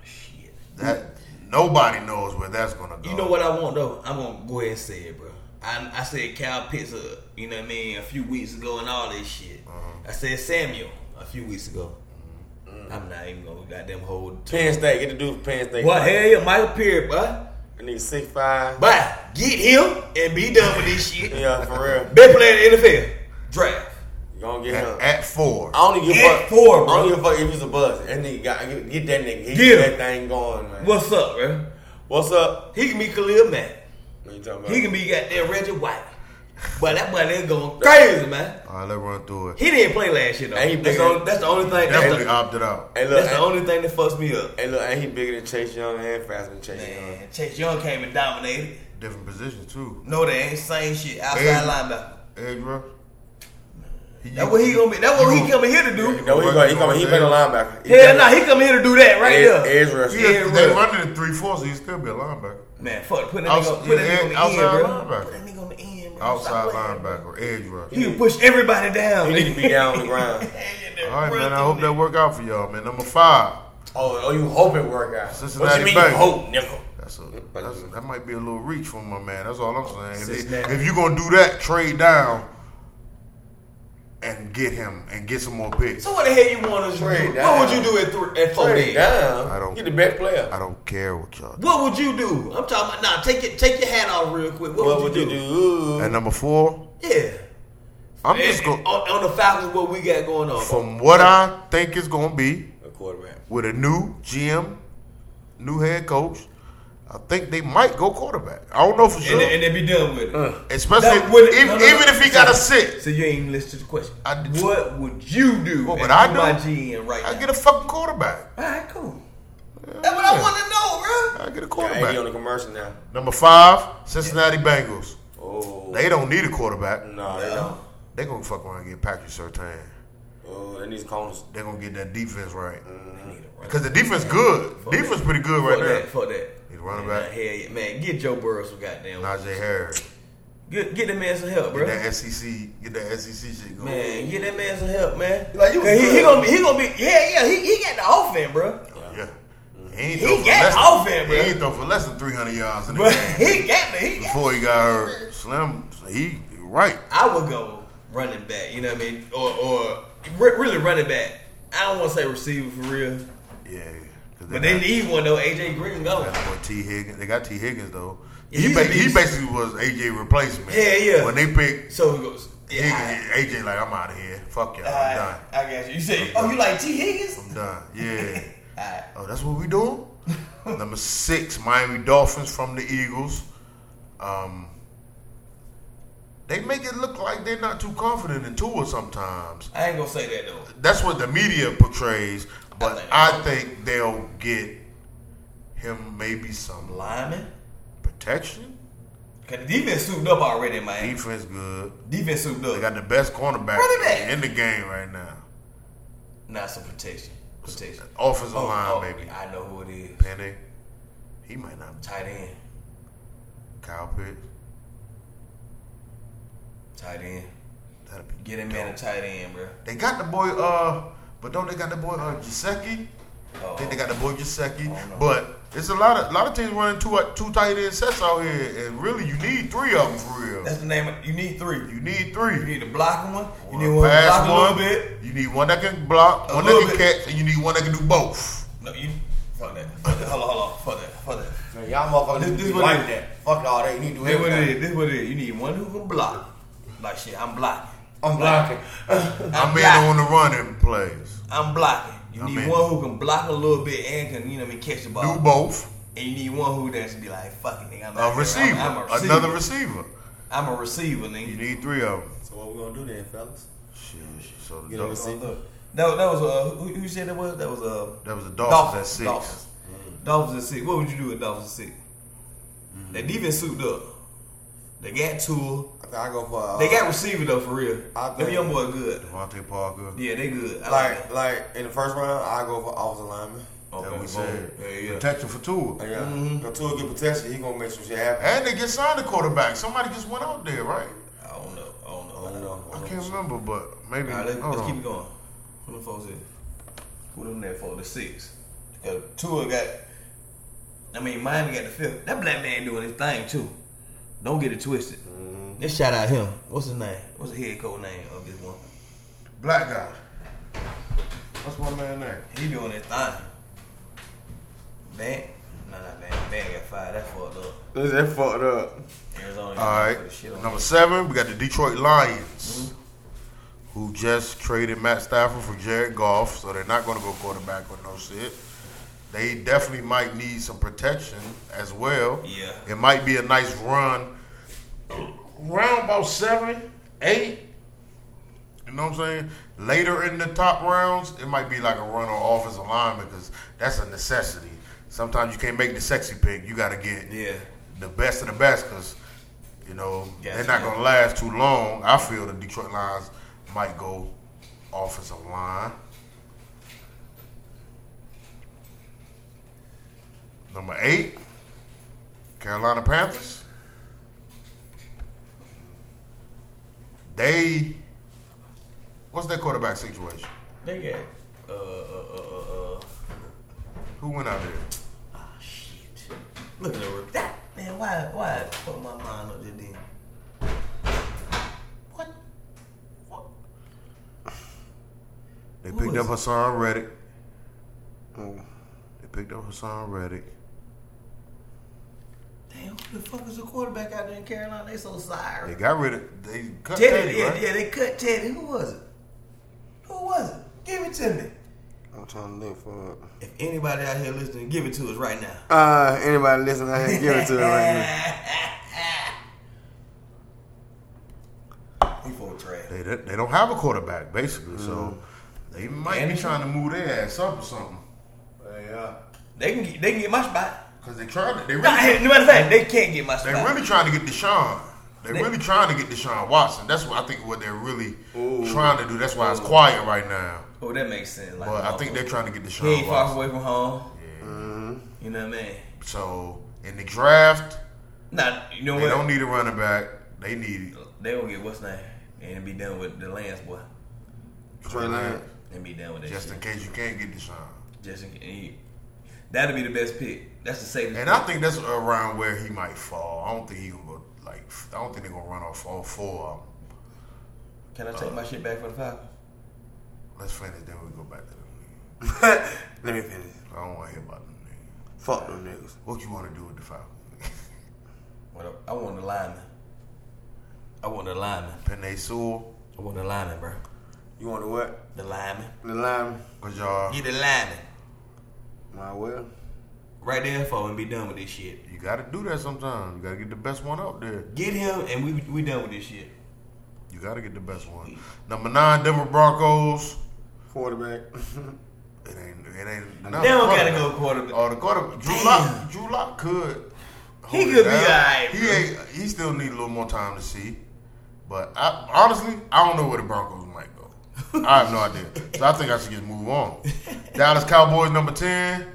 Speaker 3: Shit.
Speaker 1: That nobody knows where that's gonna go.
Speaker 3: You know what I want though? I'm gonna go ahead and say it, bro. I, I said Cal Pitts, uh, you know what I mean, a few weeks ago and all this shit. I said Samuel a few weeks ago. I'm not even gonna goddamn hold.
Speaker 6: Penn State. Get the dude from Penn State.
Speaker 3: Well, hell yeah, Michael Perry, bro.
Speaker 6: I need six five.
Speaker 3: But get him and be done with this shit.
Speaker 6: Yeah, for real.
Speaker 3: Best player in the NFL draft.
Speaker 6: You gonna get him.
Speaker 1: At, at four,
Speaker 6: I don't even give
Speaker 3: At
Speaker 6: a fuck.
Speaker 3: four,
Speaker 6: I
Speaker 3: bro.
Speaker 6: don't give a fuck if he's a buzz. That nigga got get, get that nigga. He
Speaker 3: Get him.
Speaker 6: get that thing going, man.
Speaker 3: What's up, bro?
Speaker 6: What's up?
Speaker 3: He can be Khalil Mack.
Speaker 6: What you talking about?
Speaker 3: He can be goddamn Reggie White.
Speaker 8: But that boy is going crazy, man.
Speaker 1: All right, let's run through it.
Speaker 8: He didn't play last year though.
Speaker 6: Ain't he
Speaker 8: That's the,
Speaker 6: bigger?
Speaker 8: only- that's the only thing. That's,
Speaker 1: Definitely
Speaker 8: the,
Speaker 1: opted out.
Speaker 6: Hey, look,
Speaker 8: that's
Speaker 6: ain't,
Speaker 8: the only thing that fucks me up.
Speaker 6: hey, look, ain't he bigger than Chase Young and faster than Chase Young?
Speaker 3: Man, Chase Young came and dominated.
Speaker 1: Different positions too.
Speaker 3: No, they ain't same shit. Outside
Speaker 1: Hey.
Speaker 3: linebacker.
Speaker 1: Edge rush. He-
Speaker 3: That's what he gonna be. That's what
Speaker 1: You
Speaker 3: he coming here to do.
Speaker 6: You know, he gonna, he gonna, he better linebacker.
Speaker 3: Hell nah, he come here to do that right
Speaker 6: Edge,
Speaker 3: there.
Speaker 6: edge rusher.
Speaker 1: Yeah,
Speaker 3: Edge
Speaker 1: they
Speaker 3: rush.
Speaker 1: running in three fours, so he still be a linebacker.
Speaker 3: Man, fuck, put that
Speaker 1: Outs-
Speaker 3: nigga, put that
Speaker 1: yeah,
Speaker 3: nigga on the
Speaker 1: outside
Speaker 3: end, bro.
Speaker 1: linebacker.
Speaker 3: Put that nigga on the end, bro.
Speaker 1: Outside
Speaker 3: Stop playing.
Speaker 1: linebacker, edge rush.
Speaker 3: He can push everybody down.
Speaker 6: He need to
Speaker 3: nigga.
Speaker 6: be down on the ground.
Speaker 1: All right, man. I hope that work out for y'all, man. Number five,
Speaker 6: Oh, oh, you hope it work out.
Speaker 1: Cincinnati
Speaker 6: what you mean
Speaker 1: Bengals.
Speaker 6: you hope, nickel?
Speaker 1: That's a, that's, that might be a little reach from my man. That's all I'm saying. If, they- if you gonna do that, trade down and get him and get some more picks.
Speaker 8: So what the hell you want us to
Speaker 6: Trade
Speaker 8: do?
Speaker 6: down.
Speaker 8: What would you do at three at four
Speaker 6: Trade
Speaker 8: then?
Speaker 6: down.
Speaker 1: I don't-
Speaker 6: Get the best player.
Speaker 1: I don't care what y'all. Do.
Speaker 8: What would you do? I'm talking about nah, take your take your hat off real quick. What,
Speaker 6: What would you do?
Speaker 1: And number four,
Speaker 8: Yeah.
Speaker 1: I'm just
Speaker 8: And-
Speaker 1: going.
Speaker 8: on, on the Falcons, what we got going on.
Speaker 1: From what I think it's gonna be
Speaker 6: A quarterback.
Speaker 1: with a new GM, new head coach, I think they might go quarterback. I don't know for sure.
Speaker 3: And, and they be done with it.
Speaker 6: Uh.
Speaker 1: Especially
Speaker 3: That would-
Speaker 1: if,
Speaker 3: no, no, no.
Speaker 1: even if he got a sit,
Speaker 8: so you ain't even listen to the question.
Speaker 1: I did-
Speaker 8: what would you do?
Speaker 1: What
Speaker 8: if
Speaker 1: would I
Speaker 8: you
Speaker 1: do?
Speaker 8: My GM right
Speaker 1: I
Speaker 8: now.
Speaker 1: get a fucking quarterback.
Speaker 8: All right, cool.
Speaker 3: That's what I want to know, bro.
Speaker 1: I get a
Speaker 6: Hey, he on
Speaker 1: quarterback.
Speaker 6: the commercial now.
Speaker 1: Number five, Cincinnati Bengals.
Speaker 6: Oh,
Speaker 1: They don't need a quarterback.
Speaker 6: no, they don't.
Speaker 1: They gonna fuck around and get Patrick Sertan.
Speaker 6: Oh, they need to call us.
Speaker 1: They gonna get that defense right
Speaker 3: Mm.
Speaker 1: because the defense good. defense pretty good
Speaker 8: Fuck
Speaker 1: right
Speaker 8: that.
Speaker 1: now.
Speaker 8: Fuck that.
Speaker 1: He's running
Speaker 8: Man,
Speaker 1: back.
Speaker 8: hell yeah. man, get Joe Burrow some goddamn.
Speaker 1: Najee Harris.
Speaker 8: Get get that man some help, bro.
Speaker 1: Get that SEC. Get that SEC shit going.
Speaker 8: Man, get that man some help, man.
Speaker 3: Like, you
Speaker 8: 'Cause he, he
Speaker 3: good.
Speaker 8: gonna be, he gonna be, yeah, yeah. He, he got the offense, bro.
Speaker 1: Yeah. He
Speaker 8: Mm-hmm. He
Speaker 1: ain't throw for
Speaker 8: got
Speaker 1: less
Speaker 8: offense,
Speaker 1: than,
Speaker 8: bro.
Speaker 1: He ain't throw for less than 300 yards in the
Speaker 8: But
Speaker 1: game
Speaker 8: he got the, he got.
Speaker 1: before he got hurt. Slim, he right.
Speaker 8: I would go running back. You know what I mean? Or or re- really running back. I don't want to say receiver for real,
Speaker 1: Yeah. 'Cause
Speaker 8: but
Speaker 1: got-
Speaker 8: they need one though. AJ Green gone.
Speaker 1: That boy T Higgins. They got T Higgins though.
Speaker 8: Yeah,
Speaker 1: he,
Speaker 8: he's
Speaker 1: ba-
Speaker 8: a
Speaker 1: he
Speaker 8: beast.
Speaker 1: basically was AJ replacement.
Speaker 8: Yeah, yeah.
Speaker 1: When they picked
Speaker 8: So he goes. Yeah,
Speaker 1: Higgins, AJ like I'm out of here. Fuck y'all.
Speaker 3: All
Speaker 1: I'm done.
Speaker 3: right, I got you. You say, oh, you like T. Higgins?
Speaker 1: I'm done. Yeah.
Speaker 3: All right.
Speaker 1: Oh, that's what we doing. Number six, Miami Dolphins from the Eagles. Um, they make it look like they're not too confident in Tua sometimes.
Speaker 8: I ain't gonna say that though.
Speaker 1: That's what the media portrays, but
Speaker 8: oh.
Speaker 1: I think they'll get him maybe some
Speaker 3: Lineman.
Speaker 1: protection.
Speaker 3: Cause the defense souped up already, man.
Speaker 1: Defense good.
Speaker 3: Defense souped
Speaker 1: They
Speaker 3: up.
Speaker 1: got the best cornerback
Speaker 3: Running back.
Speaker 1: in the game right now.
Speaker 8: Not some protection. Protection.
Speaker 1: Offensive line,
Speaker 8: oh,
Speaker 1: baby.
Speaker 8: I know who it is.
Speaker 1: Penny. He might not.
Speaker 8: Tight end.
Speaker 1: Kyle Pitts.
Speaker 8: Tight end.
Speaker 1: That'd be
Speaker 8: Get him man a tight end, bro.
Speaker 1: They got the boy, uh, but don't they got the boy uh Gisecki? I
Speaker 8: Oh,
Speaker 1: think they got the boy Gisecki.
Speaker 8: Oh, no.
Speaker 1: But it's a lot of lot of teams running two uh, two tight end sets out here, and really you need three of them for real.
Speaker 3: That's the name. Of, you need three.
Speaker 1: You need
Speaker 3: You
Speaker 1: three.
Speaker 3: need a blocking one. You need
Speaker 1: One
Speaker 3: one to
Speaker 1: pass
Speaker 3: block a
Speaker 1: one,
Speaker 3: little bit.
Speaker 1: You need one that can block,
Speaker 3: A
Speaker 1: one that
Speaker 3: little
Speaker 1: can
Speaker 3: bit.
Speaker 1: catch, and you need one that can do both.
Speaker 3: No, you. Fuck that. Fuck that. Hold on, hold on. Fuck that. Fuck that.
Speaker 5: Man, y'all motherfuckers
Speaker 3: This-
Speaker 5: need to
Speaker 3: this
Speaker 5: be
Speaker 3: what
Speaker 5: like
Speaker 3: it-
Speaker 5: that. Fuck all that. You need to do
Speaker 3: This what it
Speaker 5: everything.
Speaker 3: is. This what it is. You need one who can block. Like shit, I'm blocking.
Speaker 5: I'm blocking.
Speaker 1: I'm in
Speaker 3: blocking.
Speaker 1: on the running plays.
Speaker 3: I'm blocking. You
Speaker 1: I'm
Speaker 3: need
Speaker 1: in.
Speaker 3: one who can block a little bit and can, you know, what I mean, catch the
Speaker 1: Do
Speaker 3: ball.
Speaker 1: both.
Speaker 3: and you need one who that should be like, fuck it, nigga. Uh, I'm out
Speaker 1: A
Speaker 3: here.
Speaker 1: receiver,
Speaker 3: I'm, I'm a receiver.
Speaker 1: another receiver.
Speaker 3: I'm a receiver,
Speaker 1: You
Speaker 3: nigga.
Speaker 1: need three of them.
Speaker 6: So what we gonna do then, fellas?
Speaker 1: Shit, So the
Speaker 6: Get him a
Speaker 1: Dol-
Speaker 6: receiver.
Speaker 3: That, that was uh, who, who said that was? That was uh,
Speaker 1: that was the Dolphins at six.
Speaker 3: Dolphins. Dolphins at six. What would you do with Dolphins at 6
Speaker 6: Mm-hmm.
Speaker 3: They defense souped up. They got two.
Speaker 6: I think I go for uh,
Speaker 3: They got receiver though, for real.
Speaker 6: I
Speaker 3: Them
Speaker 6: think-
Speaker 3: young boy good.
Speaker 1: Devontae Parker.
Speaker 3: Yeah, they good. I like,
Speaker 6: like like in the first round. I go for offensive lineman.
Speaker 3: that. Okay,
Speaker 1: That we
Speaker 3: boom.
Speaker 1: said.
Speaker 3: Yeah, yeah.
Speaker 1: Protection for Tua.
Speaker 6: Yeah, mm-hmm. Tua get protection. He gonna make some shit happen.
Speaker 1: And they get signed a quarterback. Somebody just went out there, right?
Speaker 3: I don't know. I don't know.
Speaker 6: I don't know.
Speaker 1: I can't remember, but maybe.
Speaker 3: All right, let's,
Speaker 1: hold
Speaker 3: let's keep
Speaker 1: on.
Speaker 3: it going. Who them folks is? Who them there for? The six. Because Tua got, I mean, Miami got the fifth. That black man doing his thing, too. Don't get it twisted.
Speaker 6: Mm-hmm.
Speaker 3: Let's shout out him. What's his name? What's the head coach name of this one?
Speaker 1: Black guy. What's my man name?
Speaker 3: He doing his thing. Van? Nah, nah, Van. Van got fired. That fucked up.
Speaker 6: This that fucked up.
Speaker 3: Arizona.
Speaker 1: All right.
Speaker 3: put the shit on
Speaker 1: Number seven, we got the Detroit Lions, who just traded Matt Stafford for Jared Goff, so they're not going to go quarterback with no shit. They definitely might need some protection as well.
Speaker 3: Yeah.
Speaker 1: It might be a nice run round about seven, eight. You know what I'm saying? Later in the top rounds, it might be like a run on offensive line because that's a necessity. Sometimes you can't make the sexy pick. You got to get
Speaker 9: Yeah.
Speaker 1: the best of the best because you know
Speaker 9: Yes,
Speaker 1: they're not
Speaker 9: yeah.
Speaker 1: gonna last too long. I feel the Detroit Lions might go offensive line. Number eight, Carolina Panthers. They, what's their quarterback situation?
Speaker 3: They got uh uh uh uh.
Speaker 1: Who went out there?
Speaker 3: Oh, shit. Look at the roof. That man, why why I put my mind up there then? What? What?
Speaker 1: They
Speaker 3: Who
Speaker 1: picked
Speaker 3: was Oh.
Speaker 1: up
Speaker 3: it?
Speaker 1: Hassan Reddick. They picked up Hassan Reddick.
Speaker 3: Damn, who the fuck is the quarterback out there in Carolina? They so
Speaker 1: They
Speaker 3: sorry.
Speaker 1: got rid of. They cut
Speaker 3: Teddy,
Speaker 1: Teddy,
Speaker 3: yeah,
Speaker 1: right?
Speaker 3: yeah, they cut Teddy. Who was it? Who was it? Give it to me.
Speaker 2: I'm trying to look for it.
Speaker 3: If anybody out here listening, give it to us right now.
Speaker 2: Uh, anybody listening, I can give it to it right
Speaker 3: We full trash.
Speaker 1: They don't- they don't have a quarterback basically, so they might be trying to move their ass up or something.
Speaker 10: Yeah.
Speaker 3: They can get, they can get my spot.
Speaker 1: Cause they trying to, they
Speaker 3: Nah, hey,
Speaker 1: really,
Speaker 3: no matter of fact, they can't get my
Speaker 1: they
Speaker 3: spot.
Speaker 1: really trying to get Deshaun. They really trying to get Deshaun Watson. That's what I think what they're really trying to do. That's why it's quiet right now.
Speaker 3: oh, that makes sense. Like,
Speaker 1: But I think
Speaker 3: motherfucker.
Speaker 1: they're trying to get
Speaker 3: he
Speaker 1: Deshaun
Speaker 3: ain't far
Speaker 1: Watson.
Speaker 3: away from home. You know what I mean?
Speaker 1: So in the draft,
Speaker 3: Nah, you know
Speaker 1: they
Speaker 3: what?
Speaker 1: don't need a running back. They need
Speaker 3: They gonna get what's name and be done with the Lance boy
Speaker 2: Trey Lance.
Speaker 3: and be done with that.
Speaker 1: just in
Speaker 3: shit.
Speaker 1: case you can't get Deshaun.
Speaker 3: just in, he- that'll be the best pick. That's the safest.
Speaker 1: And I think that's around where he might fall. I don't think he gonna go like. I don't think they're gonna run off all four. of 'em.
Speaker 3: Can I take my shit back for the Falcons?
Speaker 1: Let's finish, then we go back to them. niggas.
Speaker 2: now. Let me finish.
Speaker 1: I don't want to hear about them niggas.
Speaker 2: Fuck them niggas.
Speaker 1: What you want to do with the Falcons?
Speaker 3: What I, I want a lineman. I want a lineman.
Speaker 1: Panay Sewell,
Speaker 3: I want a lineman, bro.
Speaker 2: You want to what?
Speaker 3: The lineman.
Speaker 2: The lineman?
Speaker 1: cause y'all,
Speaker 3: Get a lineman
Speaker 2: My well.
Speaker 3: right there for him and be done with this shit.
Speaker 1: you gotta do that sometimes. You gotta get the best one up there.
Speaker 3: Get him and we we done with this shit.
Speaker 1: You gotta get the best one. Number nine, Denver Broncos.
Speaker 2: Quarterback.
Speaker 1: It ain't. It ain't. They
Speaker 3: They don't gotta go quarterback.
Speaker 1: Oh, the quarterback. Drew Lock. Drew Lock could.
Speaker 3: He
Speaker 1: hold it
Speaker 3: could be
Speaker 1: down.
Speaker 3: alright,
Speaker 1: He
Speaker 3: bro.
Speaker 1: ain't. He still need a little more time to see. But I, honestly, I don't know where the Broncos might go. I have no idea. So I think I should just move on. Dallas Cowboys number ten.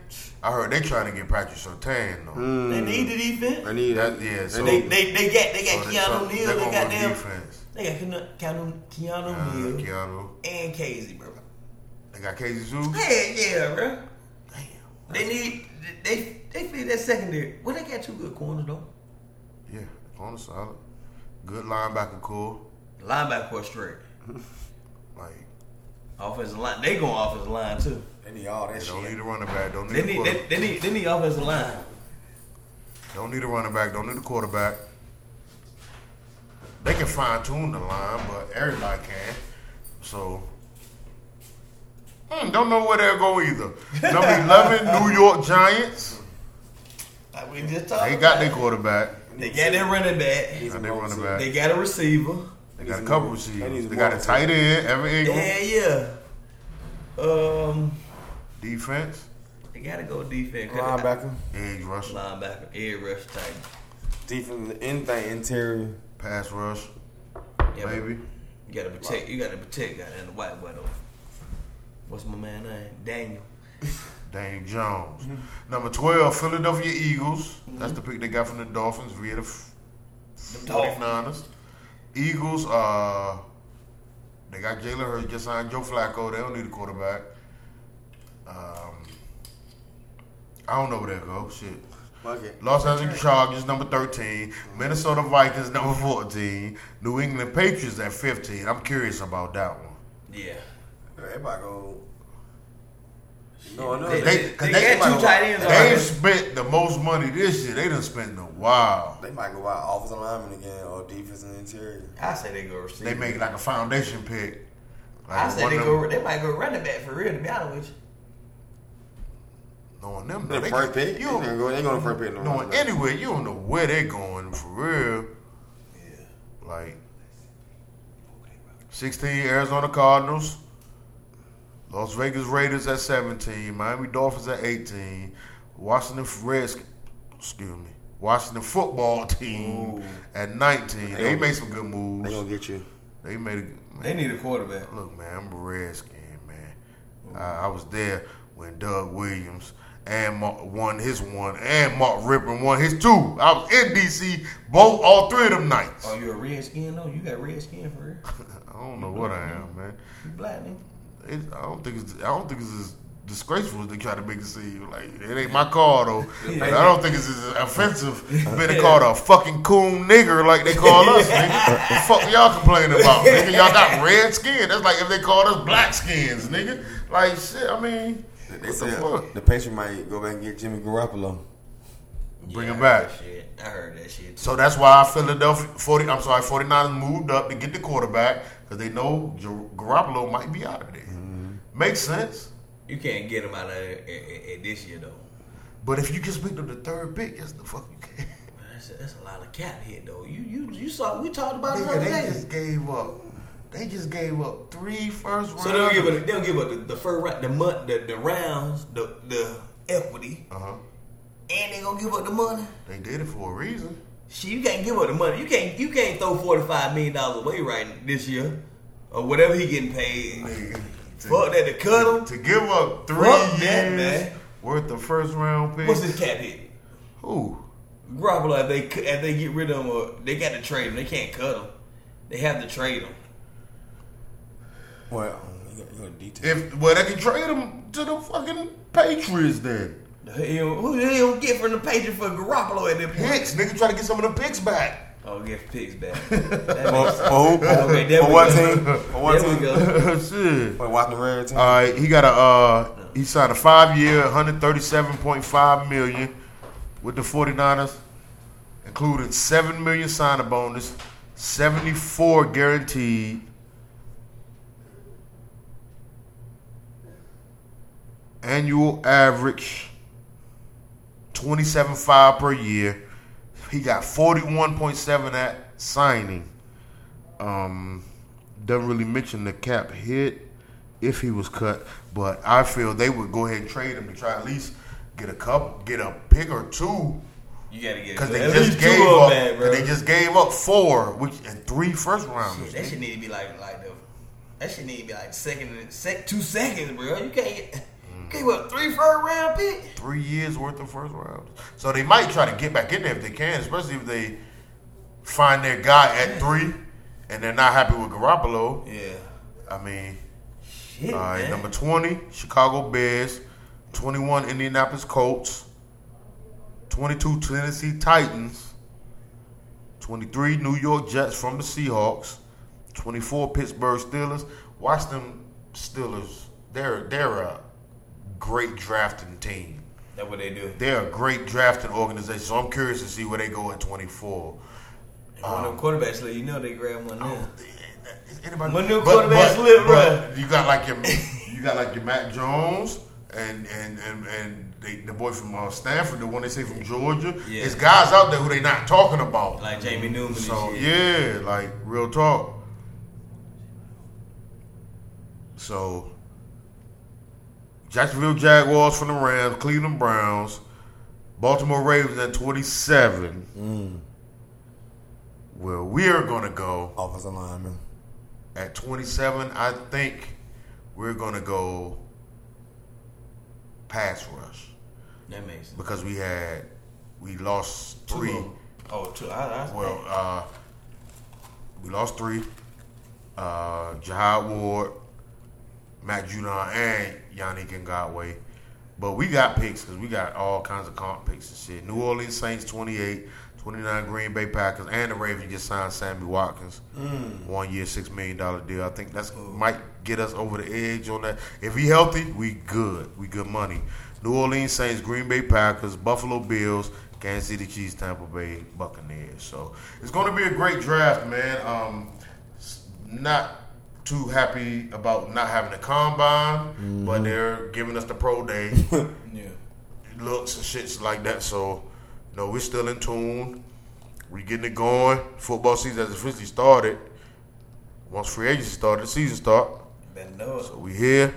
Speaker 1: I heard they trying to get Patrick Sertan. Though.
Speaker 3: They need the defense.
Speaker 2: I need
Speaker 1: That,
Speaker 2: that.
Speaker 1: yeah. So oh,
Speaker 3: Mm. They they they got they got
Speaker 1: so
Speaker 3: Keanu
Speaker 1: so
Speaker 3: Neal.
Speaker 1: they're
Speaker 3: They
Speaker 1: gonna
Speaker 3: got
Speaker 1: go
Speaker 3: them.
Speaker 1: defense.
Speaker 3: They got Keanu Keanu,
Speaker 1: Uh,
Speaker 3: Keanu Neal
Speaker 1: Keanu.
Speaker 3: and Casey, bro.
Speaker 1: They got Casey Zoo.
Speaker 3: Hell yeah, bro. Damn. They need they they feel that secondary. Well, they got two good corners though.
Speaker 1: Yeah, on the solid. Good linebacker, cool.
Speaker 3: Linebacker are straight.
Speaker 1: Like
Speaker 3: Offensive line. They going offensive line too.
Speaker 10: They need all that
Speaker 1: don't
Speaker 10: shit.
Speaker 1: need a running back. Don't
Speaker 3: They
Speaker 1: need. a
Speaker 3: need
Speaker 1: quarterback.
Speaker 3: they, they need they need offensive line.
Speaker 1: Don't need a running back. Don't need a quarterback. They can fine tune the line, but everybody can. So, hmm, don't know where they'll go either. Number 11, New York Giants.
Speaker 3: Like we just talked.
Speaker 1: They got
Speaker 3: about.
Speaker 1: their quarterback.
Speaker 3: they got their running back.
Speaker 1: Got their running back.
Speaker 3: They got a receiver.
Speaker 1: They got a couple
Speaker 2: They need
Speaker 1: receivers.
Speaker 2: some
Speaker 1: They got a
Speaker 2: more
Speaker 1: tight end, Evan Ingram.
Speaker 3: Yeah, yeah. Um,
Speaker 1: Defense,
Speaker 3: they gotta go defense. 'cause
Speaker 6: Linebacker.
Speaker 1: edge
Speaker 3: I-
Speaker 1: rush,
Speaker 3: Linebacker, edge rush type.
Speaker 2: Defense, anything interior.
Speaker 1: pass rush,
Speaker 3: Yeah, but
Speaker 1: maybe.
Speaker 3: You gotta protect. You gotta protect. Got and the white boy though. What's my man name? Daniel.
Speaker 1: Daniel Jones. Number 12, Philadelphia Eagles. That's the pick they got from the Dolphins via the f- 49ers. Eagles, uh, they got Jalen Hurts, just signed Joe Flacco. They don't need a quarterback. Um, I don't know where they go. Shit.
Speaker 2: Fuck it.
Speaker 1: Los Angeles Chargers, number 13. Minnesota Vikings, number 14. New England Patriots at 15. I'm curious about that one.
Speaker 3: Yeah.
Speaker 2: Everybody go. No, no. They,
Speaker 3: They-
Speaker 1: They,
Speaker 2: they,
Speaker 1: cause
Speaker 3: Oh, they
Speaker 1: they,
Speaker 3: got two tight ends
Speaker 1: They
Speaker 3: already.
Speaker 1: spent the most money this year. They done spent in a while.
Speaker 2: might go out offensive lineman again or defense and interior.
Speaker 3: I say they go receiver.
Speaker 1: they make like a foundation pick. Like
Speaker 3: I say
Speaker 1: one
Speaker 3: they
Speaker 1: of
Speaker 3: go.
Speaker 1: them-
Speaker 3: They might go running back for real. To be honest with you.
Speaker 1: knowing them.
Speaker 2: They
Speaker 1: they can-
Speaker 2: first pick.
Speaker 1: You
Speaker 2: You don't
Speaker 1: don't,
Speaker 2: go. They going to first pick. in the
Speaker 1: knowing
Speaker 2: running back.
Speaker 1: anywhere, you don't know where they're going for real. Like 16 Arizona Cardinals, Las Vegas Raiders at 17, Miami Dolphins at 18, Washington Redskins, excuse me, Washington football team at 19. They made some good
Speaker 6: They
Speaker 1: moves.
Speaker 6: gonna get you.
Speaker 1: They made a good
Speaker 11: They need a quarterback.
Speaker 1: Look, man, I'm a Redskin, man. I, I was there when Doug Williams and Mark won his one, and Mark Rippon won his two. I was in DC both all three of them nights.
Speaker 11: Oh, you a red skin though? You got red skin for real?
Speaker 1: I don't know what I am, man.
Speaker 11: You black nigga?
Speaker 1: It, I don't think it's I don't think it's as disgraceful as they try to make it seem. Like it ain't my car though. And I don't think it's as offensive being called a fucking coon nigger like they call us. Nigga. the fuck y'all complaining about, nigga? Y'all got red skin. That's like if they called us black skins, nigga. Like shit. I mean,
Speaker 6: They
Speaker 1: what the
Speaker 6: said
Speaker 1: fuck?
Speaker 6: the Patriots might go back and get Jimmy Garoppolo.
Speaker 1: Bring
Speaker 3: Yeah,
Speaker 1: him back.
Speaker 3: I heard that shit. I heard that shit. too.
Speaker 1: So that's why Philadelphia 40 I'm sorry 49ers moved up to get the quarterback because they know Gar- Garoppolo might be out of there.
Speaker 6: Mm-hmm.
Speaker 1: Makes sense.
Speaker 3: You can't get him out of there at, at, at this year though.
Speaker 1: But if you just picked up the third pick, yes, the fuck you can.
Speaker 3: Man, that's, a, that's a lot of cat hit though. You you you saw we talked about it the
Speaker 1: Nigga,
Speaker 3: other
Speaker 1: they
Speaker 3: day.
Speaker 1: just gave up. They just gave up three first round.
Speaker 3: So they don't give a they don't give a the, the first round, the month, the, the rounds, the the equity,
Speaker 1: Uh-huh.
Speaker 3: and they gonna give up the money.
Speaker 1: They did it for a reason.
Speaker 3: Shit, you can't give up the money. You can't you can't throw forty five million dollars away right this year, or whatever he getting paid. Fuck that to cut him.
Speaker 1: To give up three
Speaker 3: Fuck that,
Speaker 1: years
Speaker 3: man.
Speaker 1: worth of first round picks.
Speaker 3: What's this cap hit?
Speaker 1: Who?
Speaker 3: Garoppolo, if they cu- if they get rid of him, or they got to trade him. They can't cut him. They have to trade him.
Speaker 6: Well, Oh, you got, you got detail.
Speaker 1: If well, they can trade him to the fucking Patriots then.
Speaker 3: The hell- Who the hell get from the Patriots for Garoppolo at that point?
Speaker 1: Picks, nigga, try to get some of the picks back.
Speaker 3: Oh, get picks back. That
Speaker 6: For,
Speaker 3: makes sense.
Speaker 6: for who?
Speaker 3: Okay, there
Speaker 6: Oh, for
Speaker 3: we
Speaker 6: one
Speaker 3: go.
Speaker 6: team? For one
Speaker 3: There we
Speaker 6: team?
Speaker 3: go.
Speaker 1: Shit.
Speaker 6: For the Washington Reds team?
Speaker 1: All right, he got a uh, he signed a five year, hundred thirty seven point five million with the 49ers, including seven million signing bonus, seventy four guaranteed. Annual average twenty seven five per year. He got forty one point seven at signing. Um, doesn't really mention the cap hit if he was cut, but I feel they would go ahead and trade him to try at least get a cup, get a pick or two,
Speaker 3: You gotta get
Speaker 1: because
Speaker 3: at
Speaker 1: they just
Speaker 3: least two
Speaker 1: gave
Speaker 3: of 'em
Speaker 1: up.
Speaker 3: back, bro.
Speaker 1: they just gave up four, which and three first rounders.
Speaker 3: that shit need to be like like the that shit need to be like second and sec two seconds, bro. You can't get you can't what three first round pick.
Speaker 1: three years worth of first rounders. So they might try to get back in there if they can, especially if they find their guy at three and they're not happy with Garoppolo.
Speaker 3: Yeah,
Speaker 1: I mean,
Speaker 3: shit,
Speaker 1: All right,
Speaker 3: man.
Speaker 1: number 20, Chicago Bears. 21, Indianapolis Colts. 22, Tennessee Titans. 23, New York Jets from the Seahawks. 24, Pittsburgh Steelers. Watch them Steelers. They're, they're a great drafting team.
Speaker 3: That's what they do.
Speaker 1: They're a great drafting organization. So I'm curious to see where they go at 24.
Speaker 3: one
Speaker 1: Um,
Speaker 3: of them quarterbacks, like, you know, they grab one now.
Speaker 1: oh. Anybody,
Speaker 3: When them quarterbacks live, bruh.
Speaker 1: You got like your, you got like your Matt Jones and and and and they, the boy from uh, Stanford, the one they say from Georgia.
Speaker 3: Yeah.
Speaker 1: There's guys out there who they not talking about.
Speaker 3: Like Jamie Newman.
Speaker 1: so
Speaker 3: and shit.
Speaker 1: yeah, like real talk. So Jacksonville Jaguars from the Rams, Cleveland Browns, Baltimore Ravens at 27.
Speaker 3: Mm.
Speaker 1: Well, we are gonna go
Speaker 6: Offensive lineman.
Speaker 1: at 27, I think we're going to go pass rush
Speaker 3: that makes sense.
Speaker 1: because we had we lost three.
Speaker 3: of 'em. Oh, two. I, I,
Speaker 1: Well, uh, we lost three. Uh, Jahad Ward, Matt Judon, and Yannick Ngakwe. But we got picks because we got all kinds of comp picks and shit. New Orleans Saints 28, 29 Green Bay Packers, and the Ravens just signed Sammy Watkins. One year, $6 million deal. I think that's might get us over the edge on that. If he healthy, we good. We good money. New Orleans Saints, Green Bay Packers, Buffalo Bills, Kansas City Chiefs, Tampa Bay Buccaneers. So it's going to be a great draft, man. Um, s- not too happy about not having the combine, but they're giving us the pro day
Speaker 11: Yeah.
Speaker 1: looks and shits like that. So, you know, we're still in tune. We getting it going. Football season has officially started. Once free agency started, the season start.
Speaker 3: Better know it.
Speaker 1: So we here.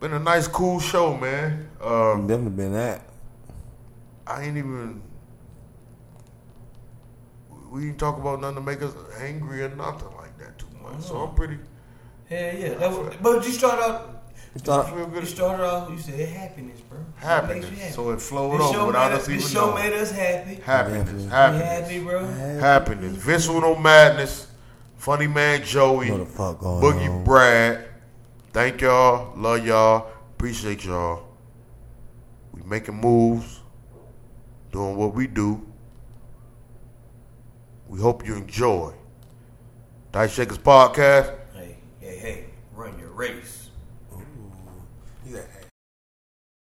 Speaker 1: Been a nice, cool show, man. Um,
Speaker 6: Definitely been that.
Speaker 1: I ain't even. We didn't talk about nothing to make us angry or nothing like that too much. So I'm pretty.
Speaker 3: Hell yeah. That was, but you started out.
Speaker 1: I feel
Speaker 3: You
Speaker 1: good.
Speaker 3: started off. You said happiness, bro. What makes you
Speaker 1: Happiness.
Speaker 3: happy?
Speaker 1: So it flowed
Speaker 3: This
Speaker 1: on
Speaker 3: show, made
Speaker 1: without
Speaker 3: us,
Speaker 1: us
Speaker 3: this
Speaker 1: even
Speaker 3: show
Speaker 1: knowing.
Speaker 3: made us happy.
Speaker 1: Happiness.
Speaker 3: We
Speaker 1: Happiness.
Speaker 3: happy, bro.
Speaker 1: Happiness. Vince with no madness. Funny man Joey.
Speaker 6: What the uh-huh. fuck going
Speaker 1: Boogie
Speaker 6: on?
Speaker 1: Brad. Thank y'all. Love y'all. Appreciate y'all. We making moves. Doing what we do. We hope you enjoy. Dice Shakers Podcast.
Speaker 3: Hey, hey, hey. Run your race.